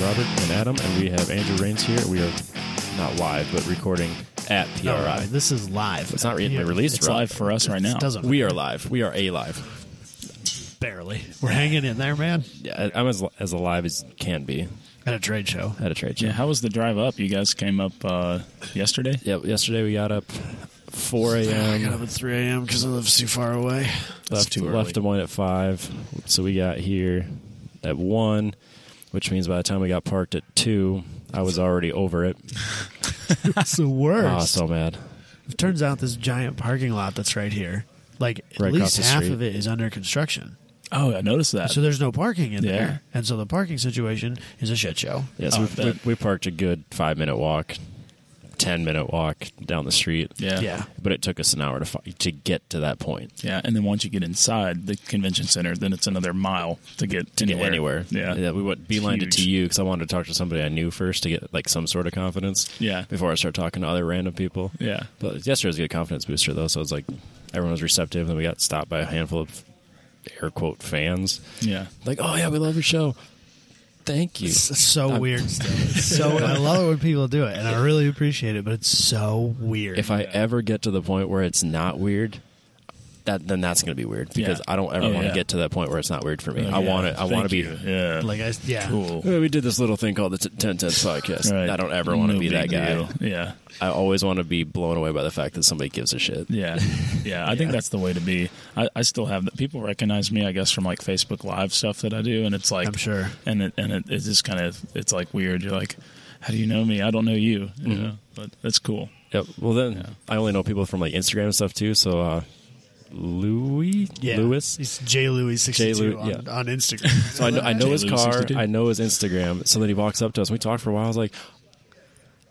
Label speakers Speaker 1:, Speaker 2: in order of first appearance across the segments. Speaker 1: Robert and Adam, and we have Andrew Rains here. We are not live, but recording at PRI.
Speaker 2: No, this is live.
Speaker 1: it's not re- released.
Speaker 3: It's
Speaker 1: Rob.
Speaker 3: live for us right now.
Speaker 2: It doesn't
Speaker 1: We are live. We are a live.
Speaker 2: barely. We're hanging in there, man.
Speaker 1: Yeah, I'm as as alive as can be
Speaker 2: At a trade show.
Speaker 1: at a trade show.
Speaker 3: Yeah, how was the drive up? You guys came up uh, yesterday.
Speaker 1: Yeah, yesterday we got up 4
Speaker 2: I got
Speaker 1: a.m.
Speaker 2: up at 3 a.m. because I live too far away.
Speaker 1: left left Des Moines at five, so we got here at one, which means by the time we got parked at two, I was already over it.
Speaker 2: That's the
Speaker 1: Ah,
Speaker 2: worst.
Speaker 1: so mad.
Speaker 2: It turns out this giant parking lot that's right here, like at
Speaker 1: Right across
Speaker 2: least
Speaker 1: the
Speaker 2: half
Speaker 1: street.
Speaker 2: of it is under construction.
Speaker 3: Oh, I noticed that.
Speaker 2: So there's no parking in
Speaker 3: Yeah.
Speaker 2: there. And so the parking situation is a shit show.
Speaker 1: Yes,
Speaker 3: Oh,
Speaker 1: we,
Speaker 3: I
Speaker 1: we,
Speaker 3: bet.
Speaker 1: we parked a good five minute walk, ten minute walk down the street.
Speaker 3: yeah.
Speaker 2: Yeah.
Speaker 1: but it took us an hour to fi- to get to that point.
Speaker 3: Yeah, and then once you get inside the convention center, then it's another mile to get
Speaker 1: To get
Speaker 3: anywhere.
Speaker 1: anywhere,
Speaker 3: Yeah.
Speaker 1: We went beeline to
Speaker 3: Huge.
Speaker 1: TU because I wanted to talk to somebody I knew first to get like some sort of confidence.
Speaker 3: Yeah.
Speaker 1: before I start talking to other random people.
Speaker 3: Yeah.
Speaker 1: but yesterday was a good confidence booster though. So it's like everyone was receptive, and we got stopped by a handful of air quote fans.
Speaker 3: Yeah.
Speaker 1: Like, oh yeah, we love your show. Thank you.
Speaker 2: It's so weird still. It's so I love it when people do it, and I really appreciate it, but it's so weird.
Speaker 1: if I ever get to the point where it's not weird, that then that's going to be weird because
Speaker 3: Yeah.
Speaker 1: I don't ever
Speaker 3: Oh,
Speaker 1: want to
Speaker 3: yeah.
Speaker 1: get to that point where it's not weird for me.
Speaker 3: Oh,
Speaker 1: I
Speaker 3: yeah.
Speaker 1: want it. I want to
Speaker 3: Thank
Speaker 1: be.
Speaker 3: you. Yeah.
Speaker 2: like I yeah.
Speaker 3: cool.
Speaker 1: "Hey, we did this little thing called the t- 1010 podcast.
Speaker 3: Right.
Speaker 1: I don't ever want to
Speaker 3: No
Speaker 1: be that
Speaker 3: big
Speaker 1: guy.
Speaker 3: deal. Yeah.
Speaker 1: I always want to be blown away by the fact that somebody gives a shit.
Speaker 3: Yeah, yeah. I think that's the way to be. I, I still have that. People recognize me, I guess, from like Facebook Live stuff that I do, and it's like
Speaker 2: I'm sure.
Speaker 3: And it, and it, it's just kind of it's like weird. You're like, how do you know me? I don't know you. you
Speaker 1: Mm-hmm.
Speaker 3: know? But that's cool.
Speaker 1: Yep. Well, then I only know people from like Instagram and stuff too. So uh, Louis,
Speaker 2: Yeah.
Speaker 1: Lewis.
Speaker 2: He's J. Louis
Speaker 1: J.
Speaker 2: sixty two
Speaker 1: Lew-
Speaker 2: on,
Speaker 1: yeah.
Speaker 2: on Instagram.
Speaker 1: So I know, I know his
Speaker 3: Louis
Speaker 1: car.
Speaker 3: 62.
Speaker 1: I know his Instagram. So then he walks up to us. We talked for a while. I was like,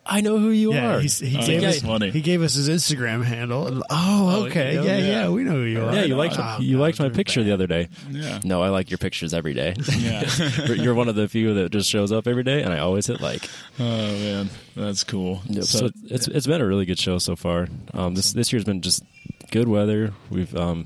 Speaker 1: I know who you
Speaker 2: Yeah,
Speaker 1: are.
Speaker 2: he's, he
Speaker 3: Oh,
Speaker 2: gave
Speaker 3: that's
Speaker 2: us
Speaker 3: funny.
Speaker 2: he gave us his Instagram handle. and- oh, okay,
Speaker 1: yeah,
Speaker 2: yeah, yeah,
Speaker 3: yeah.
Speaker 2: we know who you are.
Speaker 1: yeah, you liked
Speaker 2: Ah,
Speaker 1: you
Speaker 2: God,
Speaker 1: liked my
Speaker 2: you're
Speaker 1: picture the
Speaker 2: bad.
Speaker 1: other day.
Speaker 3: Yeah.
Speaker 1: No, I like your pictures every day.
Speaker 3: Yeah.
Speaker 1: You're one of the few that just shows up every day, and I always hit like.
Speaker 3: oh man, that's cool.
Speaker 1: so
Speaker 3: So,
Speaker 1: it's it's been a really good show so far. Um, this this year's been just good weather. We've um,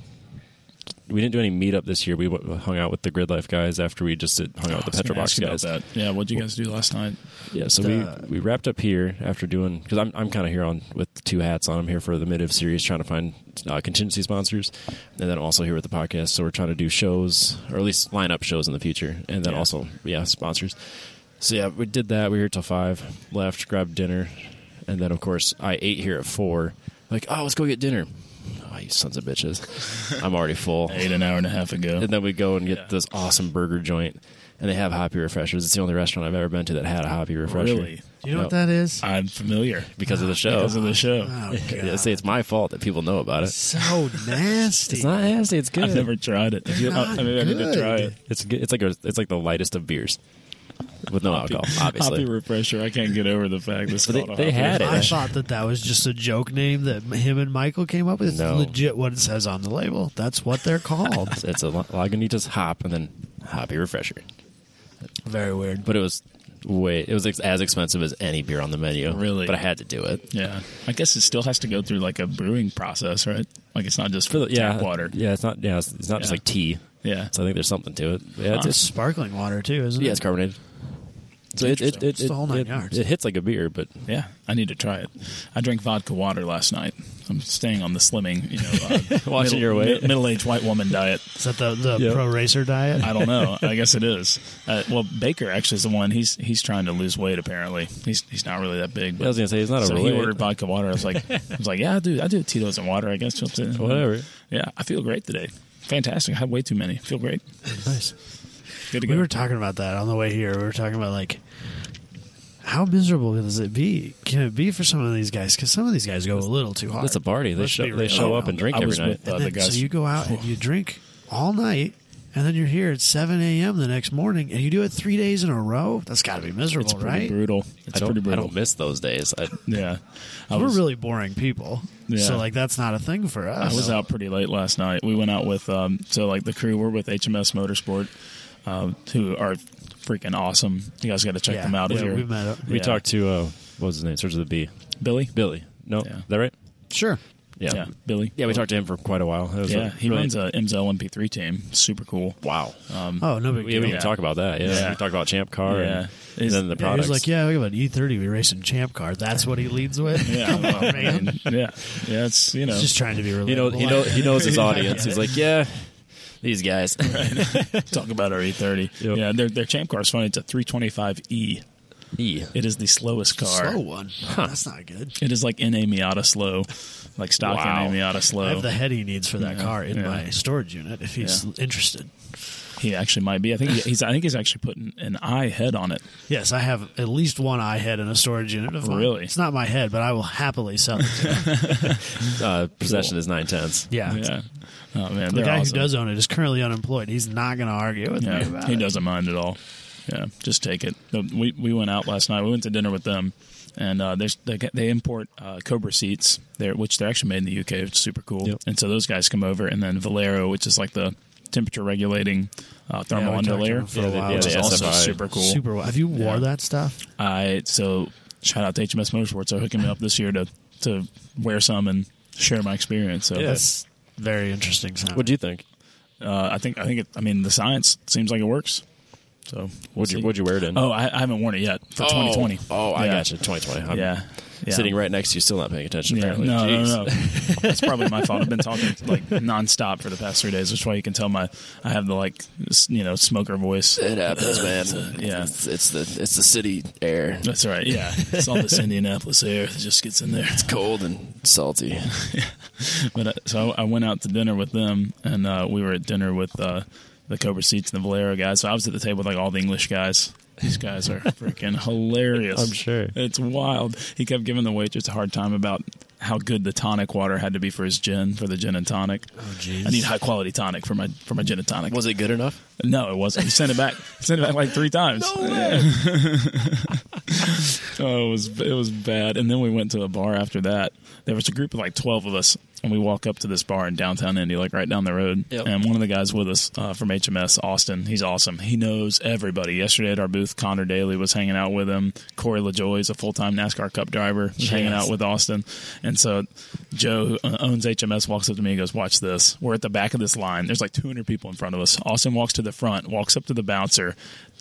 Speaker 1: we didn't do any meetup this year. We w- hung out with the Grid Life guys after we just did, hung out with the
Speaker 3: I was
Speaker 1: Petrobox
Speaker 3: gonna
Speaker 1: guys.
Speaker 3: ask you about that. Yeah. What did you guys do last night?
Speaker 1: Yeah, so
Speaker 2: The-
Speaker 1: we we wrapped up here after doing because I'm I'm kind of here on with two hats on. I'm here for the Midiv series, trying to find uh, contingency sponsors, and then I'm also here with the podcast. So we're trying to do shows or at least line up shows in the future, and then
Speaker 3: Yeah.
Speaker 1: also yeah sponsors. So yeah, we did that. We were here till five, left, grabbed dinner, and then of course I ate here at four. Like oh, let's go get dinner. Oh, you sons of bitches! I'm already full.
Speaker 3: I ate an hour and a half ago.
Speaker 1: And then we go and get
Speaker 3: Yeah.
Speaker 1: this awesome burger joint, and they have hoppy refreshers. It's the only restaurant I've ever been to that had a hoppy refresher.
Speaker 3: Really?
Speaker 2: Do you know
Speaker 1: Yep.
Speaker 2: what that is?
Speaker 3: I'm familiar
Speaker 1: because of the show.
Speaker 3: because of the show.
Speaker 2: Oh
Speaker 1: Yeah, I
Speaker 2: god,
Speaker 1: say it's my fault that people know about it.
Speaker 2: so nasty.
Speaker 1: It's not nasty. It's good.
Speaker 3: I've never tried it. I,
Speaker 2: not
Speaker 3: I mean, I need to
Speaker 2: good.
Speaker 3: try it.
Speaker 1: It's good. It's like a, it's like the lightest of beers with no alcohol,
Speaker 3: Hoppy
Speaker 1: obviously.
Speaker 3: refresher. I can't get over the fact this.
Speaker 1: But they- they had it.
Speaker 2: I thought that that was just a joke name that him and Michael came up with. It's
Speaker 1: No.
Speaker 2: legit what it says on the label. That's what they're called.
Speaker 1: It's a La- Lagunitas hop and then hoppy refresher.
Speaker 2: Very weird.
Speaker 1: But it was way it was ex- as expensive as any beer on the menu.
Speaker 3: Really?
Speaker 1: but I had to do it.
Speaker 3: Yeah, I guess it still has to go through like a brewing process, right? Like it's not just
Speaker 1: For the- yeah,
Speaker 3: tap water.
Speaker 1: Yeah, it's not. Yeah, it's, it's not just
Speaker 3: Yeah.
Speaker 1: like tea.
Speaker 3: Yeah.
Speaker 1: So I think there's something to it. Yeah, it's,
Speaker 3: Huh.
Speaker 2: It's sparkling water too, isn't
Speaker 1: yeah,
Speaker 2: it?
Speaker 1: it's carbonated. So it it, it,
Speaker 2: It's the whole nine
Speaker 1: it-
Speaker 2: yards.
Speaker 1: it hits like a beer, but
Speaker 3: Yeah, I need to try it. I drank vodka water last night. I'm staying on the slimming, you know, uh,
Speaker 1: Watching your weight.
Speaker 3: middle aged white woman diet.
Speaker 2: Is that the, the
Speaker 1: Yeah.
Speaker 2: pro racer diet?
Speaker 3: I don't know. I guess it is. Uh, well, Baker actually is the one. He's he's trying to lose weight. Apparently, he's he's not really that big. But,
Speaker 1: I was gonna say he's not
Speaker 3: so
Speaker 1: overweight.
Speaker 3: he ordered vodka water. I was like, I was like, yeah, I do. I do Tito's and water. I guess That's it.
Speaker 1: Whatever.
Speaker 3: Yeah, I feel great today. Fantastic. I had way too many. feel great.
Speaker 2: nice.
Speaker 3: Good to go.
Speaker 2: We were talking about that on the way here. We were talking about like how miserable does it be? Can it be for some of these guys? Because some of these guys go a little too hard.
Speaker 1: that's a party. They
Speaker 2: Let's
Speaker 1: show
Speaker 2: be
Speaker 1: they
Speaker 2: real.
Speaker 1: show
Speaker 2: Oh,
Speaker 1: up and drink
Speaker 3: I
Speaker 1: every
Speaker 3: was
Speaker 1: night.
Speaker 3: with, uh,
Speaker 2: And
Speaker 3: the
Speaker 2: then- so
Speaker 3: guys-
Speaker 2: you go out and you drink all night, and then you're here at seven a.m. the next morning, and you do it three days in a row. That's got to be miserable,
Speaker 3: It's pretty
Speaker 2: right?
Speaker 3: brutal. It's
Speaker 1: I don't,
Speaker 3: pretty
Speaker 1: I
Speaker 3: brutal.
Speaker 1: don't miss those days. I,
Speaker 3: Yeah, I
Speaker 2: We're
Speaker 3: was,
Speaker 2: really boring people,
Speaker 3: Yeah.
Speaker 2: so like that's not a thing for us.
Speaker 3: I was out pretty late last night. We went out with um, so like the crew. We're with HMS Motorsport, um, who are freaking awesome. You guys got to check
Speaker 2: Yeah,
Speaker 3: them out if
Speaker 2: yeah,
Speaker 3: you're
Speaker 2: we met up.
Speaker 1: We
Speaker 3: Yeah.
Speaker 1: talked to uh, what was his name? Starts with a B.
Speaker 3: Billy.
Speaker 1: Billy. No,
Speaker 3: Yeah.
Speaker 1: is that right?
Speaker 2: Sure,
Speaker 1: Yeah. yeah.
Speaker 3: Billy.
Speaker 1: we talked to him for quite a while. That was
Speaker 3: Yeah,
Speaker 1: a
Speaker 3: he
Speaker 1: really-
Speaker 3: runs a MZL MP3 team. Super cool. Um,
Speaker 1: Wow.
Speaker 2: Oh, no big
Speaker 1: we didn't
Speaker 2: deal.
Speaker 1: even talk about that. Yeah.
Speaker 3: Yeah.
Speaker 1: We talked about Champ Car
Speaker 3: Yeah.
Speaker 1: and,
Speaker 3: Is-
Speaker 1: then the
Speaker 2: Yeah, he
Speaker 1: products.
Speaker 2: was like, yeah, look at an E30 we racing champ car. That's what he leads with.
Speaker 3: Yeah,
Speaker 2: Come on, Oh, man.
Speaker 3: yeah, yeah. It's you know,
Speaker 2: He's just trying to be relatable.
Speaker 1: You know, he, know, he knows his audience. He's like, yeah, these guys.
Speaker 3: talk about our E30.
Speaker 1: Yep.
Speaker 3: Yeah, their their champ car is funny. It's a 325e.
Speaker 1: E.
Speaker 3: It is the slowest car.
Speaker 2: slow one. That's not good.
Speaker 3: It is like NA Miata slow, like stock
Speaker 1: Wow.
Speaker 3: NA Miata slow.
Speaker 2: I have the head he needs for that
Speaker 3: Yeah,
Speaker 2: car in
Speaker 3: yeah.
Speaker 2: my storage unit if he's interested.
Speaker 3: he actually might be. I think he- he's. I think he's actually putting an eye head on it.
Speaker 2: Yes, I have at least one eye head in a storage unit of mine.
Speaker 3: Really?
Speaker 2: It's not my head, but I will happily sell it. to him.
Speaker 1: Uh, possession is nine tenths.
Speaker 2: Yeah.
Speaker 3: Yeah. Oh man,
Speaker 2: The
Speaker 3: they're
Speaker 2: guy
Speaker 3: awesome.
Speaker 2: who does own it is currently unemployed. He's not going to argue with me
Speaker 3: Yeah,
Speaker 2: about
Speaker 3: he
Speaker 2: it.
Speaker 3: doesn't mind at all. Yeah, just take it. No, We we went out last night. We went to dinner with them, and uh, there's- they get- they import uh, Cobra seats there, which they're actually made in the UK, which is super cool.
Speaker 1: Yep.
Speaker 3: And so those guys come over, and then Valero, which is like the temperature regulating uh, thermal
Speaker 2: we talked to
Speaker 3: underlayer,
Speaker 2: them for a
Speaker 1: Yeah, they- while. yeah,
Speaker 3: which is
Speaker 1: the
Speaker 3: also
Speaker 1: SFI.
Speaker 3: super cool.
Speaker 2: Super. Have you wore that stuff?
Speaker 3: I so shout out to HMS Motorsports. They're hooking me up this year to to wear some and share my experience. So
Speaker 2: That's very interesting. Sound.
Speaker 1: What'd you think?
Speaker 3: uh, I think I think it, I mean the science seems like it works. So we'll
Speaker 1: What'd
Speaker 3: see.
Speaker 1: you, what'd you wear it in?
Speaker 3: Oh, I, I haven't worn it yet for 2020.
Speaker 1: Oh, I
Speaker 3: yeah.
Speaker 1: got you. 2020. I'm
Speaker 3: Yeah. yeah.
Speaker 1: Sitting right next to you, still not paying attention,
Speaker 3: Yeah.
Speaker 1: apparently.
Speaker 3: No, no,
Speaker 1: Jeez.
Speaker 3: no, That's probably my fault. I've been talking like nonstop for the past three days. That's why you can tell my I have the like s- you know smoker voice.
Speaker 1: It happens, man.
Speaker 3: Yeah.
Speaker 1: It's, it's the it's the city air. It's
Speaker 3: That's right. Yeah, it's all this Indianapolis air that just gets in there.
Speaker 1: cold and salty.
Speaker 3: But uh, so I went out to dinner with them, and uh, we were at dinner with uh, the Cobra Seats and the Valero guys. So I was at the table with like all the English guys. These guys are freaking hilarious.
Speaker 1: I'm sure.
Speaker 3: it's wild. He kept giving the waitress a hard time about how good the tonic water had to be for his gin, for the gin and tonic.
Speaker 2: Oh, jeez.
Speaker 3: I need high quality tonic for my for my gin and tonic.
Speaker 1: Was it good enough?
Speaker 3: No, it wasn't. He sent it back. He sent it back like three times. oh, it was it was bad. And then we went to a bar after that. There was a group of like twelve of us, and we walk up to this bar in downtown Indy, like right down the road.
Speaker 1: Yep.
Speaker 3: And one of the guys with us uh, from HMS, Austin, he's awesome. He knows everybody. Yesterday at our booth, Connor Daly was hanging out with him. Corey LaJoy is a full time NASCAR Cup driver, was hanging out with Austin. And so Joe, who uh, owns HMS, walks up to me and goes, "Watch this. We're at the back of this line. There's like 200 people in front of us." Austin walks to the front, walks up to the bouncer,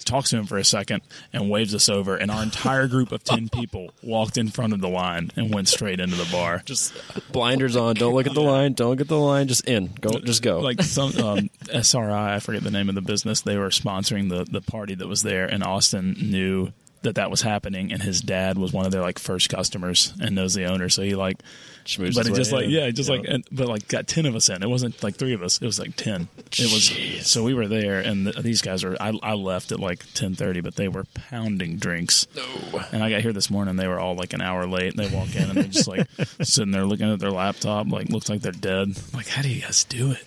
Speaker 3: talks to him for a second, and waves us over. And our entire group of 10 people walked in front of the line and went straight into the bar.
Speaker 1: Just blinders on. Don't look at the line. Don't look at the line. Just in. Go. Just go.
Speaker 3: like some um, SRI, I forget the name of the business. They were sponsoring the the party that was there, and Austin knew that that was happening, and his dad was one of their like first customers and knows the owner, so he like.
Speaker 1: Schmoozed his
Speaker 3: but he
Speaker 1: way
Speaker 3: just like
Speaker 1: in.
Speaker 3: yeah, he just
Speaker 1: Yeah.
Speaker 3: like and, but like got ten of us in. It wasn't like three of us. It was like ten. It was
Speaker 1: Jeez.
Speaker 3: so we were there, and th these guys were. I, I left at like ten thirty, but they were pounding drinks.
Speaker 1: No.
Speaker 3: And I got here this morning. They were all like an hour late. And they walk in and they're just like sitting there looking at their laptop, like looks like they're dead. I'm like, how do you guys do it?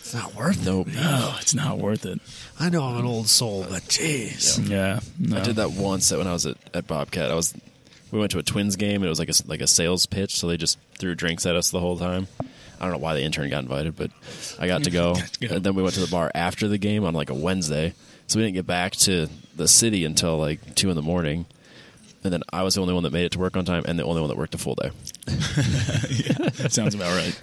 Speaker 2: It's not worth it.
Speaker 1: Nope.
Speaker 3: No, it's not worth it.
Speaker 2: I know I'm an old soul, but jeez.
Speaker 3: Yeah, no.
Speaker 1: I did that once when I was at, at Bobcat. I was we went to a Twins game and it was like a s- like a sales pitch, so they just threw drinks at us the whole time. I don't know why the intern got invited, but I got to go.
Speaker 3: go.
Speaker 1: And then we went to the bar after the game on like a Wednesday, so we didn't get back to the city until like two in the morning. And then I was the only one that made it to work on time, and the only one that worked a full day.
Speaker 3: That sounds about right.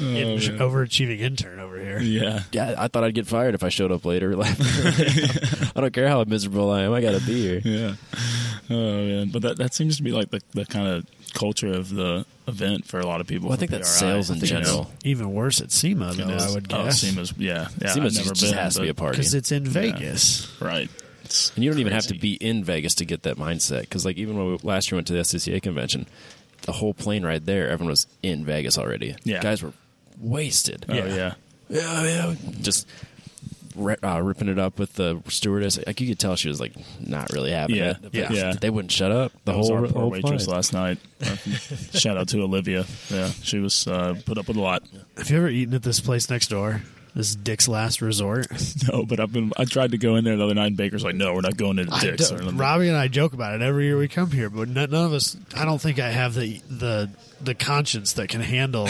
Speaker 2: In- overachieving intern over here.
Speaker 3: Oh, Yeah,
Speaker 1: Yeah, I thought I'd get fired if I showed up later. Like, I don't care how miserable I am; I got to be here.
Speaker 3: yeah. Oh man, but that that seems to be like the, the kind of culture of the event for a lot of people.
Speaker 1: Well, I
Speaker 3: for
Speaker 1: think that's
Speaker 3: PRI.
Speaker 1: sales in
Speaker 3: I think it is.
Speaker 1: general.
Speaker 2: Even worse at SEMA, though,
Speaker 3: It is.
Speaker 2: I would
Speaker 3: Oh,
Speaker 2: guess.
Speaker 3: SEMA's, yeah, yeah.
Speaker 1: Seems
Speaker 3: I've never
Speaker 1: just, just
Speaker 3: been,
Speaker 1: has to be a
Speaker 3: but-
Speaker 1: party
Speaker 2: Because it's in Vegas.
Speaker 3: Right. It's
Speaker 1: And you don't even have to
Speaker 3: crazy.
Speaker 1: be in Vegas to get that mindset. Because like even when we, last year went to the SCCA convention, the whole plane ride there, everyone was in Vegas already.
Speaker 3: Yeah.
Speaker 1: guys were wasted.
Speaker 3: Oh yeah.
Speaker 1: yeah, yeah. Just ri- uh, ripping it up with the stewardess. Like you could tell she was like not really having
Speaker 3: Yeah.
Speaker 1: it. But
Speaker 3: Yeah. Yeah.
Speaker 1: they wouldn't shut up. The
Speaker 3: That was
Speaker 1: whole,
Speaker 3: our poor
Speaker 1: whole
Speaker 3: waitress
Speaker 1: flight.
Speaker 3: last night. Shout out to Olivia. Yeah, she was uh, put up with a lot.
Speaker 2: Have you ever eaten at this place next door? This is Dick's Last Resort.
Speaker 3: No, but I've been. I tried to go in there the other night. and Baker's like, no, we're not going into
Speaker 2: I
Speaker 3: Dick's.
Speaker 2: don't-
Speaker 3: or anything."
Speaker 2: Robbie and I joke about it every year we come here, but none, none of us. I don't think I have the the the conscience that can handle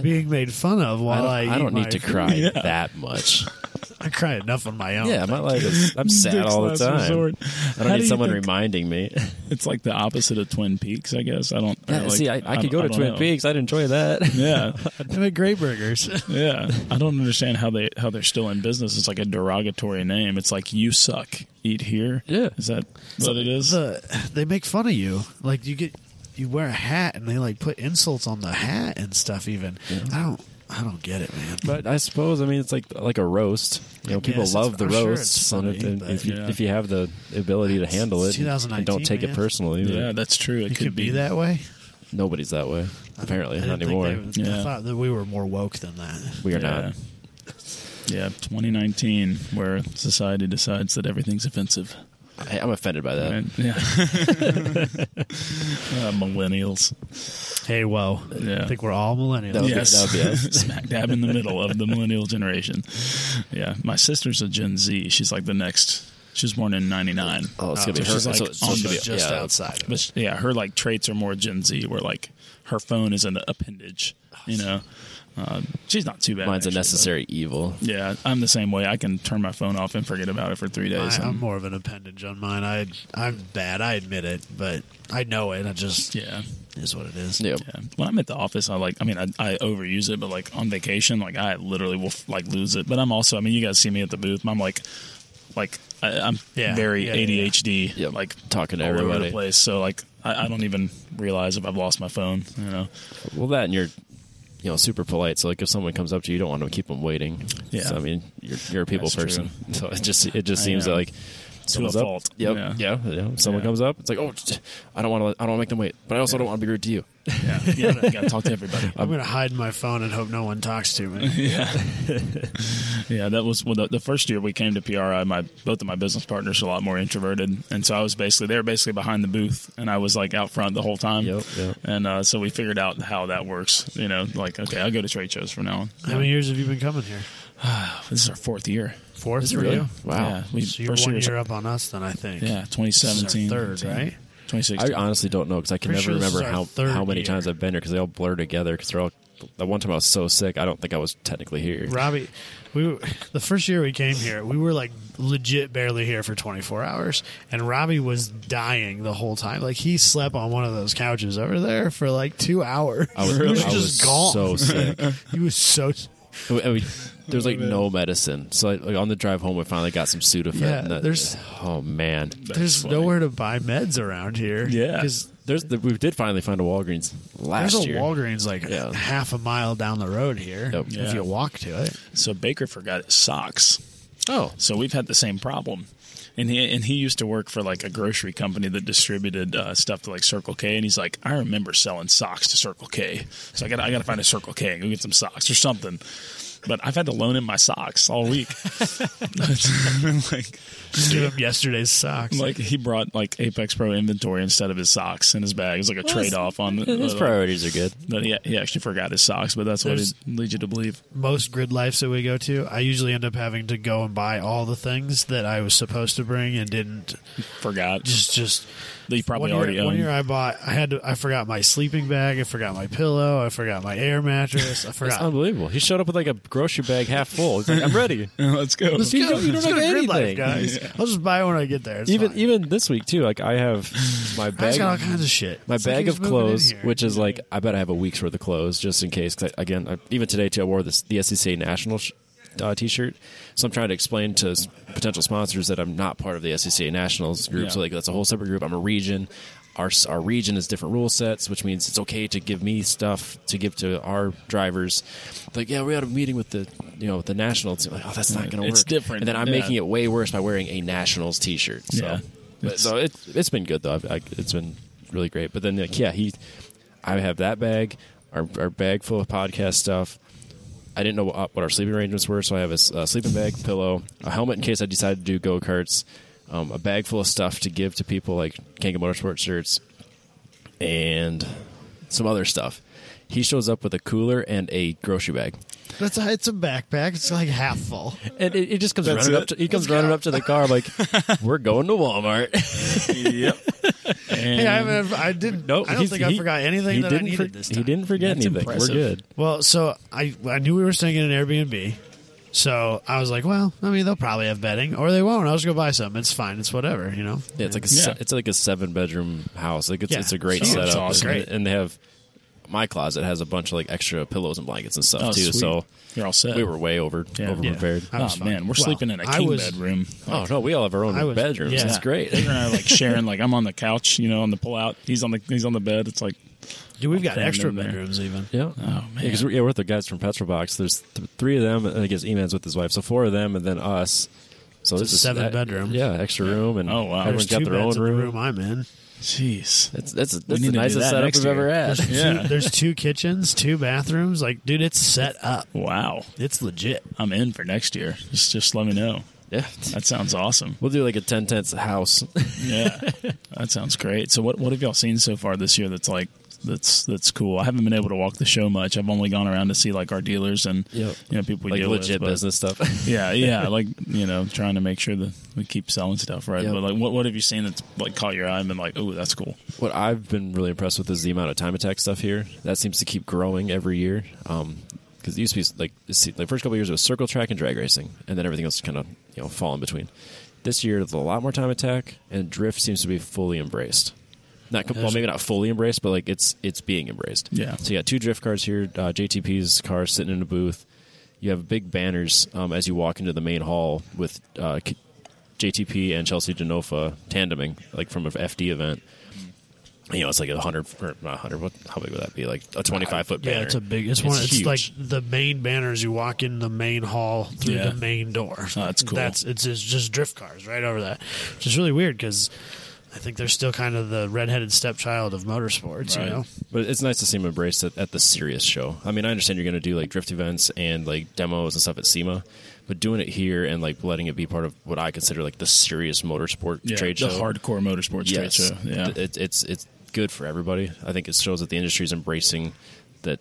Speaker 2: being made fun of
Speaker 1: I
Speaker 2: while
Speaker 1: don't,
Speaker 2: I.
Speaker 1: I
Speaker 2: eat
Speaker 1: don't
Speaker 2: my
Speaker 1: need to
Speaker 2: food.
Speaker 1: cry that much.
Speaker 2: I cry enough on my own.
Speaker 1: Yeah, my life is. I'm sad
Speaker 3: Oh, Dick's
Speaker 1: all the
Speaker 3: last
Speaker 1: time.
Speaker 3: resort.
Speaker 1: I
Speaker 3: How
Speaker 1: don't
Speaker 3: do
Speaker 1: need
Speaker 3: you
Speaker 1: someone
Speaker 3: think-
Speaker 1: reminding me.
Speaker 3: It's like the opposite of Twin Peaks, I guess. I don't. or
Speaker 1: Yeah,
Speaker 3: like,
Speaker 1: see, I, I
Speaker 3: don't-
Speaker 1: could go to
Speaker 3: don't
Speaker 1: Twin
Speaker 3: know.
Speaker 1: Peaks. I'd enjoy that.
Speaker 3: Yeah,
Speaker 2: I'm at Great Burgers.
Speaker 3: yeah. I don't understand how they how they're still in business. It's like a derogatory name. It's like you suck. Eat here.
Speaker 1: Yeah.
Speaker 3: is that what it is?
Speaker 2: the, they make fun of you. Like you get you wear a hat and they like put insults on the hat and stuff. Even I don't I don't get it, man.
Speaker 1: But I suppose I mean it's like like a roast. You know, people
Speaker 2: guess
Speaker 1: love
Speaker 2: it's-
Speaker 1: the
Speaker 2: I'm sure
Speaker 1: roasts,
Speaker 2: it's
Speaker 1: and
Speaker 2: funny,
Speaker 1: if,
Speaker 2: but-
Speaker 1: if you
Speaker 3: Yeah.
Speaker 1: if you have the ability to handle it, and
Speaker 2: 2019,
Speaker 1: don't take it
Speaker 2: man.
Speaker 1: personally. but
Speaker 3: yeah, that's true. It,
Speaker 2: It could, be, that way.
Speaker 1: nobody's that way. Apparently,
Speaker 2: I
Speaker 1: not
Speaker 2: didn't think
Speaker 1: anymore.
Speaker 2: They,
Speaker 3: Yeah.
Speaker 2: I thought that we were more woke than that.
Speaker 1: we are
Speaker 3: yeah.
Speaker 1: not.
Speaker 3: Yeah, 2019, where society decides that everything's offensive.
Speaker 1: I, I'm offended by that.
Speaker 3: Right? Yeah. uh, millennials.
Speaker 2: Hey, whoa!
Speaker 3: Yeah.
Speaker 2: I think we're all millennials.
Speaker 1: That would be- that
Speaker 3: yes.
Speaker 1: would be us.
Speaker 3: Smack dab in the middle of the millennial generation. Yeah. My sister's a Gen Z. She's like the next. She was born in 99.
Speaker 1: Oh, it's
Speaker 2: Oh,
Speaker 1: gonna be her.
Speaker 2: so
Speaker 3: she's like
Speaker 1: so, so
Speaker 3: on
Speaker 1: it's
Speaker 3: the
Speaker 1: gonna be,
Speaker 2: just
Speaker 1: yeah,
Speaker 2: outside. Of
Speaker 3: But
Speaker 2: it.
Speaker 3: sh- yeah, her like traits are more Gen Z, where like her phone is an appendage. You know, uh, she's not too bad.
Speaker 1: Mine's a
Speaker 3: actually, but-
Speaker 1: necessary evil.
Speaker 3: Yeah, I'm the same way. I can turn my phone off and forget about it for three days.
Speaker 2: I,
Speaker 3: and-
Speaker 2: I'm more of an appendage on mine. I I'm bad. I admit it, but I know it. I just
Speaker 3: yeah,
Speaker 2: is what it is.
Speaker 1: Yeah.
Speaker 3: yeah. When I'm at the office, I like. I mean, I, I overuse it, but like on vacation, like I literally will like lose it. But I'm also. I mean, you guys see me at the booth. I'm like, like I, I'm
Speaker 2: Yeah,
Speaker 3: very
Speaker 2: yeah, yeah, yeah.
Speaker 3: ADHD.
Speaker 1: Yep.
Speaker 3: Like
Speaker 1: Talking to
Speaker 3: all over
Speaker 1: everybody.
Speaker 3: the place. So like, I, I don't even realize if I've lost my phone. You know.
Speaker 1: Well, that and you're, you know, super polite. So like, if someone comes up to you, you don't want to keep them waiting.
Speaker 3: Yeah.
Speaker 1: So, I mean, you're, you're a people
Speaker 3: That's true.
Speaker 1: person. So it just it just
Speaker 3: I
Speaker 1: seems
Speaker 3: am.
Speaker 1: like someone's
Speaker 3: a
Speaker 1: up.
Speaker 3: fault.
Speaker 1: Yep.
Speaker 3: Yeah.
Speaker 1: Yeah. Yeah. If Someone
Speaker 3: Yeah.
Speaker 1: comes up. It's like, oh, I don't want to. I don't want to make them wait. But I also
Speaker 3: Yeah.
Speaker 1: don't want to be rude to you.
Speaker 3: Yeah. You gotta, gotta talk to everybody.
Speaker 2: I'm gonna hide my phone and hope no one talks to me.
Speaker 3: Yeah, yeah. That was well, the, the first year we came to PRI. My both of my business partners are a lot more introverted, and so I was basically they were basically behind the booth, and I was like out front the whole time.
Speaker 1: Yep, yep.
Speaker 3: And uh, so we figured out how that works. You know, like okay, I'll go to trade shows from now on.
Speaker 2: How many years have you been coming here? Oh,
Speaker 3: This is our fourth year.
Speaker 2: Fourth,
Speaker 1: Is it really?
Speaker 2: Yeah.
Speaker 1: Wow.
Speaker 3: Yeah, we
Speaker 2: So you're
Speaker 3: first
Speaker 2: one
Speaker 3: was-
Speaker 2: year up on us, then I think.
Speaker 3: Yeah,
Speaker 2: This is our
Speaker 3: 2017.
Speaker 2: third, right?
Speaker 3: Twenty
Speaker 1: I
Speaker 3: sixteen.
Speaker 1: honestly don't know because I can
Speaker 2: Pretty
Speaker 1: never
Speaker 2: sure this is
Speaker 1: remember
Speaker 2: our
Speaker 1: how
Speaker 2: third
Speaker 1: how many
Speaker 2: year.
Speaker 1: times I've been here because they all blur together because they're all. That one time I was so sick, I don't think I was technically here.
Speaker 2: Robbie, we were, the first year we came here, we were like legit barely here for 24 hours, and Robbie was dying the whole time. Like he slept on one of those couches over there for like two hours.
Speaker 1: I was,
Speaker 2: he was
Speaker 1: I
Speaker 2: just
Speaker 1: was
Speaker 2: gone.
Speaker 1: so sick.
Speaker 2: he was so.
Speaker 1: I mean, there's like no medicine. So like, on the drive home, I finally got some Sudafed.
Speaker 2: Yeah,
Speaker 1: and that-
Speaker 2: there's-
Speaker 1: oh man,
Speaker 2: there's
Speaker 3: funny.
Speaker 2: nowhere to buy meds around here.
Speaker 3: Yeah.
Speaker 2: 'Cause
Speaker 1: there's the, we did finally find a Walgreens last
Speaker 2: There's a
Speaker 1: year.
Speaker 2: Walgreens like
Speaker 1: Yeah.
Speaker 2: half a mile down the road here.
Speaker 1: Yep.
Speaker 3: Yeah.
Speaker 2: If you walk to it,
Speaker 3: So Baker forgot his socks.
Speaker 1: Oh,
Speaker 3: So we've had the same problem. And he and he used to work for like a grocery company that distributed uh, stuff to like Circle K, and he's like, I remember selling socks to Circle K, so I got I got to find a Circle K and go get some socks or something. But I've had to loan him my socks all week. like,
Speaker 2: give him yesterday's socks.
Speaker 3: like he brought like Apex Pro inventory instead of his socks in his bag. It was like a trade off on the.
Speaker 1: his
Speaker 3: uh,
Speaker 1: priorities are good.
Speaker 3: but he, he actually forgot his socks, but that's what it
Speaker 2: There's-
Speaker 3: leads you to believe.
Speaker 2: most grid lives that we go to, I usually end up having to go and buy all the things that I was supposed to bring and didn't.
Speaker 3: Forgot.
Speaker 2: Just, just
Speaker 3: that you
Speaker 2: one
Speaker 3: probably
Speaker 2: year,
Speaker 3: already
Speaker 2: One
Speaker 3: owned.
Speaker 2: year I bought, I had to, I forgot my sleeping bag, I forgot my pillow, I forgot my air mattress, I
Speaker 1: It's
Speaker 2: forgot.
Speaker 1: unbelievable. He showed up with like a grocery bag half full. He's like, I'm ready.
Speaker 3: Let's go.
Speaker 1: Let's You don't- you
Speaker 2: Let's
Speaker 1: don't
Speaker 2: go
Speaker 1: have
Speaker 2: to Grid Life,
Speaker 1: anything.
Speaker 2: guys. I'll just buy it when I get there. It's
Speaker 1: even
Speaker 2: fine.
Speaker 1: even this week too. Like I have my
Speaker 2: I just got all
Speaker 1: bag.
Speaker 2: kinds of shit.
Speaker 1: My
Speaker 2: It's like
Speaker 1: bag
Speaker 2: he's
Speaker 1: of
Speaker 2: moving in
Speaker 1: clothes,
Speaker 2: here.
Speaker 1: which is like, I bet I have a week's worth of clothes just in case. 'Cause I, again, I, even today too, I wore this the SEC national sh- uh, t-shirt. So I'm trying to explain to s- potential sponsors that I'm not part of the SEC nationals group.
Speaker 3: Yeah.
Speaker 1: So like, that's a whole separate group. I'm a region. Our s- our region is different rule sets, which means it's okay to give me stuff to give to our drivers. Like, yeah, we had a meeting with the you know with the national team. Like, oh, that's not going to work.
Speaker 3: It's different.
Speaker 1: And then I'm
Speaker 3: Yeah.
Speaker 1: making it way worse by wearing a nationals t-shirt. So.
Speaker 3: Yeah.
Speaker 1: But, so it, it's been good though. I've, I, it's been really great. But then like yeah, he, I have that bag, our, our bag full of podcast stuff. I didn't know what, what our sleeping arrangements were, so I have a, s- a sleeping bag, pillow, a helmet in case I decide to do go karts, um, a bag full of stuff to give to people like Kanga Motorsport shirts, and some other stuff. He shows up with a cooler and a grocery bag.
Speaker 2: That's a, it's a backpack. It's like half full.
Speaker 1: And it, it just comes
Speaker 3: That's
Speaker 1: running
Speaker 3: it?
Speaker 1: up. To, he comes running up to the car. I'm like, "We're going to Walmart."
Speaker 3: yep.
Speaker 2: Hey, I,
Speaker 3: And-
Speaker 2: haven't- I didn't.
Speaker 1: No,
Speaker 2: I don't
Speaker 1: he's-
Speaker 2: think I
Speaker 1: he-
Speaker 2: forgot anything
Speaker 1: he
Speaker 2: that
Speaker 1: didn't
Speaker 2: I
Speaker 1: for-
Speaker 2: needed this time.
Speaker 1: He didn't forget
Speaker 3: That's
Speaker 1: anything.
Speaker 3: impressive.
Speaker 1: We're good.
Speaker 2: Well, so I I knew we were staying in an Airbnb, So I was like, well, I mean, they'll probably have bedding, or they won't. I'll just go buy some. It's fine. It's whatever, you know.
Speaker 1: Yeah, it's like a
Speaker 3: Yeah.
Speaker 1: se- it's like a seven bedroom house. Like it's
Speaker 2: Yeah.
Speaker 1: it's a great
Speaker 2: Huge.
Speaker 1: setup.
Speaker 3: It's awesome.
Speaker 1: And,
Speaker 2: Great.
Speaker 1: and they have my closet has a bunch of like extra pillows and blankets and stuff
Speaker 3: Oh,
Speaker 1: too.
Speaker 3: sweet.
Speaker 1: So
Speaker 3: You're all set.
Speaker 1: we were way over
Speaker 3: Yeah.
Speaker 1: over
Speaker 3: Yeah.
Speaker 1: prepared.
Speaker 2: I was
Speaker 3: oh
Speaker 2: fine.
Speaker 3: man, we're
Speaker 2: Well,
Speaker 3: sleeping in a
Speaker 2: I
Speaker 3: king
Speaker 2: was-
Speaker 3: bedroom.
Speaker 1: Oh no, we all have our own
Speaker 2: I was-
Speaker 1: bedrams.
Speaker 2: yeah.
Speaker 1: It's great.
Speaker 3: Peter and I are like sharing. Like I'm on the couch, you know, on the pullout. He's on the he's on the bed. It's like
Speaker 2: Dude, we've got
Speaker 3: Crammed
Speaker 2: extra
Speaker 3: in there.
Speaker 2: bedrooms even.
Speaker 1: Yeah.
Speaker 3: Oh, man.
Speaker 1: Because we're, yeah, we're with the guys from Petrol Box. There's th- three of them, and I guess Eman's with his wife. So four of them, and then us. So
Speaker 2: It's
Speaker 1: this
Speaker 2: a
Speaker 1: is
Speaker 2: seven
Speaker 1: that-
Speaker 2: bedroom.
Speaker 1: Yeah, extra room, and
Speaker 3: Oh, wow.
Speaker 1: everyone's
Speaker 2: There's
Speaker 1: got
Speaker 2: two
Speaker 1: their own
Speaker 2: beds in
Speaker 1: room.
Speaker 2: the room I'm in.
Speaker 3: jeez.
Speaker 1: It's that's
Speaker 3: need
Speaker 1: that's
Speaker 3: to
Speaker 1: the
Speaker 3: do that
Speaker 1: nicest setup
Speaker 3: next
Speaker 1: we've
Speaker 3: year.
Speaker 1: ever had.
Speaker 3: Yeah.
Speaker 2: Two- there's two kitchens, two bathrooms. Like, dude, it's set up.
Speaker 3: Wow.
Speaker 2: It's legit.
Speaker 3: I'm in for next year. Just just let me know.
Speaker 1: yeah.
Speaker 3: That sounds awesome.
Speaker 1: We'll do like a ten tenths house.
Speaker 3: Yeah, that sounds great. So what what have y'all seen so far this year? That's like that's that's cool. I haven't been able to walk the show much. I've only gone around to see like our dealers and
Speaker 1: Yep.
Speaker 3: you know people we
Speaker 1: like
Speaker 3: deal
Speaker 1: legit
Speaker 3: with, but-
Speaker 1: business stuff.
Speaker 3: Yeah, yeah, like you know, trying to make sure that we keep selling stuff right.
Speaker 1: Yep.
Speaker 3: But like, what what have you seen that's like caught your eye and been like, oh, that's cool.
Speaker 1: what I've been really impressed with is the amount of time attack stuff here. That seems to keep growing every year. Um 'cause because it used to be like the se- like first couple of years it was circle track and drag racing, and then everything else kind of you know fall in between. This year, there's a lot more time attack, and drift seems to be fully embraced. Not com- well, maybe not fully embraced, but like it's it's being embraced.
Speaker 3: Yeah.
Speaker 1: So you got two drift cars here, uh, JTP's car sitting in a booth. You have big banners um, as you walk into the main hall with uh, K- JTP and Chelsea Denofa tandeming, like from an FD event you know, it's like a hundred or not hundred. What? How big would that be? Like a twenty-five foot banner.
Speaker 2: Yeah, it's a big. It's, one. It's
Speaker 1: huge.
Speaker 2: like the main banners. You walk in the main hall through
Speaker 3: Yeah.
Speaker 2: the main door.
Speaker 3: Oh, that's cool.
Speaker 2: That's it's, it's just drift cars right over that, which is really weird because I think they're still kind of the redheaded stepchild of motorsports.
Speaker 3: Right.
Speaker 2: You know,
Speaker 1: but it's nice to see them embrace it at the serious show. I mean, I understand you're going to do like drift events and like demos and stuff at SEMA, but doing it here and like letting it be part of what I consider like the serious motorsport
Speaker 3: Yeah,
Speaker 1: trade
Speaker 3: the
Speaker 1: show. uh,
Speaker 3: hardcore motorsports trade show. Yeah,
Speaker 1: Th- it, it's it's good for everybody. I think it shows that the industry is embracing that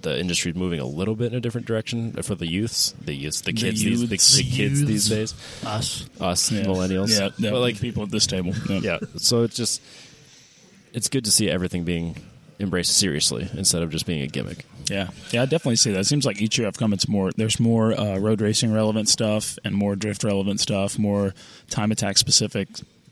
Speaker 1: the industry is moving a little bit in a different direction for the youths, the youths, the
Speaker 3: The
Speaker 1: kids, these, the,
Speaker 3: youths.
Speaker 1: the kids these days,
Speaker 2: us.
Speaker 1: us
Speaker 3: Yeah.
Speaker 1: millennials.
Speaker 3: Yeah, yeah.
Speaker 1: but like
Speaker 3: people at this table. Yeah.
Speaker 1: yeah so it's just it's good to see everything being embraced seriously instead of just being a gimmick
Speaker 3: Yeah, yeah, I definitely see that. It seems like each year I've come, it's more. There's more uh, road racing relevant stuff and more drift relevant stuff, more time attack specific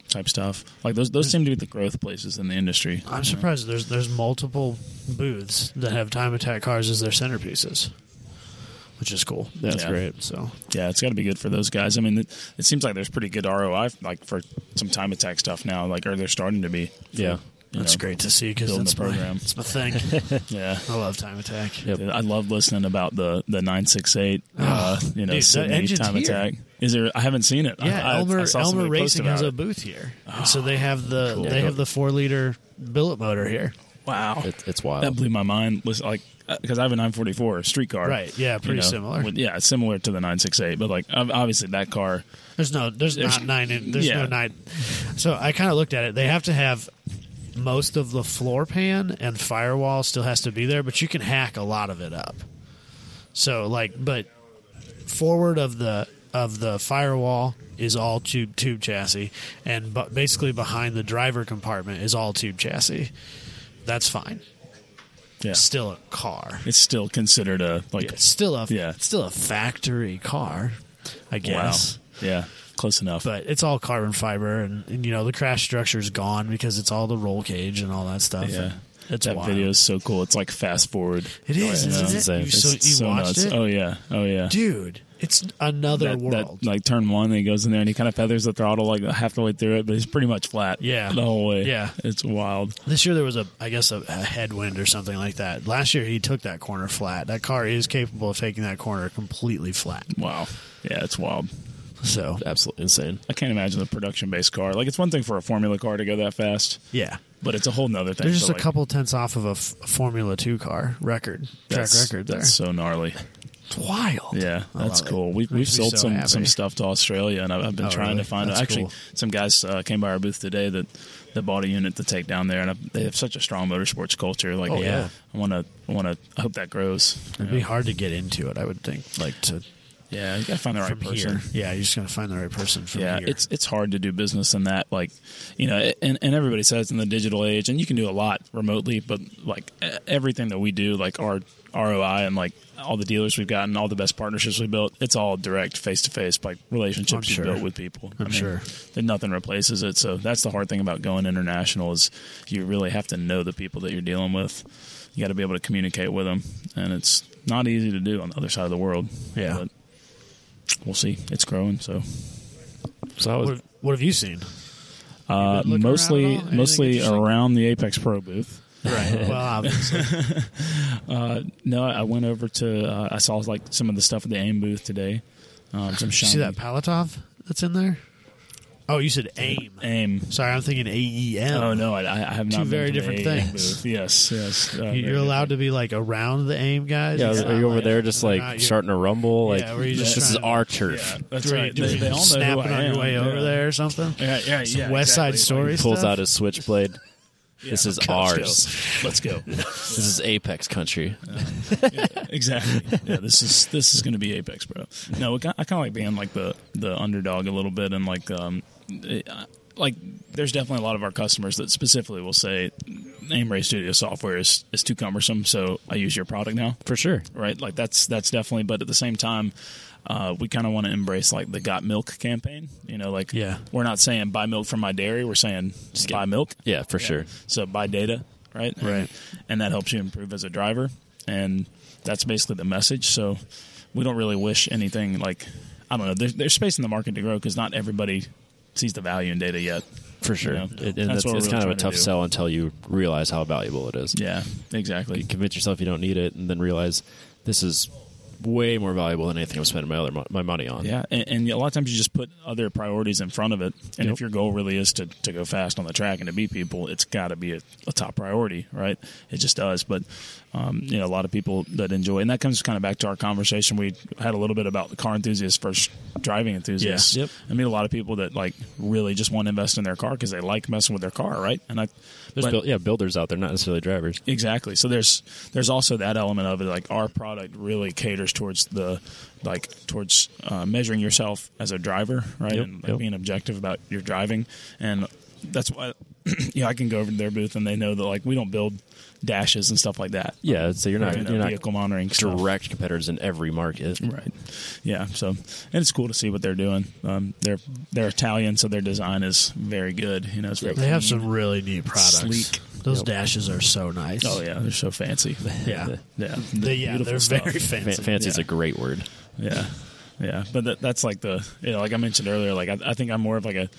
Speaker 3: type stuff. Like those, those seem to be the growth places in the industry.
Speaker 2: I'm surprised there's there's multiple booths that have time attack cars as their centerpieces, which is cool.
Speaker 1: That's
Speaker 3: Yeah.
Speaker 1: great.
Speaker 2: So
Speaker 3: Yeah, it's got to be good for those guys. I mean, it, it seems like there's pretty good ROI like for some time attack stuff now. Like, or they're starting to be.
Speaker 1: yeah
Speaker 3: you
Speaker 2: that's
Speaker 3: know.
Speaker 2: great to see because
Speaker 3: building
Speaker 2: that's
Speaker 3: the program.
Speaker 2: my it's my thing.
Speaker 3: Yeah.
Speaker 2: I love time attack.
Speaker 1: Yep.
Speaker 3: Dude, I love listening about the the nine six eight, uh, you know,
Speaker 2: dude, that
Speaker 3: Sydney
Speaker 2: engine's
Speaker 3: time
Speaker 2: here.
Speaker 3: attack. Is there? I haven't seen it. I-
Speaker 2: Yeah,
Speaker 3: I, I
Speaker 2: Elmer
Speaker 3: saw
Speaker 2: Elmer
Speaker 3: somebody post
Speaker 2: Racing
Speaker 3: about
Speaker 2: has a
Speaker 3: it. Ah,
Speaker 2: booth here, and so they have the they
Speaker 1: Cool.
Speaker 2: have the four liter billet motor here.
Speaker 3: wow.
Speaker 1: it, it's wild
Speaker 3: That blew my mind. Was like because I have a 944 street car,
Speaker 2: Right, yeah, pretty similar.
Speaker 3: with- yeah, it's similar to the 968, but like ob- obviously that car.
Speaker 2: There's no there's,
Speaker 3: There's-
Speaker 2: not nine in, there's
Speaker 3: yeah.
Speaker 2: no nine. So I kind of looked at it. They have to have most of the floor pan and firewall still has to be there, but you can hack a lot of it up. So like, but forward of the of the firewall is all tube tube chassis, and but basically behind the driver compartment is all tube chassis. That's fine.
Speaker 3: Yeah,
Speaker 2: Still a car.
Speaker 3: it's still considered a like
Speaker 2: It's still a
Speaker 3: Yeah.
Speaker 2: it's still a factory car, I guess.
Speaker 3: wow. Yeah, close enough.
Speaker 2: But it's all carbon fiber, and, and, you know the crash structure is gone because it's all the roll cage and all that stuff.
Speaker 3: yeah,
Speaker 2: it's
Speaker 3: that
Speaker 2: wild.
Speaker 3: video is so cool. It's like fast forward.
Speaker 2: It is,
Speaker 1: yeah.
Speaker 2: isn't
Speaker 1: It's
Speaker 2: it?
Speaker 1: insane.
Speaker 2: You, so you
Speaker 3: It's so
Speaker 2: watched
Speaker 3: nuts.
Speaker 2: it,
Speaker 3: Oh yeah, oh yeah.
Speaker 2: dude. It's another
Speaker 3: that,
Speaker 2: world.
Speaker 3: that like turn one, and he goes in there and he kind of feathers the throttle like half the way through it, but he's pretty much flat.
Speaker 2: Yeah.
Speaker 3: the whole way.
Speaker 2: Yeah.
Speaker 3: it's wild.
Speaker 2: this year there was a, I guess, a, a headwind or something like that. Last year he took that corner flat. That car is capable of taking that corner completely flat.
Speaker 3: Wow. Yeah, it's wild.
Speaker 2: So
Speaker 1: absolutely insane
Speaker 3: I can't imagine a production based car. Like it's one thing for a formula car to go that fast,
Speaker 2: yeah,
Speaker 3: but it's a whole nother thing.
Speaker 2: they're
Speaker 3: for,
Speaker 2: just a
Speaker 3: like,
Speaker 2: couple tenths off of a, f- a Formula Two car record track
Speaker 3: That's-
Speaker 2: record. There,
Speaker 3: That's so gnarly.
Speaker 2: It's wild.
Speaker 3: Yeah,
Speaker 2: I
Speaker 3: that's
Speaker 2: love it.
Speaker 3: cool. We,
Speaker 2: Makes me
Speaker 3: we've sold
Speaker 2: so
Speaker 3: some,
Speaker 2: happy.
Speaker 3: some stuff to Australia, and I've, I've been
Speaker 2: Oh,
Speaker 3: trying
Speaker 2: really?
Speaker 3: to find.
Speaker 2: That's
Speaker 3: actually,
Speaker 2: cool.
Speaker 3: some guys uh, came by our booth today that that bought a unit to take down there, and i they have such a strong motorsports culture. Like,
Speaker 2: Oh, yeah.
Speaker 3: I want to, I want to. I hope that grows.
Speaker 2: It'd be hard to get into it. I would think, like to
Speaker 3: Yeah, you gotta find the right
Speaker 2: from
Speaker 3: person.
Speaker 2: here. Yeah, you're just gonna find the right person from
Speaker 3: yeah,
Speaker 2: here.
Speaker 3: it's it's hard to do business in that like, you know, and and everybody says in the digital age, and you can do a lot remotely, but like e- everything that we do, like our ROI and like all the dealers we've gotten, all the best partnerships we built, it's all direct face to face like relationships
Speaker 2: I'm
Speaker 3: you
Speaker 2: sure.
Speaker 3: built with people.
Speaker 2: I'm sure.
Speaker 3: that nothing replaces it. So that's the hard thing about going international is you really have to know the people that you're dealing with. You got to be able to communicate with them, and it's not easy to do on the other side of the world.
Speaker 2: Yeah.
Speaker 3: But we'll see. It's growing, so.
Speaker 1: So I was,
Speaker 2: what, what have you seen?
Speaker 3: Uh,
Speaker 2: been looking around at
Speaker 3: mostly
Speaker 2: all? Anything
Speaker 3: mostly
Speaker 2: interesting?
Speaker 3: around the Apex Pro booth.
Speaker 2: Right. well, um, obviously.
Speaker 3: No, I went over to uh, I saw like some of the stuff at the AIM booth today. Um, some
Speaker 2: You
Speaker 3: shiny
Speaker 2: see that Palatov that's in there? Oh, you said aim.
Speaker 3: AIM.
Speaker 2: Sorry, I'm thinking E AEM.
Speaker 3: Oh no, I, I have not.
Speaker 2: Two
Speaker 3: been
Speaker 2: very
Speaker 3: to the
Speaker 2: different
Speaker 3: AIM
Speaker 2: things.
Speaker 3: Booth. Yes, yes. Uh,
Speaker 2: You- You're allowed to be like around the aim guys.
Speaker 1: yeah,
Speaker 2: It's
Speaker 1: are
Speaker 2: not
Speaker 1: you over
Speaker 2: like-
Speaker 1: there just
Speaker 2: they're
Speaker 1: like
Speaker 2: not your-
Speaker 1: starting to rumble? Like,
Speaker 2: Yeah, where you just
Speaker 1: this is
Speaker 2: trying to-
Speaker 1: our turf.
Speaker 3: That's
Speaker 2: Doing-
Speaker 3: right. They,
Speaker 2: doing-
Speaker 3: they all know who
Speaker 2: snapping
Speaker 3: I
Speaker 2: on
Speaker 3: am.
Speaker 2: your way
Speaker 3: Yeah.
Speaker 2: over there or something.
Speaker 3: Yeah, yeah, yeah,
Speaker 2: West Side
Speaker 3: exactly.
Speaker 2: Story
Speaker 3: Like,
Speaker 1: Pulls
Speaker 2: stuff?
Speaker 1: out his switchblade. This is ours.
Speaker 3: Let's go. Let's
Speaker 1: This is Apex country.
Speaker 3: go. exactly. Yeah, this is this is going to be Apex, bro. No, I kind of like being like the the underdog a little bit, and like um, it- I- like there's definitely a lot of our customers that specifically will say, "Aimray Studio software is is too cumbersome, so I use your product now."
Speaker 1: For sure.
Speaker 3: right? Like that's that's definitely. But at the same time, uh, we kind of want to embrace like the "Got Milk" campaign. You know, like
Speaker 2: Yeah.
Speaker 3: we're not saying buy milk from my dairy. We're saying just buy milk.
Speaker 1: Yeah, for sure.
Speaker 3: So buy data, right?
Speaker 2: Right.
Speaker 3: And that helps you improve as a driver. And that's basically the message. So we don't really wish anything like I don't know. There's, there's space in the market to grow because not everybody sees the value in data yet.
Speaker 1: For sure.
Speaker 3: Yeah.
Speaker 1: It-
Speaker 3: That's
Speaker 1: and that's,
Speaker 3: what we're
Speaker 1: it's
Speaker 3: really
Speaker 1: kind of a
Speaker 3: trying to
Speaker 1: tough
Speaker 3: do.
Speaker 1: sell until you realize how valuable it is.
Speaker 3: Yeah, exactly.
Speaker 1: Convince yourself you don't need it and then realize this is way more valuable than anything I'm spending my other mo- my money on.
Speaker 3: Yeah, and, and a lot of times you just put other priorities in front of it. And
Speaker 1: Yep.
Speaker 3: if your goal really is to, to go fast on the track and to beat people, it's got to be a, a top priority, right? It just does. But um, you know, a lot of people that enjoy, and that comes kind of back to our conversation we had a little bit about the car enthusiasts versus driving enthusiasts.
Speaker 1: Yeah. Yep.
Speaker 3: I mean, a lot of people that like really just want to invest in their car because they like messing with their car, right? And I,
Speaker 1: There's
Speaker 3: but-
Speaker 1: buil- yeah, builders out there, not necessarily drivers.
Speaker 3: Exactly. So there's there's also that element of it. Like our product really caters towards the like towards uh, measuring yourself as a driver, right?
Speaker 1: Yep,
Speaker 3: and like,
Speaker 1: yep.
Speaker 3: being objective about your driving, and that's why yeah, I can go over to their booth and they know that like we don't build dashes and stuff like that.
Speaker 1: Yeah, so you're not
Speaker 3: You know,
Speaker 1: you're not
Speaker 3: vehicle monitoring stuff.
Speaker 1: direct competitors in every market.
Speaker 3: Right. Yeah. So, and it's cool to see what they're doing. Um, they're they're Italian, so their design is very good. You know, it's very
Speaker 2: They have
Speaker 3: clean.
Speaker 2: some really neat products.
Speaker 3: Sleek.
Speaker 2: Those dashes are so nice.
Speaker 3: Oh yeah, they're so fancy.
Speaker 2: Yeah.
Speaker 3: Yeah.
Speaker 2: They, yeah,
Speaker 3: Beautiful
Speaker 2: they're
Speaker 3: stuff.
Speaker 2: very
Speaker 1: Fan-
Speaker 2: fancy.
Speaker 1: Fancy is
Speaker 3: yeah.
Speaker 1: a great word.
Speaker 3: Yeah, yeah. But that, that's like the you know, like I mentioned earlier. Like I, I think I'm more of like a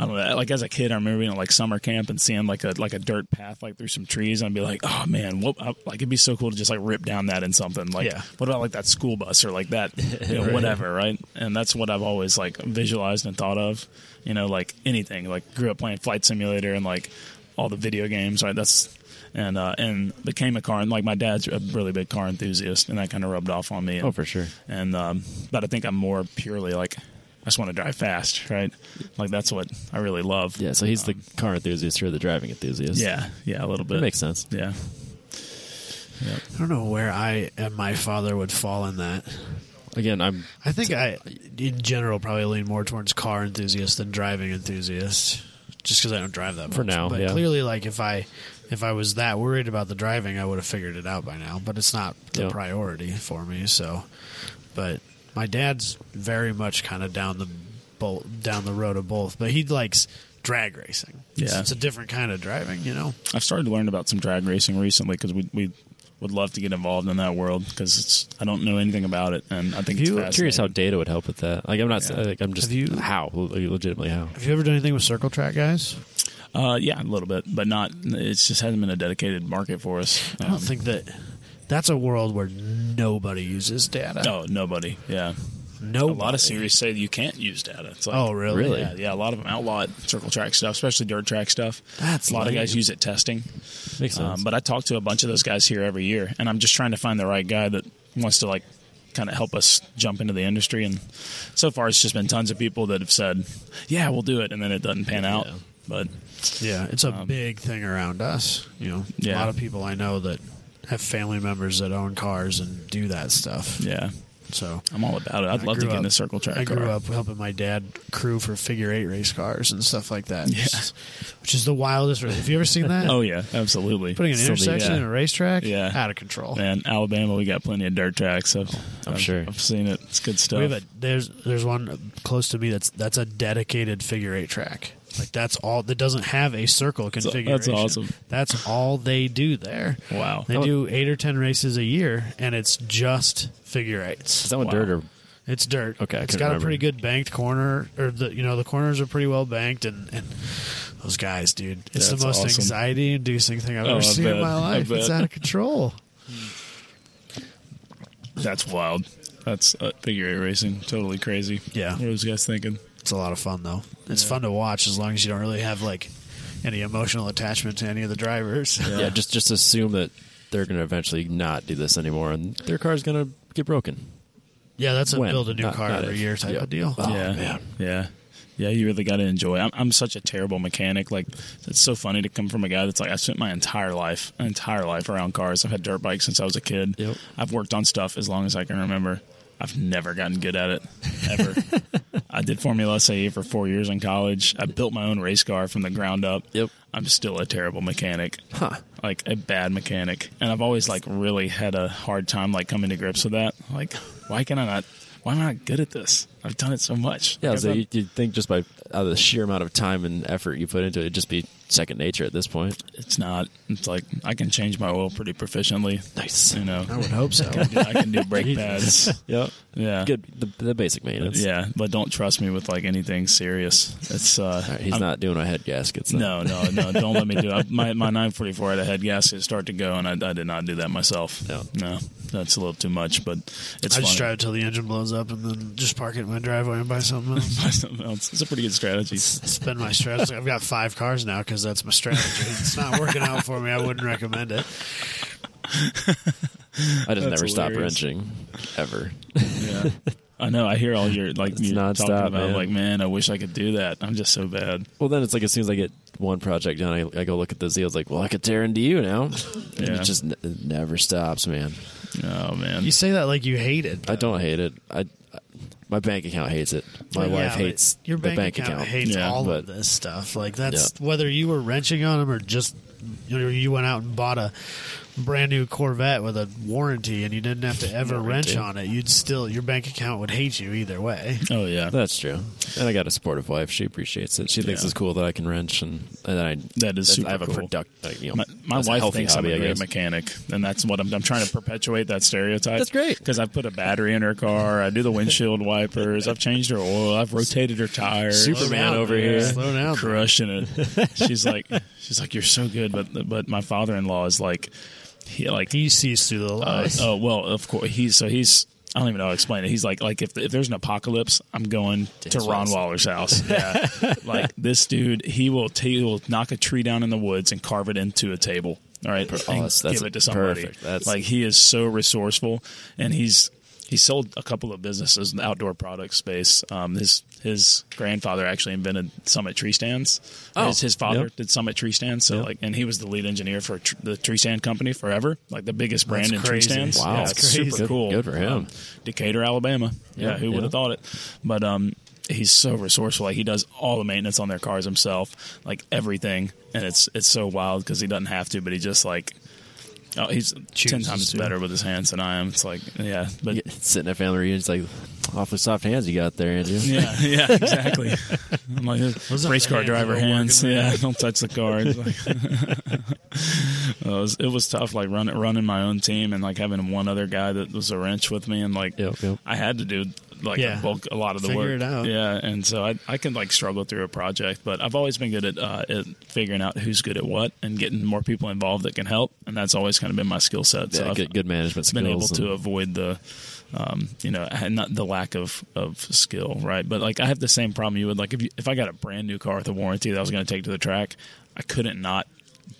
Speaker 3: I don't know. Like as a kid, I remember being at like summer camp and seeing like a like a dirt path like through some trees, and I'd be like, oh man, what? I, like it'd be so cool to just like rip down that in something. Like
Speaker 2: Yeah.
Speaker 3: what about like that school bus or like that you know, whatever, right? And that's what I've always like visualized and thought of. You know, like anything. Like grew up playing flight simulator and like all the video games, right? That's and uh, and became a car and like my dad's a really big car enthusiast and that kind of rubbed off on me.
Speaker 1: Oh, for sure.
Speaker 3: And um, but I think I'm more purely like I just want to drive fast, right? Like that's what I really love.
Speaker 1: Yeah, so he's the car enthusiast, you're the driving enthusiast.
Speaker 3: Um, yeah, yeah, a little bit.
Speaker 1: That makes sense.
Speaker 3: Yeah,
Speaker 2: I don't know where I and my father would fall in that.
Speaker 1: Again, I'm
Speaker 2: I think I, in general, probably lean more towards car enthusiast than driving enthusiast, just because I don't drive that much.
Speaker 1: For now,
Speaker 2: but
Speaker 1: yeah.
Speaker 2: clearly, like if I if I was that worried about the driving, I would have figured it out by now. But it's not the
Speaker 1: Yeah.
Speaker 2: priority for me. So, but my dad's very much kind of down the bolt down the road of both. But he likes drag racing. It's-
Speaker 3: Yeah.
Speaker 2: it's a different kind of driving, you know.
Speaker 3: I've started to learn about some drag racing recently because we we would love to get involved in that world because it's I don't know anything about it and I think it's
Speaker 1: you- I'm curious how
Speaker 3: fascinating.
Speaker 1: data would help with that. Like I'm not
Speaker 3: Yeah.
Speaker 1: like I'm just
Speaker 2: Have you-
Speaker 1: how like, legitimately how.
Speaker 2: Have you ever done anything with circle track guys?
Speaker 3: uh, yeah a little bit but not it's just hasn't been a dedicated market for us.
Speaker 2: I don't
Speaker 3: Um,
Speaker 2: think that that's a world where nobody uses data.
Speaker 3: no, Oh, nobody. Yeah,
Speaker 2: no,
Speaker 3: a lot of series say that you can't use data. It's like,
Speaker 2: Oh, really?
Speaker 1: Really?
Speaker 3: Yeah, yeah, a lot of them outlaw it, circle track stuff, especially dirt track stuff.
Speaker 2: That's
Speaker 3: a lot
Speaker 2: lame.
Speaker 3: of guys use it testing.
Speaker 1: Makes sense.
Speaker 3: Um, but I talk to a bunch of those guys here every year, and I'm just trying to find the right guy that wants to like kind of help us jump into the industry. And so far, it's just been tons of people that have said, "Yeah, we'll do it," and then it doesn't pan out.
Speaker 1: Yeah.
Speaker 3: But
Speaker 2: Yeah, it's a big thing around us. You know, a
Speaker 3: Um, Yeah.
Speaker 2: lot of people I know that have family members that own cars and do that stuff.
Speaker 3: yeah,
Speaker 2: So
Speaker 3: I'm all about it. I'd
Speaker 2: I
Speaker 3: love to
Speaker 2: grew
Speaker 3: get
Speaker 2: up-
Speaker 3: in a circle track.
Speaker 2: I grew
Speaker 3: car.
Speaker 2: up helping my dad crew for figure eight race cars and stuff like that. Which is the wildest. Have you ever seen that?
Speaker 3: Oh yeah, absolutely.
Speaker 2: Putting an
Speaker 3: Still do,
Speaker 2: intersection
Speaker 3: yeah.
Speaker 2: in a racetrack?
Speaker 3: Yeah.
Speaker 2: Out of control.
Speaker 3: Man, Alabama, we got plenty of dirt tracks. So
Speaker 1: I'm
Speaker 3: I've-
Speaker 1: sure.
Speaker 3: I've seen it. It's good stuff.
Speaker 2: We have a there's there's one close to me that's that's a dedicated figure eight track. Like that's all that doesn't have a circle configuration.
Speaker 3: awesome.
Speaker 2: That's all they do there.
Speaker 3: Wow.
Speaker 2: They do eight or ten races a year, and it's just figure
Speaker 1: Is
Speaker 2: eights.
Speaker 1: that one
Speaker 3: Wow.
Speaker 1: dirt or
Speaker 2: It's dirt.
Speaker 1: Okay, I
Speaker 2: it's
Speaker 1: couldn't
Speaker 2: got
Speaker 1: remember.
Speaker 2: a pretty good banked corner, or the you know the corners are pretty well banked, and and those guys, dude, it's
Speaker 3: That's
Speaker 2: the most
Speaker 3: awesome.
Speaker 2: anxiety-inducing thing I've
Speaker 3: Oh,
Speaker 2: ever
Speaker 3: I
Speaker 2: seen
Speaker 3: bet.
Speaker 2: in my
Speaker 3: I
Speaker 2: life. It's
Speaker 3: bet.
Speaker 2: out of control.
Speaker 3: That's wild. That's uh, figure eight racing. Totally crazy.
Speaker 2: Yeah.
Speaker 3: What was you guys thinking?
Speaker 2: It's a lot of fun though. It's fun to watch as long as you don't really have like any emotional attachment to any of the drivers.
Speaker 1: yeah. Just just assume that they're going to eventually not do this anymore, and their car's going to get broken.
Speaker 2: Yeah, that's a
Speaker 1: When?
Speaker 2: build a new
Speaker 1: Not-
Speaker 2: car
Speaker 1: not
Speaker 2: every
Speaker 1: if.
Speaker 2: year type
Speaker 1: Yeah.
Speaker 2: of deal.
Speaker 1: Oh,
Speaker 3: yeah,
Speaker 1: man.
Speaker 3: yeah, yeah. You really got to enjoy. It. I'm, I'm such a terrible mechanic. Like it's so funny to come from a guy that's like I spent my entire life, my entire life around cars. I've had dirt bikes since I was a kid.
Speaker 1: Yep.
Speaker 3: I've worked on stuff as long as I can remember. I've never gotten good at it ever. I did Formula SAE for four years in college. I built my own race car from the ground up.
Speaker 1: Yep.
Speaker 3: I'm still a terrible mechanic
Speaker 1: Huh.
Speaker 3: like a bad mechanic and i've always like really had a hard time like coming to grips with that like why can i not why am i not good at this i've done it so much
Speaker 1: Yeah,
Speaker 3: Like,
Speaker 1: so
Speaker 3: I've
Speaker 1: you,
Speaker 3: done-
Speaker 1: you'd think just by out of the sheer amount of time and effort you put into it, it'd just be second nature at this point.
Speaker 3: it's not it's like i can change my oil pretty proficiently
Speaker 1: Nice.
Speaker 3: you know
Speaker 2: I would hope so.
Speaker 3: I can do- i can do brake pads
Speaker 1: Yep.
Speaker 3: yeah
Speaker 1: Good. The, the basic maintenance.
Speaker 3: yeah but don't trust me with like anything serious it's uh
Speaker 1: All right, he's
Speaker 3: I'm-
Speaker 1: not doing a head gasket. so-
Speaker 3: no, no, no! Don't let me do it. My my 944 had a head gasket start to go, and I, I did not do that myself.
Speaker 1: No.
Speaker 3: no, that's a little too much. But it's
Speaker 2: I just
Speaker 3: fun.
Speaker 2: drive it till the engine blows up and then just park it in my driveway and buy something else.
Speaker 3: buy something else. It's a pretty good strategy.
Speaker 2: It's been my strategy. I've got five cars now because that's my strategy. It's not working out for me. I wouldn't recommend it.
Speaker 1: I just
Speaker 3: That's
Speaker 1: never stop
Speaker 3: hilarious.
Speaker 1: wrenching, ever.
Speaker 3: Yeah. I know. I hear all your like
Speaker 1: It's
Speaker 3: you're talking
Speaker 1: nonstop,
Speaker 3: about
Speaker 1: man.
Speaker 3: like, man, I wish I could do that. I'm just so bad.
Speaker 1: Well, then it's like as soon as I get one project done, I, I go look at the Z. I was like, well, I could tear into you now. And
Speaker 3: Yeah.
Speaker 1: it just n- it never stops, man.
Speaker 3: Oh man.
Speaker 2: You say that like you hate it.
Speaker 1: I don't hate it. I, I- my bank account hates it. My
Speaker 2: Yeah,
Speaker 1: wife
Speaker 2: but
Speaker 1: hates
Speaker 2: your
Speaker 1: the
Speaker 2: bank, account, hates
Speaker 3: Yeah,
Speaker 2: all
Speaker 1: but-
Speaker 2: of this stuff. Like that's whether you were wrenching on them or just you know you went out and bought a brand new Corvette with a warranty and you didn't have to ever wrench
Speaker 1: Warranty.
Speaker 2: on it. You'd still your bank account would hate you either way.
Speaker 3: oh yeah.
Speaker 1: That's true. And I got a supportive wife. She appreciates it. She thinks
Speaker 3: Yeah.
Speaker 1: it's cool that I can wrench and, and I
Speaker 3: That is super
Speaker 1: I have a
Speaker 3: cool.
Speaker 1: productive. Like, you know,
Speaker 3: my, my
Speaker 1: that's a
Speaker 3: wife
Speaker 1: healthy
Speaker 3: thinks
Speaker 1: hobby,
Speaker 3: I'm a
Speaker 1: I
Speaker 3: great
Speaker 1: guess.
Speaker 3: mechanic, and that's what I'm, I'm trying to perpetuate that stereotype.
Speaker 1: That's great.
Speaker 3: because I put a battery in her car. I do the windshield wipers. I've changed her oil. I've rotated her tires.
Speaker 1: Superman
Speaker 2: Slow down,
Speaker 1: over
Speaker 2: man.
Speaker 1: here.
Speaker 2: Slow down.
Speaker 3: crushing it. She's like, she's like, you're so good, but but my father-in-law is like, he like
Speaker 2: He sees through the
Speaker 3: Uh,
Speaker 2: lies.
Speaker 3: oh well, of course he's so he's. I don't even know how to explain it. He's like, like if, if there's an apocalypse, I'm going to,
Speaker 1: his
Speaker 3: Ron
Speaker 1: house.
Speaker 3: Waller's house. Yeah, like this dude, he will ta- he will knock a tree down in the woods and carve it into a table. All right,
Speaker 1: Oh,
Speaker 3: and
Speaker 1: that's- that's
Speaker 3: give it to somebody.
Speaker 1: perfect. That's-
Speaker 3: like he is so resourceful, and he's he sold a couple of businesses in the outdoor product space. Um, his his grandfather actually invented Summit tree stands.
Speaker 1: Oh,
Speaker 3: his, his father
Speaker 1: yep.
Speaker 3: did Summit tree stands. So like, and he was the lead engineer for tr- the tree stand company forever, like the biggest brand
Speaker 2: That's
Speaker 3: in tree
Speaker 2: crazy.
Speaker 3: stands.
Speaker 1: Wow.
Speaker 3: yeah,
Speaker 1: That's
Speaker 3: it's
Speaker 2: crazy.
Speaker 3: super
Speaker 1: Good-
Speaker 3: cool.
Speaker 1: good for him.
Speaker 3: Um, Decatur, Alabama. Yeah,
Speaker 1: Yeah,
Speaker 3: who would
Speaker 1: yeah.
Speaker 3: have thought it? But um, he's so resourceful. Like he does all the maintenance on their cars himself, like everything, and it's it's so wild because he doesn't have to, but he just like. Oh, he's ten
Speaker 2: Chooses
Speaker 3: times
Speaker 2: to.
Speaker 3: better with his hands than I am. It's like, yeah, but
Speaker 1: Yeah, sitting at family reunion, it's like awfully soft hands you got there, Andrew.
Speaker 3: yeah, yeah, exactly. I'm like
Speaker 2: Those are
Speaker 3: race
Speaker 2: the
Speaker 3: car
Speaker 2: hands
Speaker 3: driver
Speaker 2: that are
Speaker 3: hands.
Speaker 2: working.
Speaker 3: Yeah, don't touch the car. It's like- it, was, it was tough, like running running my own team and like having one other guy that was a wrench with me, and like
Speaker 1: Yep, yep.
Speaker 3: I had to do like
Speaker 2: Yeah.
Speaker 3: a bulk a lot of the
Speaker 2: Figure
Speaker 3: work.
Speaker 2: it out.
Speaker 3: Yeah, and so I I can like struggle through a project, but I've always been good at uh, at figuring out who's good at what and getting more people involved that can help, and that's always kind of been my skill set.
Speaker 1: Yeah,
Speaker 3: so I've-
Speaker 1: good, good management skills.
Speaker 3: been able
Speaker 1: and-
Speaker 3: to avoid the um, you know I had not the lack of, of skill right but like i have the same problem you would like if, you, if i got a brand new car with a warranty that i was going to take to the track i couldn't not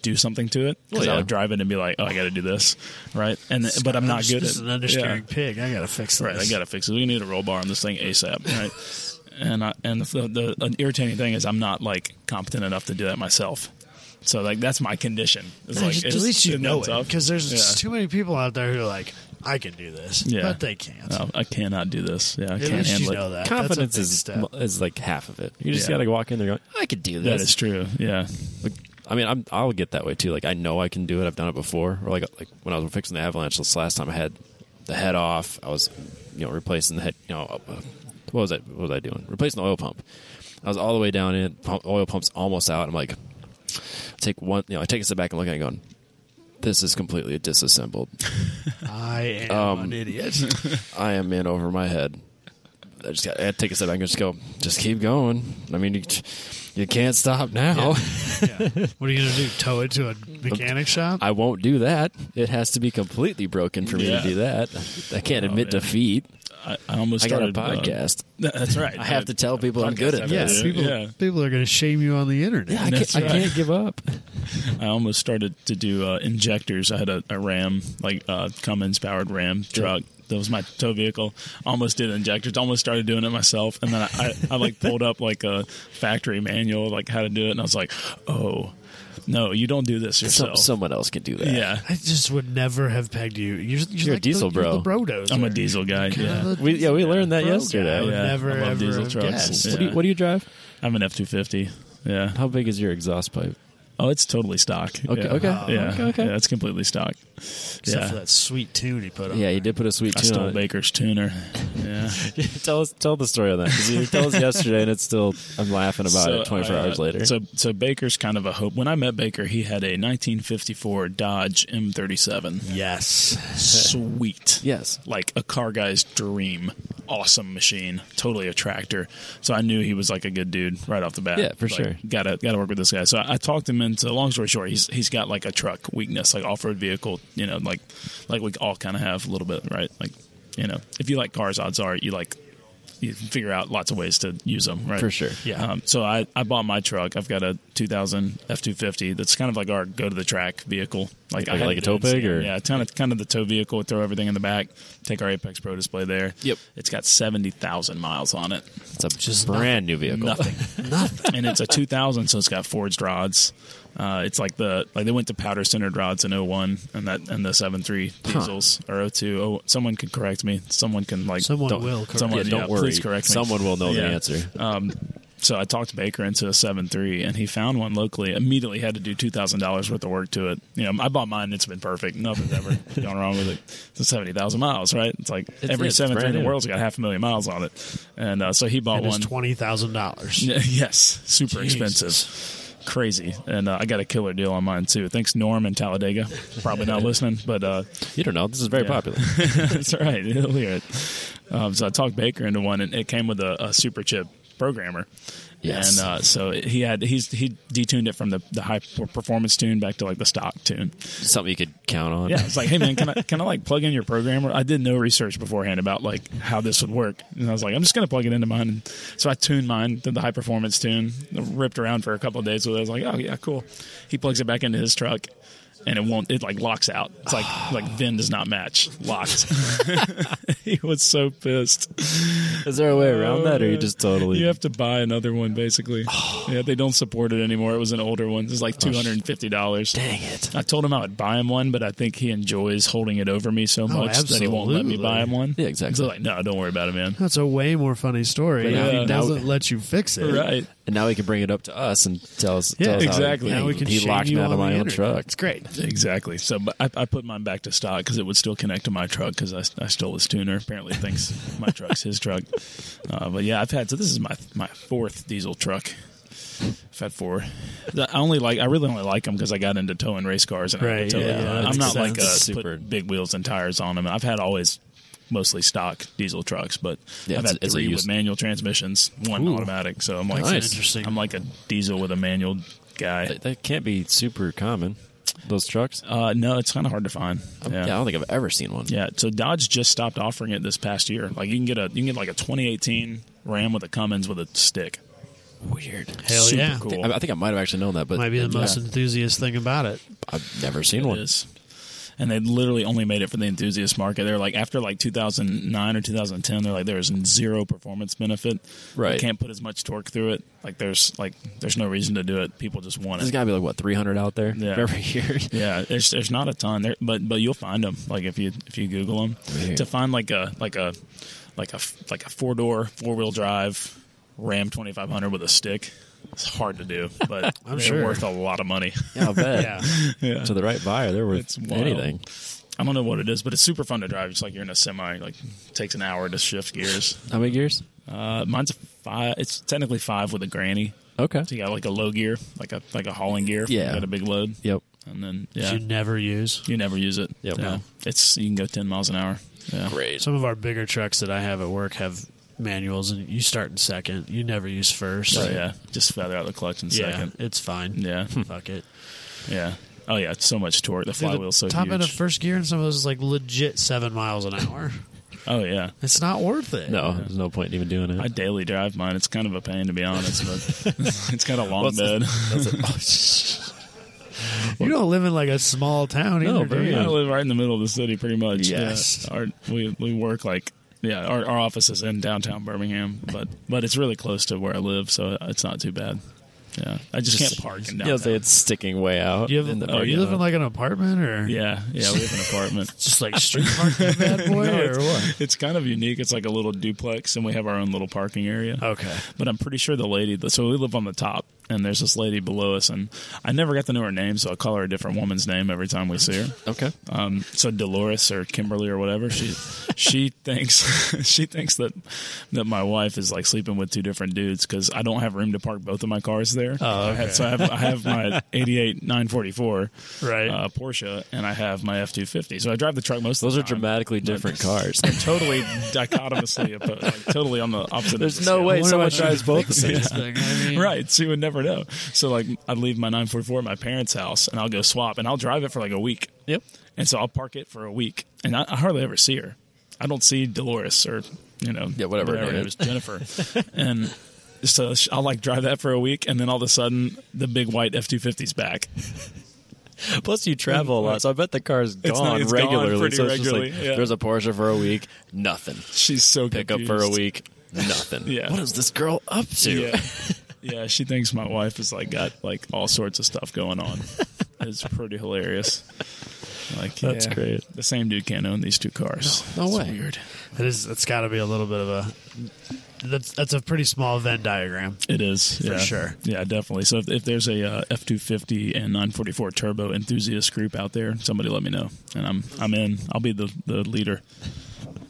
Speaker 3: do something to it 'cause
Speaker 1: Well,
Speaker 3: i
Speaker 1: yeah.
Speaker 3: would drive it and be like oh i got to do this right and but i'm not
Speaker 2: just-
Speaker 3: good
Speaker 2: This is
Speaker 3: at
Speaker 2: an
Speaker 3: yeah.
Speaker 2: understeering pig. I gotta fix this.
Speaker 3: Right, I gotta fix it. We need a roll bar on this thing ASAP. Right, and I, and the, the, the irritating thing is I'm not like competent enough to do that myself. So like that's my condition. It's
Speaker 2: Yeah,
Speaker 3: like
Speaker 2: just-
Speaker 3: it's-
Speaker 2: at least you
Speaker 3: isn't that
Speaker 2: know it
Speaker 3: tough?
Speaker 2: because there's
Speaker 3: Yeah.
Speaker 2: too many people out there who are like I can do this.
Speaker 3: Yeah.
Speaker 2: But they can't.
Speaker 3: No, Oh, I cannot do this. Yeah, I
Speaker 2: At
Speaker 3: can't
Speaker 2: least you
Speaker 3: handle
Speaker 2: know
Speaker 3: it.
Speaker 2: that.
Speaker 1: Confidence
Speaker 2: That's a big
Speaker 1: is
Speaker 2: step.
Speaker 1: is like half of it. You just
Speaker 3: Yeah.
Speaker 1: got to walk in there going, I could do
Speaker 3: That
Speaker 1: this.
Speaker 3: is true. Yeah.
Speaker 1: Like, I mean, I'm, I'll get that way too. Like, I know I can do it. I've done it before. Or like, like when I was fixing the avalanche this last time, I had the head off. I was, you know, replacing the head. You know, uh, what was I? What was I doing? Replacing the oil pump. I was all the way down in. Pump, oil pump's almost out. I'm like, I take one. You know, I take a step back and look at it, going, this is completely disassembled.
Speaker 2: I am
Speaker 3: Um,
Speaker 2: an idiot.
Speaker 1: I am in over my head. I just got I had to take a step back and just go, just keep going. I mean, you, you can't stop now.
Speaker 2: Yeah. What are you gonna do? Tow it to a mechanic shop?
Speaker 1: I won't do that. It has to be completely broken for me
Speaker 3: Yeah. Oh,
Speaker 1: to do that. I can't admit
Speaker 3: man.
Speaker 1: defeat.
Speaker 3: I, I almost
Speaker 1: I got a
Speaker 3: started, uh,
Speaker 1: podcast.
Speaker 3: that's right.
Speaker 1: I have to tell people I'm
Speaker 3: podcast
Speaker 1: good at
Speaker 3: after
Speaker 1: this.
Speaker 3: this.
Speaker 2: people,
Speaker 3: yeah.
Speaker 2: people are gonna shame you on the internet.
Speaker 1: I can't,
Speaker 3: That's
Speaker 1: I
Speaker 3: right.
Speaker 1: can't give up.
Speaker 3: I almost started to do uh, injectors. I had a, a Ram, like uh, Cummins powered Ram truck. That was my tow vehicle. Almost did injectors. Almost started doing it myself, and then I, I, I like pulled up like a factory manual, like how to do it, and I was like, oh, no, you don't do this
Speaker 1: Some,
Speaker 3: yourself.
Speaker 1: someone else can do that.
Speaker 3: yeah,
Speaker 2: I just would never have pegged you. You're, you're,
Speaker 1: a
Speaker 2: like
Speaker 1: diesel
Speaker 2: the,
Speaker 1: bro.
Speaker 2: You're the brodozer.
Speaker 3: I'm a diesel guy. Yeah,
Speaker 1: We, yeah, we learned that
Speaker 2: Bro, I
Speaker 1: yesterday.
Speaker 2: would
Speaker 3: yeah.
Speaker 2: never,
Speaker 3: I love
Speaker 2: ever
Speaker 3: diesel
Speaker 2: have
Speaker 3: trucks.
Speaker 2: guessed.
Speaker 3: Yeah.
Speaker 1: What, do you, what do you drive?
Speaker 3: I'm an F two fifty. Yeah.
Speaker 1: How big is your exhaust pipe?
Speaker 3: Oh, it's totally stock.
Speaker 1: Okay,
Speaker 3: Yeah.
Speaker 1: okay.
Speaker 3: Yeah.
Speaker 1: Okay, okay.
Speaker 3: Yeah, it's completely stock.
Speaker 2: Except
Speaker 3: yeah.
Speaker 2: for that sweet tune he put on.
Speaker 1: Yeah, you did put a sweet
Speaker 3: I
Speaker 1: tune
Speaker 3: stole
Speaker 1: on it.
Speaker 3: Baker's tuner. Yeah.
Speaker 1: tell us, tell the story on that. 'cause You told us yesterday, and it's still I'm laughing about it 24
Speaker 3: I, uh,
Speaker 1: hours later.
Speaker 3: So so Baker's kind of a hope. When I met Baker, he had a 1954 Dodge M37.
Speaker 2: Yes.
Speaker 3: Sweet.
Speaker 1: yes,
Speaker 3: Like a car guy's dream. Awesome machine. Totally a tractor. So I knew he was like a good dude right off the bat.
Speaker 1: Yeah, for
Speaker 3: Like,
Speaker 1: sure.
Speaker 3: Gotta gotta work with this guy. So I, I talked him into long story short, he's he's got like a truck weakness, like off road vehicle, you know, like like we all kinda have a little bit, right? Like, you know, if you like cars, odds are you like you can figure out lots of ways to use them, right?
Speaker 1: For sure.
Speaker 3: Yeah. Um, so I, I bought my truck. I've got a 2000 F250 that's kind of like our go to the track vehicle.
Speaker 1: Like-
Speaker 3: Like, I had
Speaker 1: like a
Speaker 3: to
Speaker 1: tow
Speaker 3: do it in
Speaker 1: pig or-
Speaker 3: Sam- Yeah, kind of kind of the tow vehicle. Throw everything in the back. Take our Apex Pro display there.
Speaker 1: Yep.
Speaker 3: It's got 70,000 miles on it.
Speaker 1: it's a
Speaker 2: Just
Speaker 1: brand new vehicle.
Speaker 3: Nothing. Nothing. And it's a 2000, so it's got forged rods. Uh, it's like the like they went to powder centered rods in 01 and that and the 73 diesels or 02. Oh, someone could correct me. Someone can like
Speaker 2: Someone
Speaker 1: Don't-
Speaker 2: will. Correct.
Speaker 1: Yeah,
Speaker 3: someone-
Speaker 1: don't
Speaker 3: Yeah,
Speaker 1: worry.
Speaker 3: please correct me.
Speaker 1: Someone will know the
Speaker 3: Yeah. Uh,
Speaker 1: answer.
Speaker 3: so I talked Baker into a seven three, and he found one locally. Immediately had to do two thousand dollars worth of work to it. You know, I bought mine; it's been perfect. Nothing's ever gone wrong with it. It's seventy thousand miles, right? It's like every
Speaker 1: it's
Speaker 3: seven three in
Speaker 1: brand
Speaker 3: the
Speaker 1: new.
Speaker 3: world's got half a million miles on it. And uh, so he bought
Speaker 2: It is
Speaker 3: one.
Speaker 2: twenty thousand dollars.
Speaker 3: Yeah, yes, super
Speaker 2: Jesus.
Speaker 3: expensive, crazy. And uh, I got a killer deal on mine too. Thanks, Norm in Talladega. Probably not listening, but uh,
Speaker 1: You don't know. This is very
Speaker 3: Yeah.
Speaker 1: popular.
Speaker 3: That's right. He'll hear it. Um, so I talked Baker into one, and it came with a, a super chip programmer.
Speaker 1: Yes.
Speaker 3: And uh, so he had he's he detuned it from the, the high per- performance tune back to like the stock tune.
Speaker 1: Something you could count on.
Speaker 3: Yeah, it's like, hey man, can I can I like plug in your programmer? I did no research beforehand about like how this would work, and I was like, I'm just gonna plug it into mine. And so I tuned mine to the high performance tune, ripped around for a couple of days with it. I was like, oh yeah, cool. He plugs it back into his truck, and it won't. It like locks out. It's like like VIN does not match. Locked. he was so pissed.
Speaker 1: Is there a way around
Speaker 2: Oh,
Speaker 1: that, or you
Speaker 3: yeah.
Speaker 1: just totally?
Speaker 3: You have to buy another one basically. yeah, they don't support it anymore. It was an older one. It was
Speaker 1: Oh,
Speaker 3: like two hundred and fifty dollars.
Speaker 1: Dang it!
Speaker 3: I told him I would buy him one, but I think he enjoys holding it over me so much that he won't let me
Speaker 2: absolutely.
Speaker 3: buy him one.
Speaker 1: Yeah, exactly.
Speaker 3: So like, no, don't worry about it, man.
Speaker 2: That's a way more funny story.
Speaker 1: But
Speaker 2: if
Speaker 3: yeah.
Speaker 2: he doesn't let you fix it.
Speaker 3: right.
Speaker 1: And now he can bring it up to us and tell us.
Speaker 3: Yeah,
Speaker 1: tell us how
Speaker 3: exactly.
Speaker 1: He,
Speaker 2: Now we can
Speaker 1: he
Speaker 2: shame
Speaker 1: locked
Speaker 2: you
Speaker 1: me out
Speaker 2: on
Speaker 1: of my
Speaker 2: the
Speaker 1: own
Speaker 2: internet.
Speaker 1: truck.
Speaker 2: It's great.
Speaker 3: Exactly. So but I, I put mine back to stock because it would still connect to my truck because I, I stole his tuner. Apparently, he thinks my truck's his truck. Uh, but yeah, I've had so this is my my fourth diesel truck. I've had four. I only like I really only like them because I got into towing race cars and I
Speaker 2: Right,
Speaker 3: tow-
Speaker 2: yeah, that
Speaker 3: I'm
Speaker 2: makes
Speaker 3: not like a
Speaker 1: sense. Super-
Speaker 3: super big wheels and tires on them. I've had always mostly stock diesel trucks, but
Speaker 1: Yeah,
Speaker 3: I've
Speaker 1: it's-
Speaker 3: had
Speaker 1: it's a
Speaker 3: three
Speaker 1: use-
Speaker 3: with manual transmissions, one automatic. So I'm like
Speaker 2: That's
Speaker 1: Nice.
Speaker 2: interesting.
Speaker 3: I'm like a diesel with a manual guy.
Speaker 1: That, that can't be super common. Those trucks.
Speaker 3: Uh, no, it's kind of hard to find.
Speaker 1: I don't think I've ever seen one.
Speaker 3: Yeah, so Dodge just stopped offering it this past year. Like you can get a you can get like a 2018 Ram with a Cummins with a stick.
Speaker 1: Weird.
Speaker 2: Hell
Speaker 3: Super
Speaker 2: yeah.
Speaker 3: cool.
Speaker 1: I, I think I might have actually known that, but
Speaker 2: Might be the most
Speaker 1: Yeah.
Speaker 2: enthusiast thing about it.
Speaker 1: I've never seen
Speaker 3: It
Speaker 1: one.
Speaker 3: is. and they literally only made it for the enthusiast market. They're like after like 2009 or 2010, they're like there's zero performance benefit.
Speaker 1: Right.
Speaker 3: you can't put as much torque through it. Like there's like there's no reason to do it. People just want
Speaker 1: There's
Speaker 3: it.
Speaker 1: got to be like what 300 out there
Speaker 3: Yeah.
Speaker 1: every year.
Speaker 3: Yeah, there's there's not a ton there, but but you'll find them. Like if you if you Google them,
Speaker 1: Weird.
Speaker 3: to find like a like a like a like a four door four wheel drive Ram 2500 with a stick, it's hard to do, but
Speaker 2: I'm
Speaker 3: they're
Speaker 2: sure.
Speaker 3: worth a lot of money.
Speaker 1: yeah, I bet.
Speaker 2: Yeah.
Speaker 3: yeah.
Speaker 1: To the right buyer, they're worth
Speaker 3: It's wild.
Speaker 1: anything.
Speaker 3: I don't know what it is, but it's super fun to drive. It's like you're in a semi. Like takes an hour to shift gears.
Speaker 1: How many gears?
Speaker 3: Uh, mine's a five. It's technically five with a granny.
Speaker 1: Okay.
Speaker 3: So you got like a low gear, like a like a hauling gear.
Speaker 1: Yeah.
Speaker 3: you got a big load,
Speaker 1: Yep.
Speaker 3: and then
Speaker 2: Which
Speaker 3: yeah,
Speaker 2: you never use.
Speaker 3: you never use it.
Speaker 1: Yep.
Speaker 3: Yeah.
Speaker 1: Wow.
Speaker 3: It's you can go ten miles an hour. Yeah.
Speaker 1: Great.
Speaker 2: Some of our bigger trucks that I have at work have manuals, and you start in second. You never use first.
Speaker 1: Oh,
Speaker 3: So yeah, just feather out the clutch in
Speaker 2: Yeah,
Speaker 3: second.
Speaker 2: it's fine.
Speaker 3: Yeah,
Speaker 1: Hmm.
Speaker 2: Fuck it.
Speaker 3: yeah. Oh yeah, it's so much torque. The flywheel's so
Speaker 2: top
Speaker 3: huge.
Speaker 2: end of first gear and some of those is like legit seven miles an hour.
Speaker 3: oh yeah,
Speaker 2: It's not worth it.
Speaker 1: No, there's no point in even doing it.
Speaker 3: I daily drive mine. It's kind of a pain to be honest, but it's got a long
Speaker 1: What's the-
Speaker 3: bed.
Speaker 2: You don't live in like a small town
Speaker 1: No,
Speaker 2: either, do
Speaker 1: very
Speaker 2: you?
Speaker 1: Yeah.
Speaker 3: I live right in the middle of the city, pretty much.
Speaker 1: Yes.
Speaker 3: Yeah. Our, we we work like yeah. Our, our office is in downtown Birmingham, but but it's really close to where I live, so it's not too bad. Yeah, I just can't park in
Speaker 1: Yeah, I'd
Speaker 3: downtown.
Speaker 1: say it's sticking way out.
Speaker 2: Do you, have-
Speaker 1: in the
Speaker 2: oh, you
Speaker 1: parking
Speaker 2: live in
Speaker 1: lot.
Speaker 2: like an apartment or
Speaker 3: yeah, yeah, we have an apartment.
Speaker 2: just like street parking bad boy
Speaker 3: No,
Speaker 2: or what?
Speaker 3: It's kind of unique. It's like a little duplex, and we have our own little parking area.
Speaker 2: Okay.
Speaker 3: But I'm pretty sure the lady. So we live on the top, and there's this lady below us, and I never got to know her name, so I call her a different woman's name every time we see her.
Speaker 1: okay.
Speaker 3: um, so Dolores or Kimberly or whatever she she thinks she thinks that that my wife is like sleeping with two different dudes because I don't have room to park both of my cars there.
Speaker 2: Oh,
Speaker 3: I had- so I have I have my eighty eight nine forty four
Speaker 2: Right.
Speaker 3: uh, Porsche and I have my F two fifty. So I drive the truck most.
Speaker 1: Those are
Speaker 3: of the time.
Speaker 1: dramatically different cars.
Speaker 3: They're totally dichotomously opposed, like totally on the opposite. ends of
Speaker 1: There's
Speaker 3: the
Speaker 1: no
Speaker 3: scale.
Speaker 1: way
Speaker 2: wonder why
Speaker 1: someone
Speaker 2: she
Speaker 1: drives both the same.
Speaker 2: It's like, I mean,
Speaker 3: Right, so you would never know. So like, I'd leave my 944 at my parents' house, and I'll go swap, and I'll drive it for like a week.
Speaker 1: Yep.
Speaker 3: And so I'll park it for a week, and I, I hardly ever see her. I don't see Dolores or you know
Speaker 1: Yeah, whatever her name
Speaker 3: it was Jennifer, and so sh- I'll like drive that for a week, and then all of a sudden the big white F two fifty's back.
Speaker 1: Plus, you travel a lot, so I bet the car's gone
Speaker 3: not- Mm, it's gone
Speaker 1: regularly.
Speaker 3: pretty
Speaker 1: so it's just like
Speaker 3: regularly, yeah.
Speaker 1: there's a Porsche for a week, nothing.
Speaker 3: She's so
Speaker 1: Pick up
Speaker 3: confused.
Speaker 1: for a week, nothing.
Speaker 3: Yeah.
Speaker 1: What is this girl up to?
Speaker 3: Yeah. yeah, she thinks my wife has like got like all sorts of stuff going on. It's pretty hilarious. Like
Speaker 1: That's
Speaker 3: yeah.
Speaker 1: great.
Speaker 3: The same dude can't own these two cars.
Speaker 1: No
Speaker 3: It's
Speaker 1: way.
Speaker 3: Weird.
Speaker 2: It is. It's got to be a little bit of a. That's that's a pretty small Venn diagram.
Speaker 3: It is
Speaker 2: For
Speaker 3: yeah.
Speaker 2: sure.
Speaker 3: Yeah, definitely. So if, if there's a uh, F two fifty and nine forty four turbo enthusiast group out there, somebody let me know, and I'm I'm in. I'll be the the leader.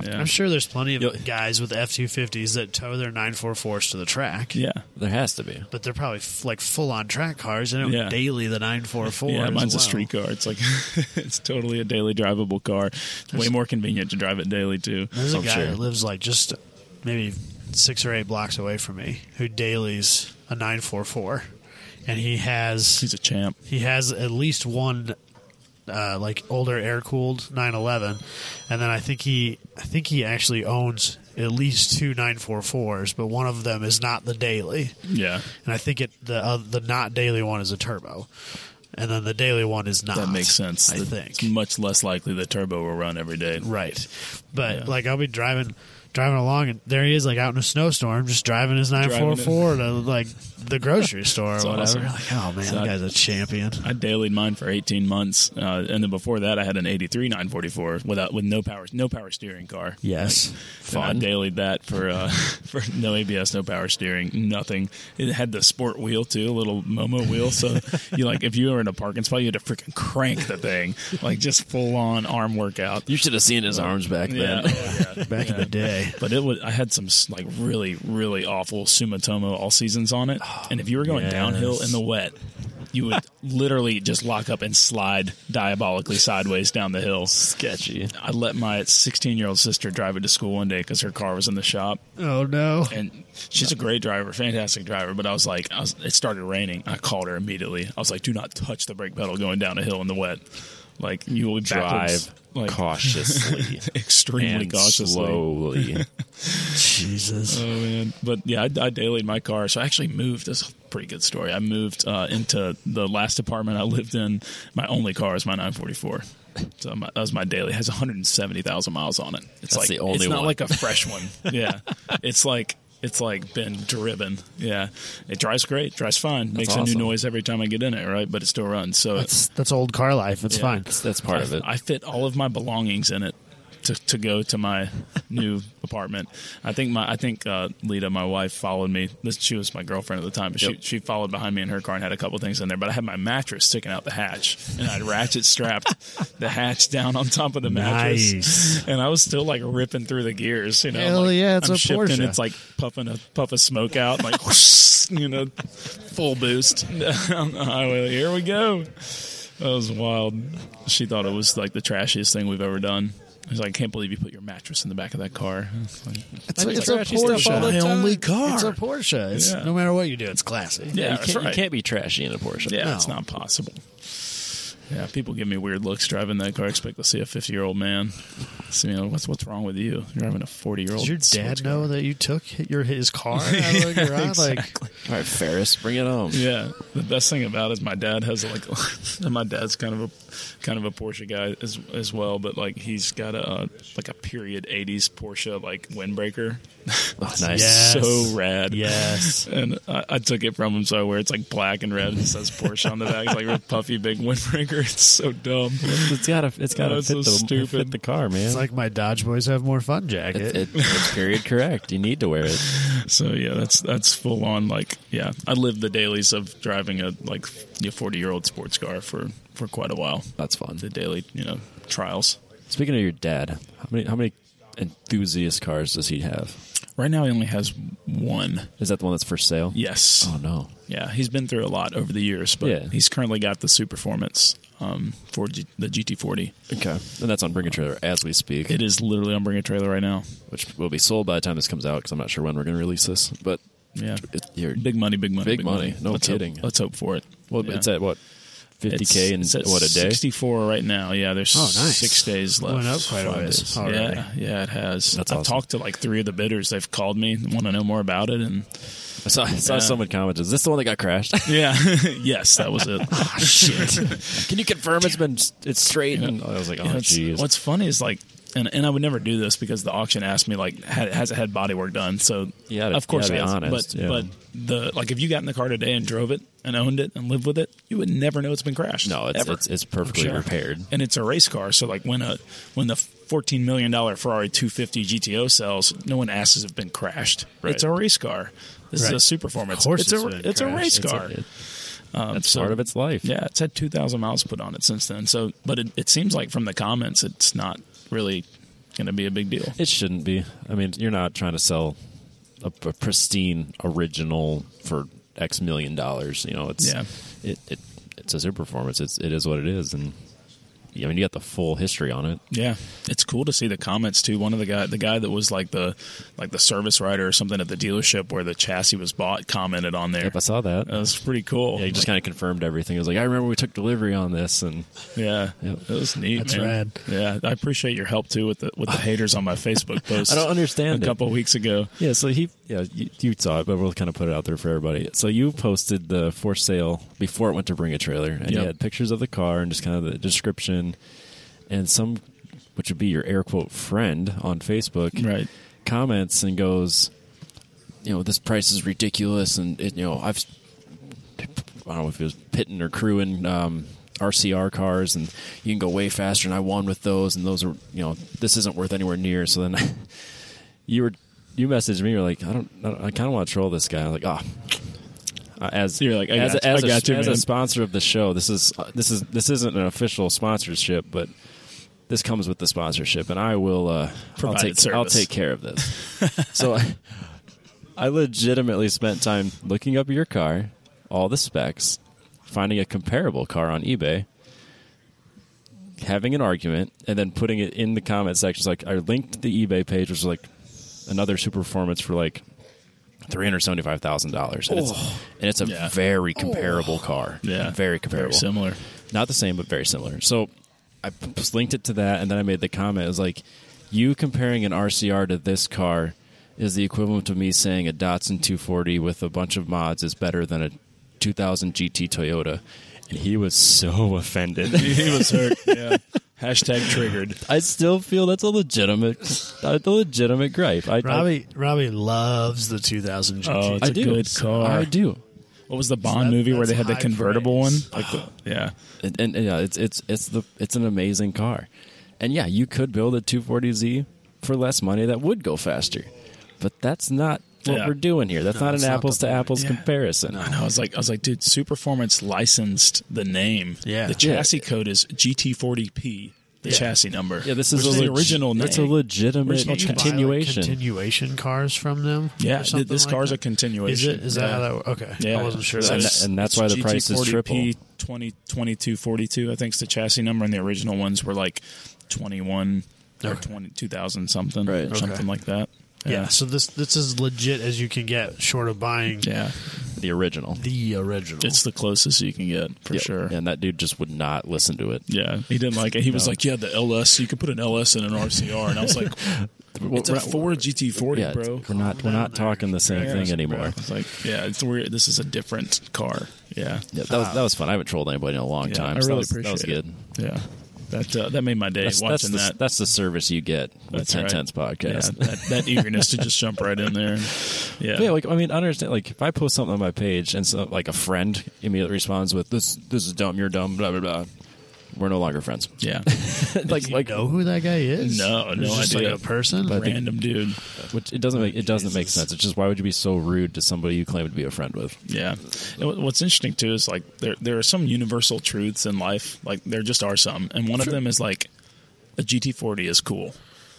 Speaker 3: Yeah.
Speaker 2: I'm sure there's plenty of
Speaker 1: Yo-
Speaker 2: guys with F two fifties that tow their nine four fours to the track.
Speaker 3: Yeah.
Speaker 1: There has to be.
Speaker 2: But they're probably f- like full on track cars. They don't
Speaker 3: Yeah.
Speaker 2: daily the nine four four.
Speaker 3: Yeah, mine's
Speaker 2: well.
Speaker 3: a street car. It's like it's totally a daily drivable car. Way more convenient to drive it daily too.
Speaker 2: There's a
Speaker 1: I'm
Speaker 2: guy
Speaker 1: sure.
Speaker 2: that lives like just maybe six or eight blocks away from me who dailies a nine four four, and he has
Speaker 3: He's a champ.
Speaker 2: he has at least one uh, like older air cooled 911 and then I think he I think he actually owns at least two 944s but one of them is not the daily
Speaker 3: Yeah.
Speaker 2: and I think it the uh, the not daily one is a turbo and then the daily one is not
Speaker 3: That makes sense.
Speaker 2: I
Speaker 3: That
Speaker 2: think
Speaker 3: It's much less likely the turbo will run every day.
Speaker 2: right but
Speaker 3: Yeah.
Speaker 2: like I'll be driving driving along and there he is like out in a snowstorm just driving his 944 to like the grocery store or
Speaker 3: That's
Speaker 2: whatever
Speaker 3: awesome.
Speaker 2: like oh man
Speaker 3: So
Speaker 2: that
Speaker 3: I-
Speaker 2: guy's a champion
Speaker 3: I dailied mine for 18 months, uh, and then before that, I had an 83 944 without with no power no power steering car.
Speaker 1: Yes.
Speaker 3: And I
Speaker 1: Fun.
Speaker 3: dailied that for uh, for no ABS, no power steering, nothing. It had the sport wheel too, a little Momo wheel. So you like if you were in a parking spot, you had to freaking crank the thing, like just full on arm workout.
Speaker 1: You should have seen his arms back
Speaker 3: Yeah.
Speaker 1: then.
Speaker 2: back in the day
Speaker 3: But it was I had some s- like really really awful Sumitomo all seasons on it, and if you were going
Speaker 1: yes.
Speaker 3: downhill in the wet, you would literally just lock up and slide diabolically sideways down the hill.
Speaker 1: Sketchy.
Speaker 3: I let my 16 year old sister drive it to school one day because her car was in the shop,
Speaker 2: oh no
Speaker 3: and she's a great driver, fantastic driver. But I was like, I was, it started raining. I called her immediately. I was like, do not touch the brake pedal going down a hill in the wet. Like you will be backwards,
Speaker 1: Drive
Speaker 3: like
Speaker 1: cautiously
Speaker 3: extremely
Speaker 1: and
Speaker 3: cautiously.
Speaker 1: slowly.
Speaker 2: Jesus.
Speaker 3: Oh man! But yeah, I, I dailied my car, so I actually moved. This pretty good story. I moved uh, into the last apartment I lived in. My only car is my 944. So my, that was my daily. It has 170,000 miles on it. It's
Speaker 1: That's
Speaker 3: like
Speaker 1: the only
Speaker 3: it's not
Speaker 1: one.
Speaker 3: like a fresh one. Yeah, it's like it's like been driven. Yeah, it drives great, drives fine, makes a
Speaker 1: awesome.
Speaker 3: new noise every time I get in it, right? But it still runs. So
Speaker 2: That's that's old car life. It's
Speaker 3: Yeah.
Speaker 2: fine.
Speaker 1: That's, that's part of it.
Speaker 3: I fit all of my belongings in it to, to go to my new apartment. I think my I think uh, Lita, my wife, followed me. This she was my girlfriend at the time, but
Speaker 1: Yep.
Speaker 3: she she followed behind me in her car and had a couple things in there. But I had my mattress sticking out the hatch, and I'd ratchet strapped the hatch down on top of the mattress,
Speaker 2: Nice.
Speaker 3: and I was still like ripping through the gears. You know,
Speaker 2: Hell
Speaker 3: like,
Speaker 2: yeah, it's
Speaker 3: I'm
Speaker 2: a
Speaker 3: shifting,
Speaker 2: Porsche.
Speaker 3: It's like puffing a puff of smoke out, like you know, full boost down the highway. Here we go. That was wild. She thought it was like the trashiest thing we've ever done. I was like, I can't believe you put your mattress in the back of that car. It's like-
Speaker 2: It's,
Speaker 1: That's
Speaker 2: it's a
Speaker 1: like trashy stuff all
Speaker 2: Porsche.
Speaker 1: the
Speaker 2: My
Speaker 1: time.
Speaker 2: only car. It's a Porsche. It's,
Speaker 3: Yeah.
Speaker 2: No matter what you do, it's classy.
Speaker 3: yeah,
Speaker 1: you,
Speaker 3: that's
Speaker 1: can't, you
Speaker 3: right.
Speaker 1: can't be trashy in a Porsche.
Speaker 3: yeah,
Speaker 2: no.
Speaker 3: it's not possible. Yeah, people give me weird looks driving that car. I expect to see a fifty-year-old man. So, you know, what's what's wrong with you? You're driving a forty-year-old.
Speaker 2: Does your dad know that you took your his car out of the garage? Like,
Speaker 1: All right, Ferris, bring it home.
Speaker 3: Yeah, the best thing about it is my dad has like, and my dad's kind of a kind of a Porsche guy as as well, but like he's got a uh, like a period '80s Porsche like windbreaker,
Speaker 1: Oh, nice.
Speaker 2: Yeah. Yes.
Speaker 3: so rad.
Speaker 2: yes.
Speaker 3: And I, I took it from him, so I wear it's like black and red and it says Porsche on the back. It's like a puffy big windbreaker. It's so dumb.
Speaker 1: It's gotta, it's gotta
Speaker 3: That's
Speaker 1: fit,
Speaker 3: so
Speaker 1: the,
Speaker 3: stupid.
Speaker 1: fit the car, man.
Speaker 2: It's like my Dodge boys have more fun jacket.
Speaker 1: It- it- it's period correct. You need to wear it.
Speaker 3: So yeah, that's that's full on. Like yeah, I lived the dailies of driving a like a forty year old sports car for for quite a while.
Speaker 1: That's fun.
Speaker 3: The daily you know trials.
Speaker 1: Speaking of your dad, how many how many enthusiast cars does he have?
Speaker 3: Right now, he only has one.
Speaker 1: Is that the one that's for sale?
Speaker 3: Yes.
Speaker 1: Oh no.
Speaker 3: Yeah, he's been through a lot over the years, but
Speaker 1: Yeah.
Speaker 3: he's currently got the Superformance um, for G- the GT40.
Speaker 1: Okay, and that's on Bring a Trailer as we speak,
Speaker 3: It is literally on Bring a Trailer right now.
Speaker 1: which will be sold by the time this comes out because I'm not sure when we're going to release this. But
Speaker 3: Yeah.
Speaker 1: it, you're,
Speaker 3: Big money, big money,
Speaker 1: Big money. No
Speaker 3: let's
Speaker 1: kidding.
Speaker 3: Hope, let's hope for it.
Speaker 1: well,
Speaker 3: Yeah.
Speaker 1: it's at what 50k
Speaker 3: It's-
Speaker 1: in
Speaker 3: it's at
Speaker 1: what a day.
Speaker 3: 64 right now. Yeah, there's
Speaker 2: Oh, nice.
Speaker 3: six days left.
Speaker 2: Went up quite a
Speaker 1: Five
Speaker 2: ways Oh,
Speaker 1: days.
Speaker 2: already.
Speaker 3: Yeah, yeah, it has.
Speaker 1: That's
Speaker 3: I've
Speaker 1: awesome.
Speaker 3: talked to like three of the bidders. They've called me, want to know more about it, and
Speaker 1: I saw, I saw
Speaker 3: Yeah.
Speaker 1: someone comment, "Is this the one that got crashed?"
Speaker 3: yeah, yes, that was it.
Speaker 1: Ah, Can you confirm it's been it's straight? And I was like, "Oh
Speaker 3: You know, it's-
Speaker 1: jeez."
Speaker 3: What's funny is like, and, and I would never do this because the auction asked me like, ha- has it had body work done? So
Speaker 1: You gotta-
Speaker 3: of course,
Speaker 1: you gotta
Speaker 3: it
Speaker 1: be
Speaker 3: has.
Speaker 1: honest,
Speaker 3: But
Speaker 1: yeah.
Speaker 3: but the like, if you got in the car today and drove it and owned it and lived with it, you would never know it's been crashed.
Speaker 1: No, it's
Speaker 3: ever.
Speaker 1: it's, it's perfectly
Speaker 3: Sure.
Speaker 1: repaired.
Speaker 3: and it's a race car. So like when a when the fourteen million dollar Ferrari two fifty GTO sells, no one asks if it's been crashed.
Speaker 1: Right.
Speaker 3: It's a race car. This
Speaker 2: Right.
Speaker 3: is a superform. It's,
Speaker 2: course
Speaker 3: it's,
Speaker 2: it's
Speaker 3: a
Speaker 2: been
Speaker 3: it's a
Speaker 2: crashed.
Speaker 3: race
Speaker 2: It's
Speaker 3: car. Um,
Speaker 1: That's
Speaker 3: so-
Speaker 1: part of its life.
Speaker 3: Yeah, it's had 2,000 miles put on it since then. So, but it, it seems like from the comments, it's not really going to be a big deal.
Speaker 1: It shouldn't be. I mean, you're not trying to sell a, a pristine original for X million dollars. You know, it's
Speaker 3: Yeah.
Speaker 1: it, it it's a super performance. It's it is what it is, and I mean, you got the full history on it.
Speaker 3: Yeah, it's cool to see the comments too. One of the guy, the guy that was like the like the service writer or something at the dealership where the chassis was bought, commented on there.
Speaker 1: If I saw that,
Speaker 3: that was pretty cool.
Speaker 1: yeah, it just kind of confirmed everything. It was like, I remember we took delivery on this, and
Speaker 3: yeah, it was neat.
Speaker 2: That's
Speaker 3: man.
Speaker 2: rad.
Speaker 3: Yeah, I appreciate your help too with the with the haters on my Facebook post.
Speaker 1: I don't understand
Speaker 3: A
Speaker 1: it.
Speaker 3: couple weeks ago,
Speaker 1: yeah, so he yeah you, you saw it, but we'll kind of put it out there for everybody. So you posted the for sale before it went to bring a trailer, and you
Speaker 3: Yep.
Speaker 1: had pictures of the car and just kind of the description, and some which would be your air quote friend on Facebook,
Speaker 3: right?
Speaker 1: comments and goes, you know, this price is ridiculous, and it, you know, I've I don't know if it was pitting or crewing um, RCR cars, and you can go way faster, and I won with those, and those are you know, this isn't worth anywhere near. So then you were you messaged me, you're like, I don't, I, don't- I kind of want to troll this guy. I was like, ah. Uh, As
Speaker 3: You're like, I
Speaker 1: as,
Speaker 3: got-
Speaker 1: as,
Speaker 3: I got
Speaker 1: a,
Speaker 3: you,
Speaker 1: as a
Speaker 3: man.
Speaker 1: sponsor of the show, this is uh, this is this isn't an official sponsorship, but this comes with the sponsorship, and I will uh, I'll
Speaker 3: Provided
Speaker 1: take
Speaker 3: service.
Speaker 1: I'll take care of this. so I, I legitimately spent time looking up your car, all the specs, finding a comparable car on eBay, having an argument, and then putting it in the comment section. So, like I linked the eBay page, which was like another super performance for like three hundred seventy five thousand dollars, and it's and it's a
Speaker 3: Oh. Yeah. Oh.
Speaker 1: very comparable car.
Speaker 3: Yeah,
Speaker 1: very comparable
Speaker 3: very similar.
Speaker 1: not the same but very similar so i p- just linked it to that and then i made the comment it was like you comparing an rcr to this car is the equivalent of me saying a datsun 240 with a bunch of mods is better than a 2000 GT Toyota, and he was so offended.
Speaker 3: he was hurt. Yeah. Hashtag triggered.
Speaker 1: I still feel that's a legitimate, that's a legitimate gripe. I,
Speaker 2: Robbie Robbie loves the 2000 GT.
Speaker 3: Oh,
Speaker 1: I, I
Speaker 3: It's a
Speaker 1: do.
Speaker 3: good car.
Speaker 1: I do.
Speaker 3: What was the Bond
Speaker 2: that-
Speaker 3: movie where
Speaker 2: that's
Speaker 3: they had the
Speaker 2: high
Speaker 3: convertible
Speaker 2: praise.
Speaker 3: one? Like the, yeah.
Speaker 1: and, and yeah, it's it's it's the it's an amazing car, and yeah, you could build a 240Z for less money that would go faster, but that's not what
Speaker 3: Yeah.
Speaker 1: we're doing here. That's not an
Speaker 2: that's not
Speaker 1: apples
Speaker 2: the
Speaker 1: to
Speaker 2: point.
Speaker 1: apples
Speaker 3: Yeah.
Speaker 1: comparison.
Speaker 3: I know. I was like, I was like, dude, Superformance licensed the name.
Speaker 2: Yeah.
Speaker 3: The
Speaker 1: Yeah.
Speaker 3: chassis code is GT40P. The chassis number.
Speaker 1: Yeah, this is
Speaker 3: Which
Speaker 1: a
Speaker 3: the
Speaker 1: leg-
Speaker 3: original name.
Speaker 1: It's a legitimate
Speaker 2: Can you buy, like,
Speaker 1: continuation.
Speaker 2: continuation cars from them.
Speaker 3: yeah,
Speaker 2: or
Speaker 3: th-
Speaker 2: something
Speaker 3: this
Speaker 2: like
Speaker 3: car's
Speaker 2: that?
Speaker 3: a continuation.
Speaker 2: Is it? Is
Speaker 3: yeah.
Speaker 2: that how that? Okay,
Speaker 3: Yeah.
Speaker 2: I wasn't sure.
Speaker 3: So
Speaker 1: And
Speaker 2: That's,
Speaker 1: that- and that's why the price is triple.
Speaker 3: 20, 2242, I think, is the chassis number, and the original ones were like 21 or
Speaker 2: Okay.
Speaker 3: 20, 2000 something,
Speaker 1: Right.
Speaker 3: or something
Speaker 2: Okay.
Speaker 3: like that.
Speaker 2: yeah. So this this is legit as you can get, short of buying
Speaker 3: Yeah.
Speaker 1: the original,
Speaker 2: the original.
Speaker 3: It's the closest you can get for
Speaker 1: Yep.
Speaker 3: sure.
Speaker 1: And that dude just would not listen to it.
Speaker 3: Yeah, he didn't like it. He was
Speaker 1: No.
Speaker 3: like, "Yeah, the LS. You could put an LS in an RCR," and I was like, "It's a Ford GT40,
Speaker 1: yeah,
Speaker 3: bro."
Speaker 1: we're not we're
Speaker 2: down
Speaker 1: not
Speaker 2: there.
Speaker 1: talking the same
Speaker 3: Yeah,
Speaker 1: thing
Speaker 3: it's-
Speaker 1: anymore.
Speaker 3: It's like, yeah, it's weird. This is a different car. Yeah,
Speaker 1: Yeah, that was that was fun. I haven't trolled anybody in a long
Speaker 3: Um, Yeah,
Speaker 1: time.
Speaker 3: I
Speaker 1: so
Speaker 3: really
Speaker 1: that was, that was
Speaker 3: appreciate it.
Speaker 1: good.
Speaker 3: yeah. That uh, that made my day
Speaker 1: That's, that's
Speaker 3: watching
Speaker 1: the,
Speaker 3: that.
Speaker 1: that's the service you get with
Speaker 3: That's
Speaker 1: Ten
Speaker 3: right.
Speaker 1: Tenths podcast.
Speaker 3: Yeah, that, that eagerness to just jump right in there. Yeah,
Speaker 1: Yeah, like I mean, I understand. Like, if I post something on my page and so like a friend immediately responds with "this, this is dumb, you're dumb," blah blah blah, we're no longer friends.
Speaker 3: yeah.
Speaker 1: like, like,
Speaker 2: know who that guy is?
Speaker 3: No,
Speaker 2: Or
Speaker 3: no
Speaker 2: just
Speaker 3: idea.
Speaker 2: Like a person.
Speaker 1: But- I think-
Speaker 3: Random dude.
Speaker 1: which it doesn't make it doesn't make sense. It's just why would you be so rude to somebody you claim to be a friend with?
Speaker 3: Yeah. And what- what's interesting too is like there there are some universal truths in life. Like there just are some, and one of them is like a GT40 is cool.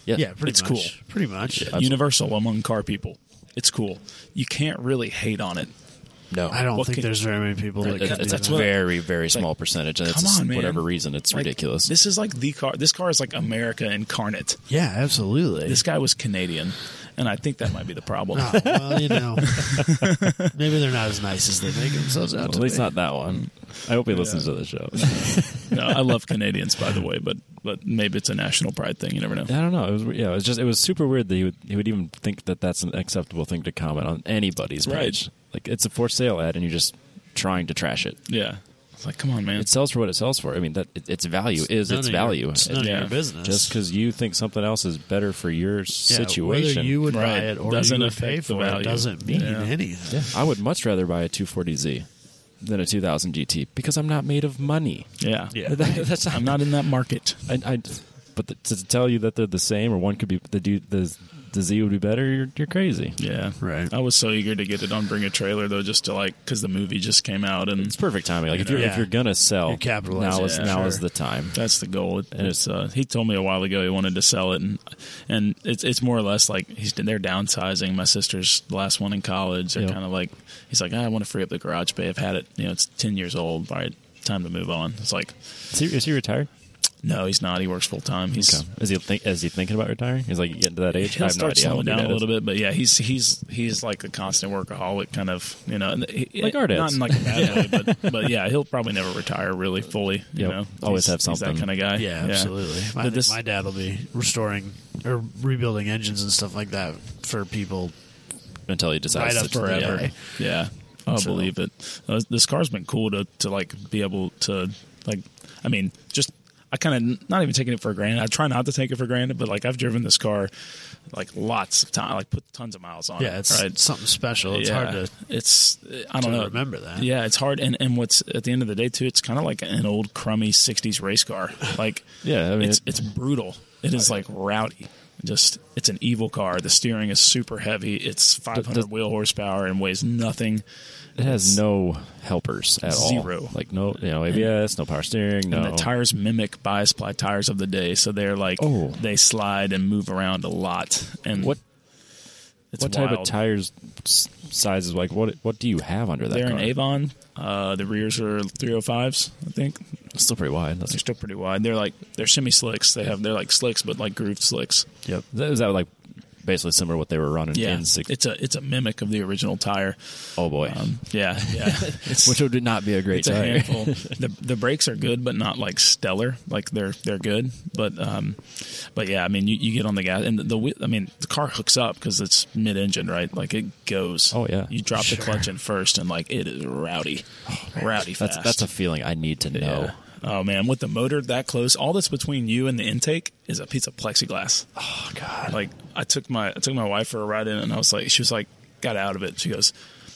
Speaker 1: Yeah,
Speaker 2: yeah, pretty
Speaker 3: it's
Speaker 2: much.
Speaker 3: cool.
Speaker 2: Pretty much.
Speaker 3: universal among car people. It's cool. You can't really hate on it.
Speaker 1: no,
Speaker 2: I don't
Speaker 3: What
Speaker 2: think
Speaker 3: can-
Speaker 2: there's very many people that
Speaker 1: It,
Speaker 2: could do
Speaker 1: it's
Speaker 2: that.
Speaker 1: a very very small
Speaker 3: like,
Speaker 1: percentage, and it's
Speaker 3: Come
Speaker 1: just
Speaker 3: on, man.
Speaker 1: whatever reason it's
Speaker 3: Like,
Speaker 1: ridiculous.
Speaker 3: This is like the car. This car is like America incarnate.
Speaker 2: yeah, absolutely.
Speaker 3: This guy was Canadian, and I think that might be the problem.
Speaker 2: Oh, well, you know, maybe they're not as nice as they make themselves out
Speaker 1: Well,
Speaker 2: to
Speaker 1: at least
Speaker 2: be.
Speaker 1: not that one.
Speaker 3: Mm.
Speaker 1: I hope he listens to the show.
Speaker 3: no, I love Canadians, by the way, but but maybe it's a national pride thing. You never know.
Speaker 1: I don't know. It was yeah. It was just it was super weird that he would he would even think that that's an acceptable thing to comment on anybody's
Speaker 3: Right.
Speaker 1: page. Like it's a for sale ad, and you're just trying to trash it.
Speaker 3: Yeah, it's like come on, man.
Speaker 1: It sells for what it sells for. I mean, that it- its value is
Speaker 2: none
Speaker 1: its
Speaker 2: of your-
Speaker 1: value.
Speaker 2: it's none
Speaker 1: It-
Speaker 2: of your
Speaker 3: Yeah.
Speaker 2: business.
Speaker 1: just because you think something else is better for your
Speaker 2: Yeah,
Speaker 1: situation,
Speaker 2: whether you would
Speaker 3: Right.
Speaker 2: buy it or
Speaker 3: Doesn't
Speaker 2: you would
Speaker 3: affect
Speaker 2: pay
Speaker 3: the
Speaker 2: for
Speaker 3: value.
Speaker 2: it, doesn't mean
Speaker 3: Yeah.
Speaker 2: anything.
Speaker 1: I would much rather buy a 240Z than a 2000 GT because I'm not made of money.
Speaker 3: yeah,
Speaker 2: Yeah.
Speaker 1: That- that's not.
Speaker 3: I'm not in that market.
Speaker 1: I, I- but th- to tell you that they're the same or one could be the du- the, the Z would be better, you're, you're crazy.
Speaker 3: Yeah,
Speaker 2: Right.
Speaker 3: I was so eager to get it on Bring a Trailer though, just to like because the movie just came out, and
Speaker 1: It's perfect timing. Like if you're if
Speaker 2: Yeah.
Speaker 1: you're gonna sell,
Speaker 2: You're capitalizing,
Speaker 1: now is
Speaker 3: yeah,
Speaker 1: now
Speaker 2: sure.
Speaker 1: is the time.
Speaker 3: That's the goal. It-
Speaker 1: And
Speaker 3: it's uh, he told me a while ago he wanted to sell it, and and it's it's more or less like he's they're downsizing. My sister's the last one in college. They're
Speaker 1: Yeah.
Speaker 3: kind of like he's like "Ah, I want to free up the garage bay. I've had it. You know, it's ten years old. All right, time to move on. It's like
Speaker 1: Is he, is he retired?
Speaker 3: no, he's not. He works full time. He's
Speaker 1: Okay. Is he think is he thinking about retiring? He's like getting to that age.
Speaker 3: he'll
Speaker 1: I have no
Speaker 3: start
Speaker 1: idea. how
Speaker 3: slowing
Speaker 1: old your
Speaker 3: down
Speaker 1: dad
Speaker 3: a
Speaker 1: is.
Speaker 3: little bit, but yeah, he's he's he's like a constant workaholic kind of you know, and he-
Speaker 1: Like our dads.
Speaker 3: not in like a bad way, but but yeah, he'll probably never retire really fully. You
Speaker 1: Yep.
Speaker 3: know,
Speaker 1: Always
Speaker 3: He's-
Speaker 1: have something.
Speaker 3: He's that kind of guy.
Speaker 2: Yeah, absolutely. My,
Speaker 3: But this-
Speaker 2: my dad will be restoring or rebuilding engines and stuff like that for people.
Speaker 1: until he decides
Speaker 2: Right
Speaker 1: to
Speaker 2: up to the
Speaker 1: forever.
Speaker 2: end.
Speaker 3: forever. Yeah, I
Speaker 1: So-
Speaker 3: believe it. Uh, this car's been cool to to like be able to like. I mean, just I kind of not even taking it for granted. I try not to take it for granted, but like I've driven this car like lots of time, like put tons of miles on.
Speaker 2: Yeah,
Speaker 3: it,
Speaker 2: it's
Speaker 3: right?
Speaker 2: something special. It's hard to.
Speaker 3: It's I don't
Speaker 2: to
Speaker 3: know.
Speaker 2: remember that.
Speaker 3: Yeah, it's hard. And and what's at the end of the day too, it's kind of like an old crummy '60s race car. Like
Speaker 1: Yeah, I mean,
Speaker 3: it's
Speaker 1: it-
Speaker 3: it's brutal. It is like rowdy. Just it's an evil car. The steering is super heavy. It's 500
Speaker 1: does-
Speaker 3: wheel horsepower and weighs nothing.
Speaker 1: It has no helpers at all.
Speaker 3: Zero.
Speaker 1: Like no, you know, ABS, no power steering, no.
Speaker 3: And the tires mimic bias ply tires of the day, so they're like
Speaker 1: Oh.
Speaker 3: they slide and move around a lot. And
Speaker 1: What
Speaker 3: it's
Speaker 1: what type of
Speaker 3: wild.
Speaker 1: tires s- sizes? Like what what do you have under that?
Speaker 3: They're
Speaker 1: car?
Speaker 3: an Avon. Uh, the rears are 305s, I think.
Speaker 1: It's still pretty wide. That's
Speaker 3: They're still pretty wide. They're like they're semi slicks. They have they're like slicks, but like grooved slicks.
Speaker 1: yep. Is that like basically similar to what they were running
Speaker 3: Yeah,
Speaker 1: in six
Speaker 3: it's a it's a mimic of the original tire.
Speaker 1: oh boy,
Speaker 3: Um, yeah, yeah. It's,
Speaker 1: which would not be a great
Speaker 3: it's a
Speaker 1: tire.
Speaker 3: handful. the the brakes are good, but not like stellar. Like they're they're good, but um, but yeah, I mean, you, you get on the gas and the, the wheel- I mean, the car hooks up because it's mid engine, right? Like it goes.
Speaker 1: Oh, yeah. Oh,
Speaker 3: you drop
Speaker 2: Sure.
Speaker 3: the clutch in first, and like it is rowdy, rowdy
Speaker 1: That's
Speaker 3: fast.
Speaker 1: that's a feeling I need to know.
Speaker 3: Yeah. Oh man, with the motor that close, all that's between you and the intake is a piece of plexiglass.
Speaker 1: Oh god,
Speaker 3: Like I took my I took my wife for a ride in, and I was like, she was like, got out of it. She goes,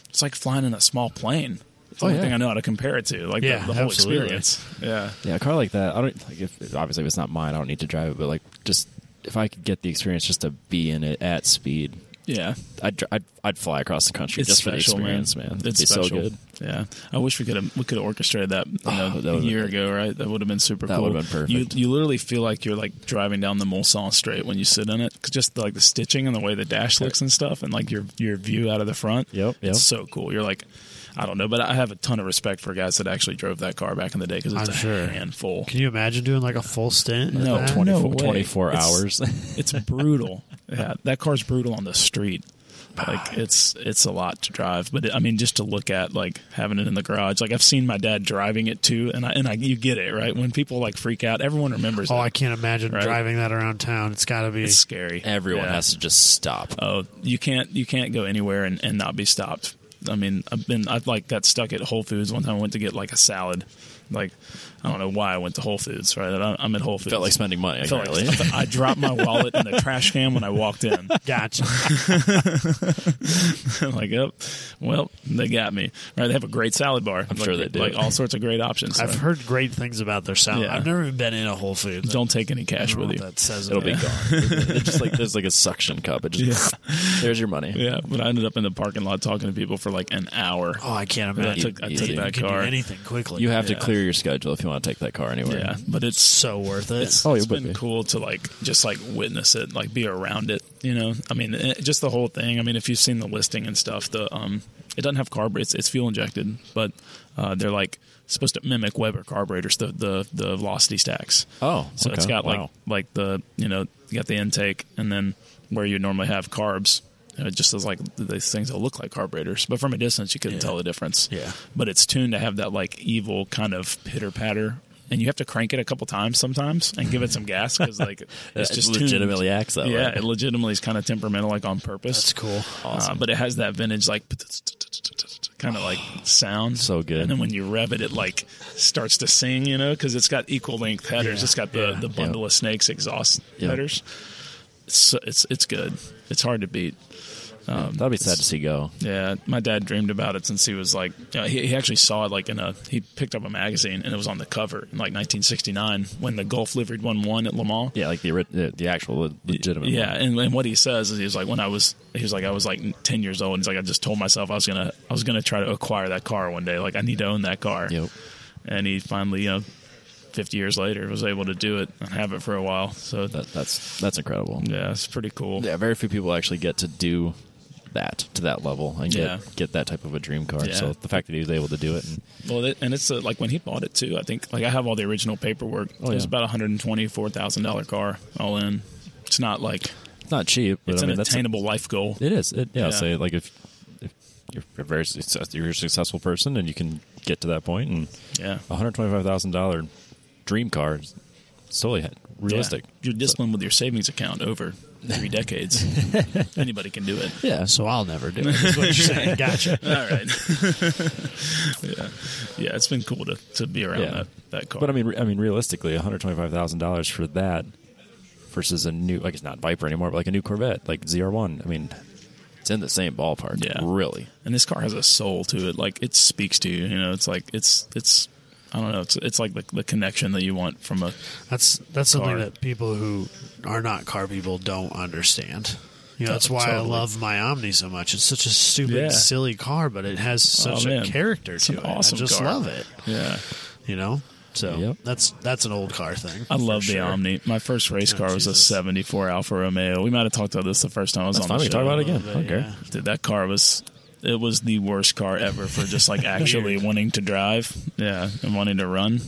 Speaker 3: it's like flying in a small plane. It's the
Speaker 1: Oh,
Speaker 3: only
Speaker 1: yeah.
Speaker 3: thing I know how to compare it to. Like the-
Speaker 2: Yeah,
Speaker 3: the, whole
Speaker 2: absolutely.
Speaker 3: experience. Yeah.
Speaker 1: yeah, a car like that. I don't like if obviously if it's not mine. I don't need to drive it, but like just if I could get the experience just to be in it at speed,
Speaker 3: Yeah,
Speaker 1: I'd dr- I'd, I'd fly across the country
Speaker 3: it's
Speaker 1: just
Speaker 3: special,
Speaker 1: for the experience, man.
Speaker 3: man.
Speaker 1: It'd
Speaker 3: It's
Speaker 1: be
Speaker 3: special.
Speaker 1: so good.
Speaker 3: Yeah, I wish we could have we could have orchestrated that, you know,
Speaker 1: that
Speaker 3: a
Speaker 1: would've
Speaker 3: year
Speaker 1: been-
Speaker 3: ago, right? That would have been super.
Speaker 1: That
Speaker 3: cool.
Speaker 1: would've been perfect.
Speaker 3: You you literally feel like you're like driving down the Mulsanne Strait when you sit in it, 'cause just like the stitching and the way the dash looks and stuff, and like your your view out of the front.
Speaker 1: Yep, yep.
Speaker 3: It's so cool. You're like. I don't know, but I have a ton of respect for guys that actually drove that car back in the day because
Speaker 2: I'm
Speaker 3: it's a
Speaker 2: sure.
Speaker 3: handful.
Speaker 2: Can you imagine doing like a full stint? at
Speaker 3: No,
Speaker 2: that?
Speaker 3: 20 No
Speaker 1: For
Speaker 3: way.
Speaker 1: 24
Speaker 3: It's-
Speaker 1: hours.
Speaker 3: It's brutal. yeah, that car's brutal on the street.
Speaker 1: Ah.
Speaker 3: Like it's it's a lot to drive, but it, I mean just to look at like having it in the garage. Like I've seen my dad driving it too, and I and I you get it right when people like freak out. Everyone remembers.
Speaker 2: Oh,
Speaker 3: it.
Speaker 2: I can't imagine
Speaker 3: Right.
Speaker 2: driving that around town. It's got to be.
Speaker 3: it's scary.
Speaker 1: Everyone
Speaker 3: Yeah.
Speaker 1: has to just stop.
Speaker 3: Oh, you can't you can't go anywhere and, and not be stopped. I mean, I've been I like got stuck at Whole Foods one time. I went to get like a salad. Like I don't know why I went to Whole Foods. Right, I'm- I'm at Whole Foods.
Speaker 1: Felt like spending money.
Speaker 3: I, felt like-
Speaker 1: Apparently.
Speaker 3: I dropped my wallet in the trash can when I walked in.
Speaker 2: Gotcha.
Speaker 3: I'm like, oh, well, they got me. Right? They have a great salad bar. I'm like,
Speaker 1: sure they do.
Speaker 3: Like all sorts of great options.
Speaker 2: I've
Speaker 3: So
Speaker 2: heard great things about their salad.
Speaker 3: Yeah.
Speaker 2: I've never even been in a Whole Foods.
Speaker 3: don't take any cash with you.
Speaker 2: That says
Speaker 1: It'll be
Speaker 2: enough.
Speaker 1: gone. It's just like there's like a suction cup. It just there's your money.
Speaker 3: Yeah, but I ended up in the parking lot talking to people for like an hour.
Speaker 2: Oh, I can't
Speaker 3: I
Speaker 2: imagine.
Speaker 3: took, I
Speaker 1: easy.
Speaker 3: took
Speaker 2: you
Speaker 3: that
Speaker 2: can
Speaker 3: car.
Speaker 2: do anything quickly.
Speaker 1: You have
Speaker 3: Yeah.
Speaker 1: to clear your schedule if you want to take that car anywhere.
Speaker 3: Yeah, but it's
Speaker 2: so worth it.
Speaker 3: it's,
Speaker 1: Oh,
Speaker 3: it's
Speaker 1: it would be.
Speaker 3: been cool to like just like witness it, like be around it. You know, I mean, it, just the whole thing. I mean, if you've seen the listing and stuff, the um, it doesn't have carburetor. It's, it's fuel injected, but uh, they're like supposed to mimic Weber carburetors, the the the velocity stacks.
Speaker 1: Oh,
Speaker 3: so it's
Speaker 1: okay.
Speaker 3: got
Speaker 1: Wow.
Speaker 3: like like the you know you got the intake and then where you normally have carbs. And it just is like these things that look like carburetors, but from a distance you couldn't tell the difference.
Speaker 2: Yeah.
Speaker 3: but it's tuned to have that like evil kind of pitter patter, and you have to crank it a couple times sometimes and give it some gas because like it's
Speaker 1: It
Speaker 3: just
Speaker 1: legitimately
Speaker 3: tuned.
Speaker 1: acts that way.
Speaker 3: Yeah, it legitimately is kind of temperamental, like on purpose.
Speaker 2: That's cool.
Speaker 3: Uh, but it has that vintage like kind of like sound.
Speaker 1: So good.
Speaker 3: And then when you rev it, it like starts to sing, you know, because it's got equal length headers.
Speaker 2: Yeah,
Speaker 3: It's got the,
Speaker 2: yeah.
Speaker 3: the bundle of snakes exhaust
Speaker 1: Yeah.
Speaker 3: headers. It's, it's it's good. It's hard to beat.
Speaker 1: That'd be sad to see go.
Speaker 3: Yeah, my dad dreamed about it since he was like, you know, he, he actually saw it like in a, he picked up a magazine and it was on the cover in like 1969 when the Gulf Livered won one at Le Mans.
Speaker 1: Yeah, like the ori- the, the actual le- legitimate.
Speaker 3: Yeah,
Speaker 1: one.
Speaker 3: and, and what he says is he's like when I was he was like I was like ten years old. And he's like I just told myself I was gonna I was gonna try to acquire that car one day. Like I need to own that car.
Speaker 1: Yep.
Speaker 3: And he finally, you know, fifty years later, was able to do it and have it for a while. So
Speaker 1: That, that's that's incredible.
Speaker 3: yeah, it's pretty cool.
Speaker 1: Yeah, very few people actually get to do that to that level and get
Speaker 3: Yeah.
Speaker 1: get that type of a dream car.
Speaker 3: Yeah.
Speaker 1: So the fact that he was able to do it, and
Speaker 3: Well, it, and it's uh like when he bought it too. I think like I have all the original paperwork.
Speaker 1: Oh,
Speaker 3: it was
Speaker 1: yeah.
Speaker 3: about a hundred and twenty four thousand dollar car all in. It's not like
Speaker 1: it's not cheap, but
Speaker 3: it's
Speaker 1: I mean
Speaker 3: an
Speaker 1: that's
Speaker 3: attainable life goal.
Speaker 1: it is. It, yeah,
Speaker 3: Yeah.
Speaker 1: say like if, if you're a very success, you're a successful person and you can get to that point, and
Speaker 3: yeah.
Speaker 1: a hundred twenty five thousand dollar dream car is it's totally realistic.
Speaker 3: Yeah. You're disciplined with your savings account over three decades. Anybody can do it.
Speaker 1: Yeah,
Speaker 2: So I'll never do it. Is what you're saying. Gotcha.
Speaker 3: All right. yeah. Yeah, it's been cool to, to be around
Speaker 1: Yeah.
Speaker 3: that, that car.
Speaker 1: But I mean, re- I mean, realistically, one hundred twenty-five thousand dollars for that versus a new, like it's not Viper anymore, but like a new Corvette, like ZR1. I mean, it's in the same ballpark,
Speaker 3: Yeah.
Speaker 1: really.
Speaker 3: and this car has a soul to it. Like it speaks to you, you know, it's like it's it's I don't know, it's it's like the, the connection that you want from a
Speaker 2: That's that's something
Speaker 3: Car.
Speaker 2: that people who are not car people don't understand. You know, that's
Speaker 3: Oh,
Speaker 2: why
Speaker 3: totally.
Speaker 2: I love my Omni so much. It's such a stupid,
Speaker 3: Yeah.
Speaker 2: silly car, but it has such
Speaker 3: Oh,
Speaker 2: a
Speaker 3: man.
Speaker 2: character
Speaker 3: It's
Speaker 2: to
Speaker 3: an
Speaker 2: it.
Speaker 3: awesome
Speaker 2: I just
Speaker 3: car.
Speaker 2: love it.
Speaker 3: Yeah.
Speaker 2: You know, so
Speaker 1: Yep.
Speaker 2: that's that's an old car thing.
Speaker 3: I love
Speaker 2: for
Speaker 3: the
Speaker 2: sure.
Speaker 3: Omni. My first race
Speaker 2: Oh,
Speaker 3: car was a
Speaker 2: Jesus.
Speaker 3: seventy four Alfa Romeo. We might have talked about this the first time I was
Speaker 1: That's
Speaker 3: on
Speaker 1: fine.
Speaker 3: the
Speaker 1: We
Speaker 3: show.
Speaker 1: can talk about it again.
Speaker 2: But
Speaker 1: I don't care.
Speaker 2: yeah.
Speaker 3: Dude, that car was it was the worst car ever for just like actually wanting to drive, yeah, and wanting to run.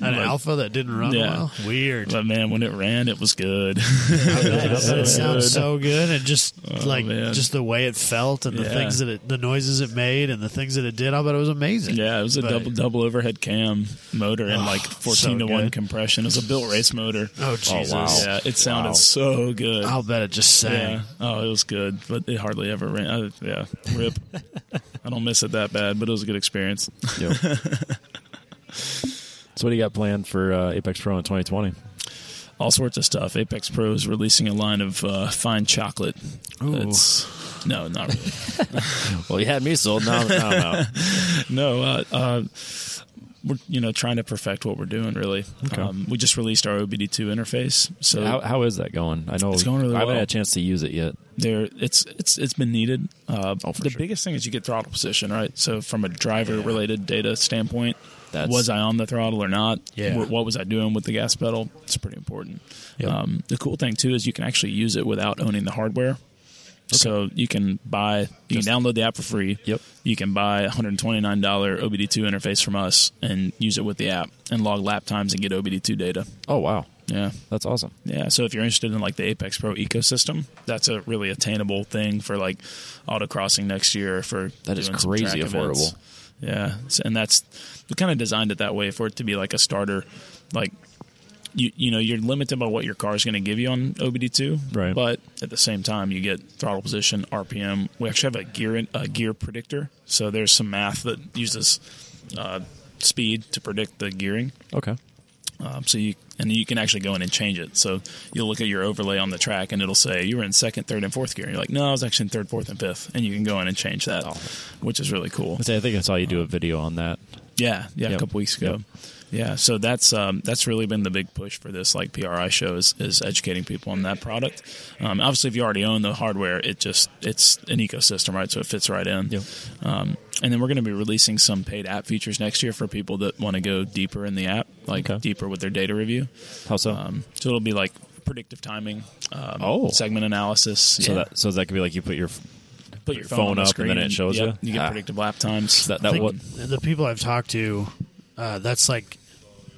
Speaker 2: An alpha that didn't run
Speaker 3: Yeah.
Speaker 2: well. Weird.
Speaker 3: But man, when it ran, it was good.
Speaker 2: it sounds so good, and just like
Speaker 3: Oh, man.
Speaker 2: just the way it felt, and the
Speaker 3: Yeah.
Speaker 2: things that it, the noises it made, and the things that it did. I bet it was amazing.
Speaker 3: Yeah, it was a
Speaker 2: But-
Speaker 3: double double overhead cam motor and like
Speaker 2: Oh, so
Speaker 3: fourteen to one
Speaker 2: good.
Speaker 3: compression. It was a built race motor.
Speaker 2: Oh Jesus! Oh,
Speaker 3: Yeah, it sounded
Speaker 1: Wow.
Speaker 3: so good.
Speaker 2: I'll bet it just sang.
Speaker 3: yeah. Oh, it was good, but it hardly ever ran. Uh, yeah, rip. I don't miss it that bad, but it was a good experience.
Speaker 1: Yep. so what do you got planned for uh, Apex Pro in 2020?
Speaker 3: all sorts of stuff. Apex Pro is releasing a line of uh, fine chocolate. That's no, not really.
Speaker 1: Well, you had me sold. Now, now I'm out.
Speaker 3: no. Uh, uh, we're you know trying to perfect what we're doing. Really, um, we just released our OBD2 interface, so
Speaker 1: How, how is that going? I know
Speaker 3: It's going really
Speaker 1: I haven't
Speaker 3: well.
Speaker 1: had a chance to use it yet.
Speaker 3: there it's it's it's been needed. Uh, the
Speaker 1: sure.
Speaker 3: biggest thing is you get throttle position, right? So from a driver related data standpoint,
Speaker 1: That's-
Speaker 3: was I on the throttle or not?
Speaker 2: Yeah.
Speaker 3: What, what was I doing with the gas pedal? It's pretty important.
Speaker 1: Yep.
Speaker 3: Um, the cool thing too is you can actually use it without owning the hardware. So you can buy, you
Speaker 1: Just-
Speaker 3: can download the app for free.
Speaker 1: Yep.
Speaker 3: You can buy a $129 OBD2 interface from us and use it with the app and log lap times and get OBD2 data.
Speaker 1: Oh wow,
Speaker 3: Yeah.
Speaker 1: that's awesome.
Speaker 3: Yeah, so if you're interested in like the Apex Pro ecosystem, that's a really attainable thing for like autocrossing next year. For
Speaker 1: That is
Speaker 3: doing some
Speaker 1: crazy
Speaker 3: track
Speaker 1: affordable.
Speaker 3: events. Yeah, s- and that's we kind of designed it that way for it to be like a starter, like. You, you know you're limited by what your car is going to give you on OBD2,
Speaker 1: Right.
Speaker 3: But at the same time, you get throttle position, RPM. We actually have a gear in, a gear predictor, so there's some math that uses uh, speed to predict the gearing.
Speaker 1: Okay,
Speaker 3: Um, so you and you can actually go in and change it. So you'll look at your overlay on the track, and it'll say you were in second, third, and fourth gear. And you're like, no, I was actually in third, fourth, and fifth, and you can go in and change that, which is really cool.
Speaker 1: I think I saw you do a video on that.
Speaker 3: Yeah, yeah,
Speaker 1: Yep.
Speaker 3: a couple weeks ago.
Speaker 1: Yep.
Speaker 3: Yeah, so that's um, that's really been the big push for this like PRI show is, is educating people on that product. Um, obviously, if you already own the hardware, it just it's an ecosystem, right? So it fits right in.
Speaker 1: Yep.
Speaker 3: Um, and then we're going to be releasing some paid app features next year for people that want to go deeper in the app, like
Speaker 1: Okay.
Speaker 3: deeper with their data review.
Speaker 1: How so?
Speaker 3: Um, so it'll be like predictive timing, um,
Speaker 1: Oh.
Speaker 3: segment analysis.
Speaker 1: so
Speaker 3: Yeah.
Speaker 1: that so that could be like you put your
Speaker 3: put your
Speaker 1: phone
Speaker 3: phone, on the
Speaker 1: up and
Speaker 3: screen
Speaker 1: then it shows
Speaker 3: yep,
Speaker 1: you?
Speaker 3: You get
Speaker 1: Ah.
Speaker 3: predictive lap times.
Speaker 1: that
Speaker 2: I
Speaker 1: that
Speaker 2: think
Speaker 1: what
Speaker 2: the people I've talked to, uh, that's like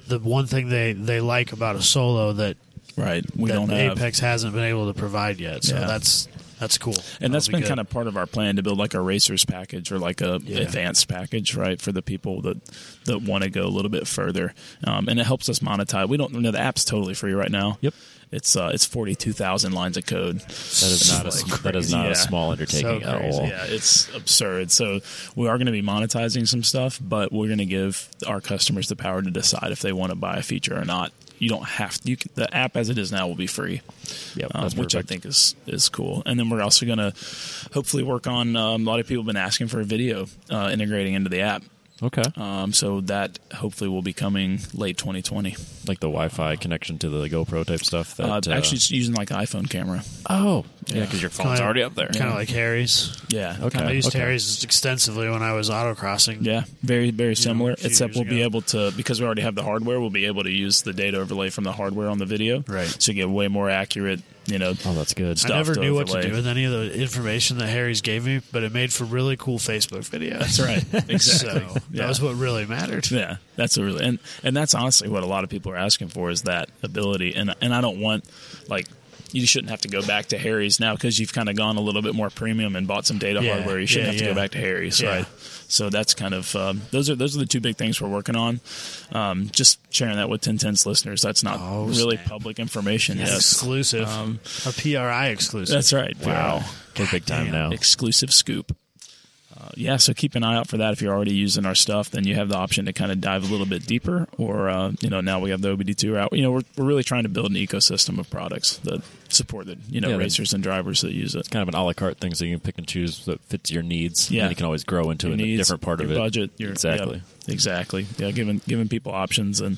Speaker 2: the one thing they they like about a solo that
Speaker 3: right. We
Speaker 2: that
Speaker 3: don't have
Speaker 2: Apex hasn't been able to provide yet. So
Speaker 3: Yeah.
Speaker 2: that's that's cool,
Speaker 3: and that's
Speaker 2: That'll
Speaker 3: been
Speaker 2: be
Speaker 3: kind
Speaker 2: good.
Speaker 3: of part of our plan to build like a racers package or like a advanced package right for the people that that want to go a little bit further um, and it helps us monetize we don't you know the app's totally free right now
Speaker 1: Yep.
Speaker 3: it's uh it's 42000 lines of code
Speaker 1: that is not a that is not
Speaker 3: Yeah.
Speaker 1: a small undertaking
Speaker 2: So
Speaker 1: at
Speaker 2: crazy,
Speaker 1: all.
Speaker 3: yeah, it's absurd. So we are going to be monetizing some stuff, but we're going to give our customers the power to decide if they want to buy a feature or not. You don't have to. You, can- the app as it is now will be free,
Speaker 1: Yep,
Speaker 3: um,
Speaker 1: that's
Speaker 3: which I
Speaker 1: perfect.
Speaker 3: think is is cool. And then we're also going to hopefully work on um, a lot of people have been asking for a video uh, integrating into the app.
Speaker 1: Okay,
Speaker 3: Um, so that hopefully will be coming late 2020.
Speaker 1: like the Wi-Fi connection to the GoPro type stuff.
Speaker 3: Uh,
Speaker 1: That uh,
Speaker 3: actually, it's using like an iPhone camera.
Speaker 1: oh yeah, because your phone's
Speaker 2: Kinda-
Speaker 1: already up there.
Speaker 2: Kind of like Harry's.
Speaker 3: Yeah.
Speaker 1: Okay.
Speaker 2: I used
Speaker 1: okay.
Speaker 2: Harry's extensively when I was autocrossing.
Speaker 3: Yeah, very very similar.
Speaker 2: a few
Speaker 3: except
Speaker 2: years
Speaker 3: we'll be
Speaker 2: ago.
Speaker 3: able to because we already have the hardware. We'll be able to use the data overlay from the hardware on the video,
Speaker 2: Right.
Speaker 3: So you get way more accurate. You know,
Speaker 1: Oh, that's good.
Speaker 2: I never
Speaker 3: to
Speaker 2: knew what to
Speaker 3: overlay.
Speaker 2: do with any of the information that Harry's gave me, but it made for really cool Facebook videos.
Speaker 3: that's right. Exactly.
Speaker 2: So
Speaker 3: yeah.
Speaker 2: that was what really mattered.
Speaker 3: yeah, that's a really and and that's honestly what a lot of people are asking for is that ability. And and I don't want like. You shouldn't have to go back to Harry's now because you've kind of gone a little bit more premium and bought some data
Speaker 2: Yeah,
Speaker 3: hardware. You shouldn't
Speaker 2: yeah,
Speaker 3: have to
Speaker 2: yeah.
Speaker 3: go back to Harry's,
Speaker 2: Yeah.
Speaker 3: right? So that's kind of um, those are those are the two big things we're working on. Um, just sharing that with 1010's listeners. That's not
Speaker 2: Oh,
Speaker 3: really
Speaker 2: snap.
Speaker 3: public information.
Speaker 2: It's
Speaker 3: Yes, Um,
Speaker 2: Exclusive. a PRI exclusive.
Speaker 3: that's right.
Speaker 1: Wow, we're big time
Speaker 2: damn.
Speaker 1: now.
Speaker 3: exclusive scoop. Uh, yeah, so keep an eye out for that. If you're already using our stuff, then you have the option to kind of dive a little bit deeper, or uh, you know, now we have the OBD2 out. You know, we're we're really trying to build an ecosystem of products that support the you know
Speaker 1: Yeah, that-
Speaker 3: racers and drivers that use it.
Speaker 1: Kind of an a la carte thing, so you can pick and choose that fits your needs.
Speaker 3: Yeah.
Speaker 1: and you can always grow into a
Speaker 3: Your needs,
Speaker 1: different part
Speaker 3: your
Speaker 1: of it.
Speaker 3: budget, your,
Speaker 1: exactly.
Speaker 3: yeah, exactly. Yeah, giving giving people options and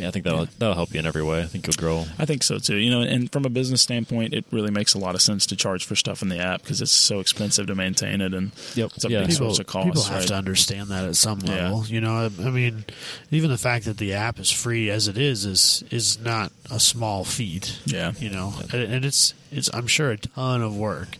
Speaker 1: Yeah, I think that'll that'll help you in every way. I think you'll grow.
Speaker 3: I think so too. You know, and from a business standpoint, it really makes a lot of sense to charge for stuff in the app because it's so expensive to maintain it and
Speaker 1: Yep.
Speaker 3: it's a
Speaker 1: Yeah.
Speaker 3: big
Speaker 1: People-
Speaker 3: source of cost.
Speaker 2: people have
Speaker 3: right?
Speaker 2: to understand that at some
Speaker 3: Yeah.
Speaker 2: level. You know, I, I mean, even the fact that the app is free as it is is is not a small feat.
Speaker 3: Yeah.
Speaker 2: you know, and, and it's it's I'm sure a ton of work,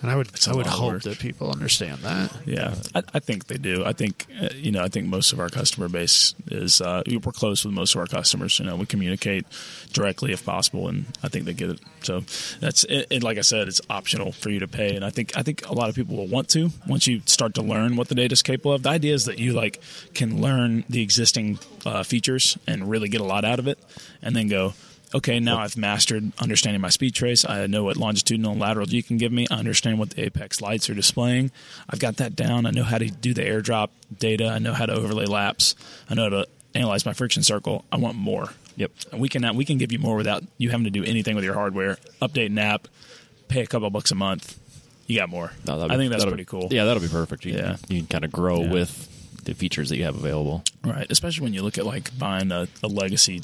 Speaker 2: and I would
Speaker 3: a
Speaker 2: I would
Speaker 3: lot of
Speaker 2: hope
Speaker 3: work.
Speaker 2: that people understand that.
Speaker 3: Yeah, I, I think they do. I think uh, you know, I think most of our customer base is uh, we're close with most of our customers. You know, we communicate directly if possible, and I think they get it. So that's it. And like I said, it's optional for you to pay, and I think I think a lot of people will want to once you start to learn what the data is capable of. The idea is that you like can learn the existing uh, features and really get a lot out of it, and then go. Okay, now I've mastered understanding my speed trace. I know what longitudinal and lateral G can give me. I understand what the apex lights are displaying. I've got that down. I know how to do the airdrop data. I know how to overlay laps. I know how to analyze my friction circle. I want more.
Speaker 1: Yep.
Speaker 3: And we can we can give you more without you having to do anything with your hardware. Update an app, pay a couple bucks a month. You got more.
Speaker 1: No, that'd
Speaker 3: I
Speaker 1: be-
Speaker 3: think that's
Speaker 1: that'll-
Speaker 3: pretty cool.
Speaker 1: Yeah, that'll be perfect. You,
Speaker 3: Yeah.
Speaker 1: yeah. you can kind of grow
Speaker 3: Yeah.
Speaker 1: with the features that you have available.
Speaker 3: Right, especially when you look at like buying a, a legacy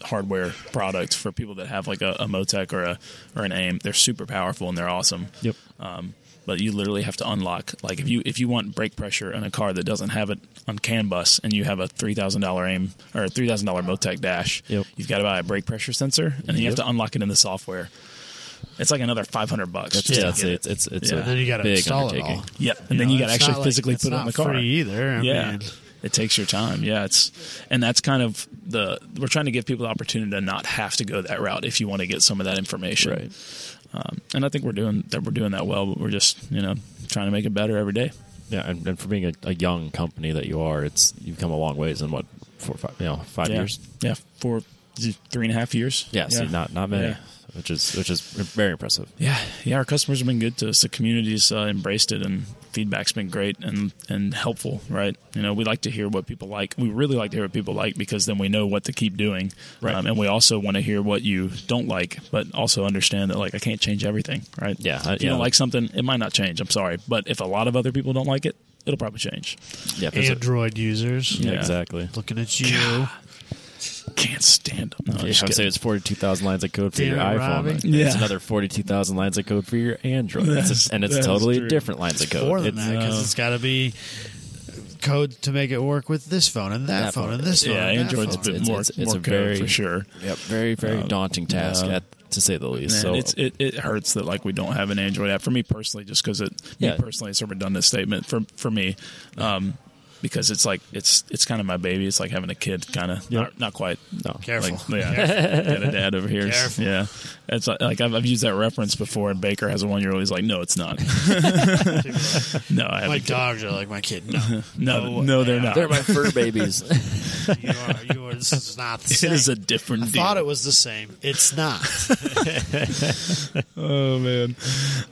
Speaker 3: hardware product for people that have like a, a Motec or a or an AIM, they're super powerful and they're awesome.
Speaker 1: Yep.
Speaker 3: Um, but you literally have to unlock like if you if you want brake pressure in a car that doesn't have it on CAN bus and you have a three thousand dollar AIM or a three thousand dollar Motec dash,
Speaker 1: Yep.
Speaker 3: you've got to buy a brake pressure sensor and you have
Speaker 1: Yep.
Speaker 3: to unlock it in the software. It's like another five hundred bucks.
Speaker 1: That's
Speaker 3: just
Speaker 1: yeah,
Speaker 3: to
Speaker 1: it's
Speaker 3: get
Speaker 1: it's it's, it's
Speaker 3: Yeah.
Speaker 1: a
Speaker 3: Then
Speaker 2: you gotta
Speaker 1: big
Speaker 2: install it
Speaker 1: undertaking.
Speaker 2: all.
Speaker 3: yeah, and then
Speaker 2: know,
Speaker 3: you got
Speaker 2: it's
Speaker 3: to actually
Speaker 2: not like-
Speaker 3: physically
Speaker 2: it's
Speaker 3: put it
Speaker 2: not
Speaker 3: on the car.
Speaker 2: free either. I
Speaker 3: yeah,
Speaker 2: mean-
Speaker 3: it takes your time. Yeah, it's and that's kind of the we're trying to give people the opportunity to not have to go that route if you want to get some of that information.
Speaker 1: Right.
Speaker 3: Um, and I think we're doing that. We're doing that well, but we're just you know trying to make it better every day.
Speaker 1: Yeah, and, and for being a, a young company that you are, it's you've come a long ways in what four, five, you know, five
Speaker 3: yeah.
Speaker 1: years.
Speaker 3: Yeah, four, three and a half years.
Speaker 1: Yeah, see, not not many,
Speaker 3: Yeah.
Speaker 1: which is which is very impressive.
Speaker 3: Yeah, yeah. Our customers have been good to us. The community's uh, embraced it, and feedback's been great and and helpful. Right? You know, we like to hear what people like. We really like to hear what people like because then we know what to keep doing.
Speaker 1: Right.
Speaker 3: Um, and we also want to hear what you don't like, but also understand that like I can't change everything. Right?
Speaker 1: Yeah, I-
Speaker 3: If you
Speaker 1: yeah.
Speaker 3: don't like something, it might not change. I'm sorry, but if a lot of other people don't like it, it'll probably change.
Speaker 1: Yeah, there's a-
Speaker 2: Android users
Speaker 1: yeah,
Speaker 3: Yeah.
Speaker 1: exactly.
Speaker 2: looking at you.
Speaker 3: Can't stand them. No, I'm
Speaker 1: Yeah,
Speaker 3: just
Speaker 1: I would say
Speaker 3: kidding.
Speaker 1: it's forty-two thousand lines of code for
Speaker 2: Damn
Speaker 1: your
Speaker 2: it,
Speaker 1: iPhone.
Speaker 2: Robbie.
Speaker 1: It's
Speaker 3: Yeah.
Speaker 1: another forty-two thousand lines of code for your Android, It's-
Speaker 3: That's-
Speaker 1: and it's
Speaker 3: that is
Speaker 1: totally
Speaker 3: true.
Speaker 1: different lines of code.
Speaker 2: More than
Speaker 1: It's- uh,
Speaker 2: that,
Speaker 3: uh,
Speaker 2: because it's got to be code to make it work with this phone and that,
Speaker 1: That
Speaker 2: phone
Speaker 1: phone.
Speaker 2: and this
Speaker 3: yeah,
Speaker 2: phone. and that
Speaker 3: Android's a
Speaker 2: phone.
Speaker 3: bit
Speaker 1: It's-
Speaker 3: more
Speaker 1: it's- it's
Speaker 3: more
Speaker 1: a
Speaker 3: code
Speaker 1: very-
Speaker 3: for sure.
Speaker 1: Yep, very very daunting task,
Speaker 3: yeah.
Speaker 1: at, to say the least.
Speaker 3: Man,
Speaker 1: so
Speaker 3: it's, it, it hurts that like we don't have an Android app for me personally, just because it
Speaker 1: Yeah.
Speaker 3: me personally it's a redundant statement for for me, um, because it's like it's it's kind of my baby. It's like having a kid, kind of not, not quite.
Speaker 1: no,
Speaker 2: Careful.
Speaker 3: Like, yeah, got a dad over here. is-
Speaker 2: Careful.
Speaker 3: Yeah, it's like, like I've, I've used that reference before, and Baker has a one year old. He's like, no, it's not. no, I
Speaker 2: my
Speaker 3: haven't.
Speaker 2: dogs are like my kid. No,
Speaker 3: No, no, they're not.
Speaker 1: they're my fur babies.
Speaker 2: you are. You are. This is not the
Speaker 3: It
Speaker 2: same.
Speaker 3: is a different deal.
Speaker 2: Thought it was the same. It's not.
Speaker 3: Oh man,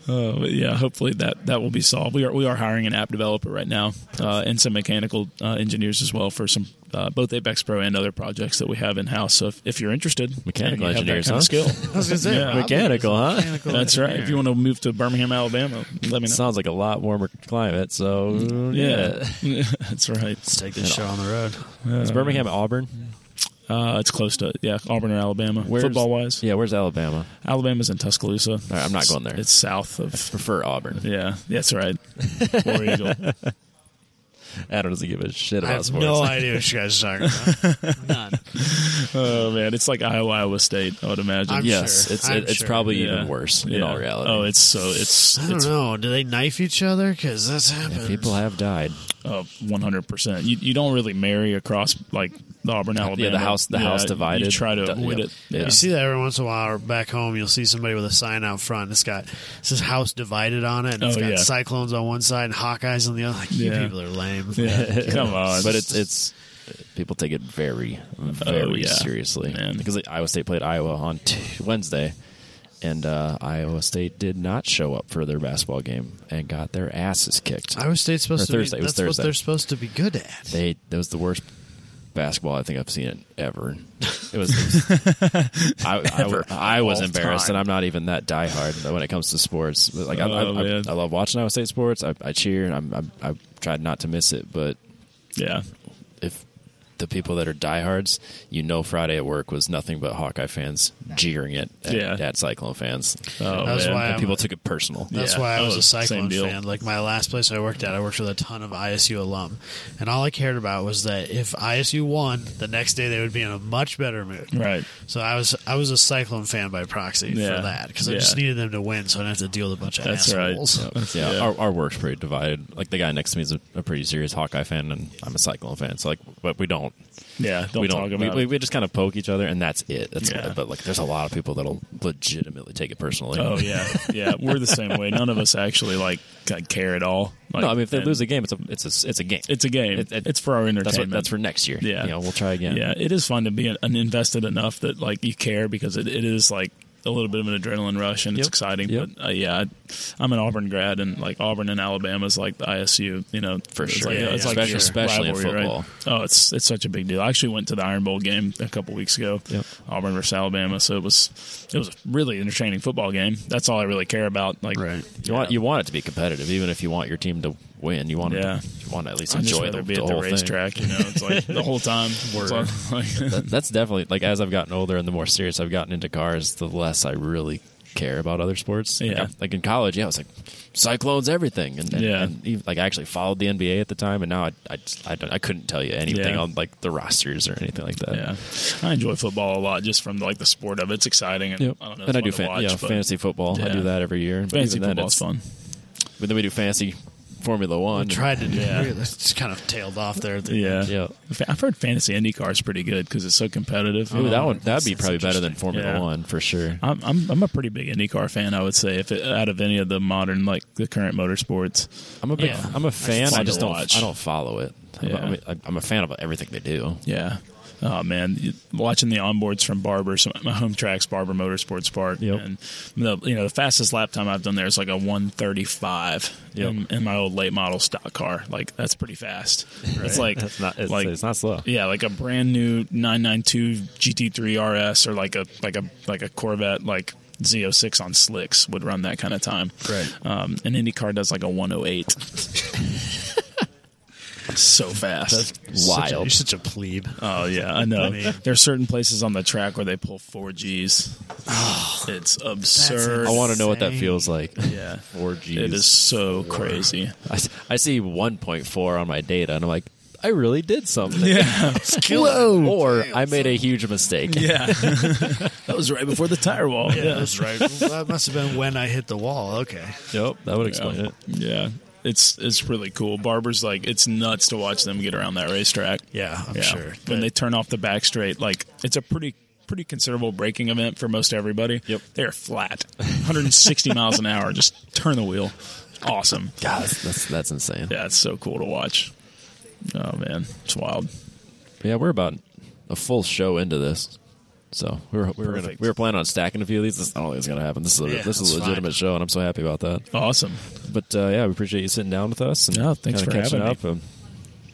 Speaker 3: oh but yeah. Hopefully that that will be solved. We are we are hiring an app developer right now, uh, and some mechanical uh, engineers as well for some uh, both Apex Pro and other projects that we have in house. So if, if you're interested,
Speaker 1: Mechanical
Speaker 3: and you have
Speaker 1: engineers,
Speaker 3: that kind of
Speaker 1: huh?
Speaker 3: skill.
Speaker 2: I was gonna say
Speaker 3: Yeah.
Speaker 2: Robbie is
Speaker 1: Mechanical,
Speaker 2: a
Speaker 1: huh?
Speaker 2: mechanical
Speaker 3: That's right.
Speaker 2: engineer.
Speaker 3: If you want to move to Birmingham, Alabama, let me know.
Speaker 1: Sounds like a lot warmer climate. So
Speaker 3: Mm,
Speaker 1: yeah,
Speaker 3: yeah, that's right.
Speaker 2: let's take this show on the road.
Speaker 1: Is Birmingham Auburn?
Speaker 3: Uh, it's close to yeah, Auburn or Alabama.
Speaker 1: Where's-
Speaker 3: Football wise,
Speaker 1: Yeah, where's Alabama?
Speaker 3: Alabama's in Tuscaloosa.
Speaker 1: right, I'm not going there.
Speaker 3: It's south of.
Speaker 1: Prefer Auburn.
Speaker 3: Yeah, that's right. War Eagle.
Speaker 1: Adam doesn't give a shit
Speaker 2: I
Speaker 1: about
Speaker 2: have
Speaker 1: sports.
Speaker 2: no idea what you guys are talking about. None.
Speaker 3: Oh man, it's like Iowa, Iowa State. I would imagine.
Speaker 2: I'm
Speaker 1: yes,
Speaker 2: sure.
Speaker 1: it's
Speaker 2: I'm
Speaker 1: it, it's
Speaker 2: sure.
Speaker 1: probably
Speaker 3: Yeah.
Speaker 1: even worse in
Speaker 3: Yeah.
Speaker 1: all reality.
Speaker 3: Oh, it's so it's
Speaker 2: I don't
Speaker 3: it's
Speaker 2: know. Do they knife each other? Because that's happened.
Speaker 1: people have died.
Speaker 3: Oh, uh, one hundred percent. You you don't really marry across like the Auburn Alabama.
Speaker 1: the house- the house
Speaker 3: You
Speaker 1: divided.
Speaker 3: try to
Speaker 1: Yeah.
Speaker 3: avoid it.
Speaker 1: Yeah.
Speaker 2: You see that every once in a while. Or back home, you'll see somebody with a sign out front. It's got it says "House Divided" on it. And it's
Speaker 3: Oh,
Speaker 2: got
Speaker 3: yeah.
Speaker 2: Cyclones on one side and Hawkeyes on the other. Like, you
Speaker 3: Yeah.
Speaker 2: people are lame.
Speaker 3: Yeah. Come on, Oh,
Speaker 1: but it's it's people take it very very
Speaker 3: yeah.
Speaker 1: seriously
Speaker 3: Man.
Speaker 1: because like, Iowa State played Iowa on t- Wednesday, and uh, Iowa State did not show up for their basketball game and got their asses kicked.
Speaker 2: Iowa State's supposed
Speaker 1: Or
Speaker 2: to
Speaker 1: Thursday,
Speaker 2: be.
Speaker 1: it was
Speaker 2: that's what
Speaker 1: Thursday.
Speaker 2: they're supposed to be good at.
Speaker 1: They that was the worst basketball I think I've seen it ever. It was. it was- I, I- I, was
Speaker 3: All
Speaker 1: embarrassed,
Speaker 3: time.
Speaker 1: and I'm not even that diehard when it comes to sports. But, Like I, I-
Speaker 3: Oh,
Speaker 1: I,
Speaker 3: man.
Speaker 1: I love watching Iowa State sports. I, I cheer, and I'm, I'm I tried not to miss it. But
Speaker 3: yeah.
Speaker 1: if the people that are diehards, you know, Friday at work was nothing but Hawkeye fans jeering it at,
Speaker 3: Yeah.
Speaker 1: at Cyclone fans.
Speaker 3: Oh,
Speaker 2: That's
Speaker 3: man.
Speaker 2: why
Speaker 1: and
Speaker 2: I'm-
Speaker 1: people took it personal.
Speaker 2: That's
Speaker 3: Yeah.
Speaker 2: why I
Speaker 3: Oh,
Speaker 2: was a
Speaker 3: same
Speaker 2: Cyclones
Speaker 3: deal.
Speaker 2: fan. Like my last place I worked at, I worked with a ton of ISU alum, and all I cared about was that if ISU won, the next day they would be in a much better mood.
Speaker 3: Right.
Speaker 2: So I was I was a Cyclone fan by proxy
Speaker 3: Yeah.
Speaker 2: for that because I
Speaker 3: Yeah.
Speaker 2: just needed them to win, so I didn't have to deal with a bunch of
Speaker 3: That's right.
Speaker 2: assholes.
Speaker 1: Yeah,
Speaker 3: Yeah.
Speaker 1: Our, our work's pretty divided. Like the guy next to me is a, a pretty serious Hawkeye fan, and I'm a Cyclone fan. So like, but we don't,
Speaker 3: Yeah, don't,
Speaker 1: we
Speaker 3: talk
Speaker 1: don't, we,
Speaker 3: about
Speaker 1: we,
Speaker 3: it.
Speaker 1: we just kind of poke each other, and that's it. That's
Speaker 3: Yeah.
Speaker 1: but like, there's a lot of people that'll legitimately take it personally.
Speaker 3: Oh yeah, yeah. We're the same way. None of us actually like ca- care at all. Like,
Speaker 1: no, I mean if they
Speaker 3: and
Speaker 1: lose a game, it's a it's a it's a game.
Speaker 3: it's a game.
Speaker 1: It- it-
Speaker 3: it's for our entertainment.
Speaker 1: that's what that's for next year.
Speaker 3: Yeah.
Speaker 1: you know, we'll try
Speaker 3: yeah.
Speaker 1: again.
Speaker 3: it is fun to be un- uninvested enough that like you care because it, it is like a little bit of an adrenaline rush and it's
Speaker 1: Yep.
Speaker 3: exciting.
Speaker 1: Yep.
Speaker 3: But uh, yeah, I, I'm an Auburn grad and like Auburn and Alabama is like the ISU. You know,
Speaker 1: For
Speaker 3: it's
Speaker 1: sure.
Speaker 3: Like,
Speaker 2: Yeah,
Speaker 3: it's
Speaker 2: yeah.
Speaker 3: like
Speaker 1: Especially-
Speaker 3: your
Speaker 1: especially in
Speaker 3: rivalry, right?
Speaker 1: football.
Speaker 3: Oh, it's it's such a big deal. I actually went to the Iron Bowl game a couple weeks ago,
Speaker 1: Yep.
Speaker 3: Auburn versus Alabama. So it was it was a really entertaining football game. That's all I really care about. Like
Speaker 2: Right.
Speaker 1: You want you want it to be competitive, even if you want your team to win. You want
Speaker 3: Yeah.
Speaker 1: to, you want to at least
Speaker 3: I just
Speaker 1: enjoy
Speaker 3: rather
Speaker 1: the,
Speaker 3: be
Speaker 1: the
Speaker 3: at the
Speaker 1: whole thing.
Speaker 3: racetrack. You know, it's like the whole time. It's like-
Speaker 1: That- that's definitely like as I've gotten older and the more serious I've gotten into cars, the less I really care about other sports. Like,
Speaker 3: Yeah.
Speaker 1: I- like in college, yeah, I was like cyclones everything, and, and-
Speaker 3: Yeah.
Speaker 1: and even, like I actually followed the NBA at the time, and now I I, just, I, don't, I couldn't tell you anything
Speaker 3: Yeah.
Speaker 1: on like the rosters or anything like that.
Speaker 3: Yeah, I enjoy football a lot just from like the sport of it. It's exciting, and
Speaker 1: Yep.
Speaker 3: I don't know.
Speaker 1: and I do
Speaker 3: fan-
Speaker 1: fan- yeah, fantasy football. I
Speaker 3: Yeah.
Speaker 1: do that every year. But
Speaker 3: Fantasy
Speaker 1: even then,
Speaker 3: football's
Speaker 1: it's-
Speaker 3: fun.
Speaker 1: But then we do fancy Formula
Speaker 2: I
Speaker 1: One.
Speaker 2: tried to do
Speaker 3: Yeah.
Speaker 2: it. It's kind of tailed off there.
Speaker 3: Yeah,
Speaker 1: Yeah.
Speaker 3: Fa- I've heard fantasy IndyCar is pretty good because it's so competitive.
Speaker 1: Ooh, that
Speaker 3: Um,
Speaker 1: one that'd be probably better than Formula
Speaker 3: Yeah.
Speaker 1: One for sure.
Speaker 3: I'm, I'm I'm a pretty big IndyCar fan. I would say if it, out of any of the modern like the current motorsports,
Speaker 1: I'm a big,
Speaker 2: Yeah.
Speaker 1: I'm a fan.
Speaker 3: fun
Speaker 1: I
Speaker 3: to
Speaker 1: just don't
Speaker 3: watch.
Speaker 1: I don't follow it.
Speaker 3: Yeah.
Speaker 1: I mean, I- I'm a fan of everything they do.
Speaker 3: Yeah. Oh man, You- watching the onboards from Barber, so my home tracks Barber Motorsports Park,
Speaker 1: Yep.
Speaker 3: and the you know the fastest lap time I've done there is like a one thirty five
Speaker 1: Yep.
Speaker 3: in, in my old late model stock car. Like that's pretty fast. It's like
Speaker 1: That's not it's,
Speaker 3: like
Speaker 1: it's not slow.
Speaker 3: yeah, like a brand new 992 GT3 RS or like a like a like a Corvette like Z06 on slicks would run that kind of time.
Speaker 2: Right.
Speaker 3: Um, an IndyCar does like a 108. so fast.
Speaker 2: Such a-
Speaker 1: Wild.
Speaker 2: you're such a plebe.
Speaker 3: Oh yeah, I know.
Speaker 2: I mean-
Speaker 3: there are certain places on the track where they pull four Gs. it's absurd.
Speaker 1: I want to know what that
Speaker 2: insane.
Speaker 1: feels like.
Speaker 3: yeah,
Speaker 1: Four Gs.
Speaker 3: it is so crazy.
Speaker 1: I, s- I see 1.4 on my data, and I'm like, I really did something.
Speaker 3: Yeah,
Speaker 1: Whoa! Or I made a huge mistake.
Speaker 3: yeah. that was right before the tire wall.
Speaker 2: Yeah, that's right. that must have been when I hit the wall. Okay.
Speaker 1: Yep, that would explain
Speaker 3: yeah.
Speaker 1: it.
Speaker 3: Yeah. It's it's really cool. Barber's like it's nuts to watch them get around that racetrack.
Speaker 2: Yeah, I'm
Speaker 3: Yeah.
Speaker 2: sure.
Speaker 3: When
Speaker 2: But-
Speaker 3: they turn off the back straight, like it's a pretty pretty considerable braking event for most everybody.
Speaker 1: Yep.
Speaker 3: They are flat. 160 miles an hour. Just turn the wheel. Awesome.
Speaker 1: God, that's that's, that's insane. Yeah.
Speaker 3: Yeah, it's so cool to watch. Oh man, it's wild.
Speaker 1: we're about a full show into this, so we were we were, gonna,
Speaker 3: Perfect.
Speaker 1: we were planning on stacking a few of these. This, I don't think it's gonna happen. This is a,
Speaker 2: Yeah,
Speaker 1: this is
Speaker 2: that's
Speaker 1: a
Speaker 2: fine.
Speaker 1: legitimate show, and I'm so happy about that.
Speaker 3: Awesome.
Speaker 1: But uh, yeah, we appreciate you sitting down with us. And
Speaker 3: Yeah, thanks
Speaker 1: kinda
Speaker 3: for
Speaker 1: catching
Speaker 3: having
Speaker 1: up. Um,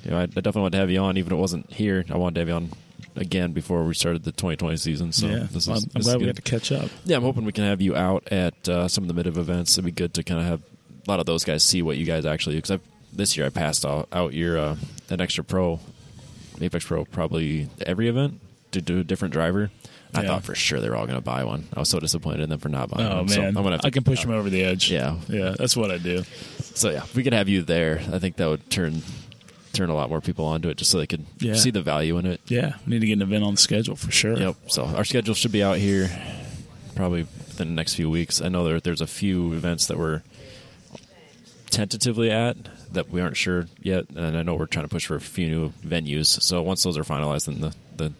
Speaker 1: you know, I, I definitely wanted to have you on, even if it wasn't here. I wanted to have you on again before we started the 2020 season. So
Speaker 3: yeah,
Speaker 1: Oh, this is,
Speaker 3: I'm, I'm
Speaker 1: this is
Speaker 3: glad we
Speaker 1: good.
Speaker 3: got to catch up.
Speaker 1: Yeah, I'm hoping we can have you out at uh, some of the mid-of events. It'd be good to kind of have a lot of those guys see what you guys actually do. Because this year I passed out, out your uh, an extra pro, Apex Pro, probably every event to do a different driver. I
Speaker 3: Yeah.
Speaker 1: thought for sure they were all going to buy one. I was so disappointed in them for not buying.
Speaker 3: Oh
Speaker 1: one.
Speaker 3: man,
Speaker 1: so I'm gonna have to
Speaker 3: I can push them over the edge.
Speaker 1: Yeah.
Speaker 3: yeah, that's what I do.
Speaker 1: so yeah, if we could have you there. I think that would turn turn a lot more people onto it, just so they could
Speaker 3: Yeah.
Speaker 1: see the value in it.
Speaker 3: Yeah, we need to get an event on the schedule for sure.
Speaker 1: Yep. So our schedule should be out here probably within the next few weeks. I know there, there's a few events that we're tentatively at that we aren't sure yet, and I know we're trying to push for a few new venues. So once those are finalized, then the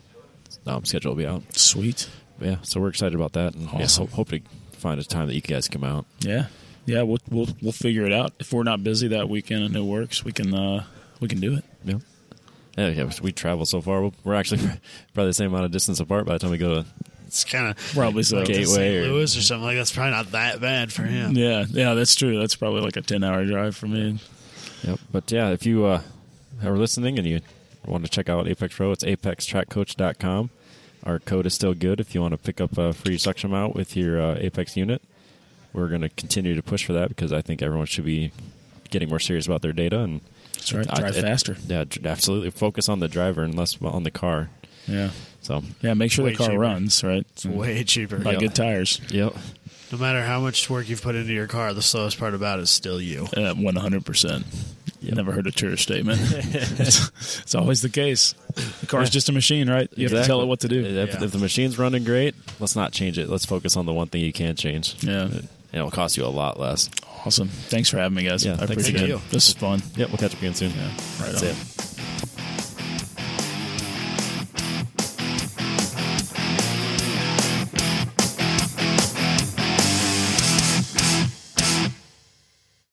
Speaker 1: the um, schedule will be out.
Speaker 3: Sweet.
Speaker 1: Yeah. So we're excited about that, and yeah,
Speaker 3: Awesome.
Speaker 1: hope, hope to find a time that you guys come out.
Speaker 3: Yeah, yeah, we'll we'll we'll figure it out. If we're not busy that weekend and it works, we can uh we can do it.
Speaker 1: Yeah. Yeah, yeah, we travel so far. We'll- We're actually probably the same amount of distance apart by the time we go to
Speaker 2: It's kind of
Speaker 3: Probably so.
Speaker 1: Okay.
Speaker 2: St.
Speaker 1: Gateway or-
Speaker 2: Louis or something like that's probably not that bad for him.
Speaker 3: Yeah, yeah, that's true. That's probably like a ten-hour drive for me.
Speaker 1: Yep. But yeah, if you uh, are listening and you want to check out Apex Pro, it's apextrackcoach.com. Our code is still good if you want to pick up a free suction mount with your uh, Apex unit. We're going to continue to push for that because I think everyone should be getting more serious about their data and
Speaker 3: That's right.
Speaker 1: I-
Speaker 3: Drive
Speaker 1: it-
Speaker 3: faster.
Speaker 1: Yeah, dr- absolutely. Focus on the driver and less on the car.
Speaker 3: Yeah,
Speaker 1: So,
Speaker 3: yeah. Make sure
Speaker 2: Way
Speaker 3: the car
Speaker 2: cheaper.
Speaker 3: runs right.
Speaker 2: It's way cheaper.
Speaker 3: Buy
Speaker 1: Yeah.
Speaker 3: good tires.
Speaker 1: yep.
Speaker 2: No matter how much work you've put into your car, the slowest part about it is still you.
Speaker 3: Uh, One hundred percent. Never heard a truer statement. it's, it's always the case. The car's just a machine, right? You have to tell it what to do.
Speaker 1: If,
Speaker 2: Yeah.
Speaker 1: if the machine's running great, let's not change it. Let's focus on the one thing you can change.
Speaker 3: Yeah.
Speaker 1: And it'll cost you a lot less.
Speaker 3: Awesome. Thanks for having me, guys.
Speaker 1: Yeah,
Speaker 3: I
Speaker 1: thanks
Speaker 3: appreciate
Speaker 2: again.
Speaker 3: it. This is fun.
Speaker 1: Yep, we'll catch up again soon.
Speaker 3: Yeah, right
Speaker 1: That's
Speaker 3: on.
Speaker 1: it.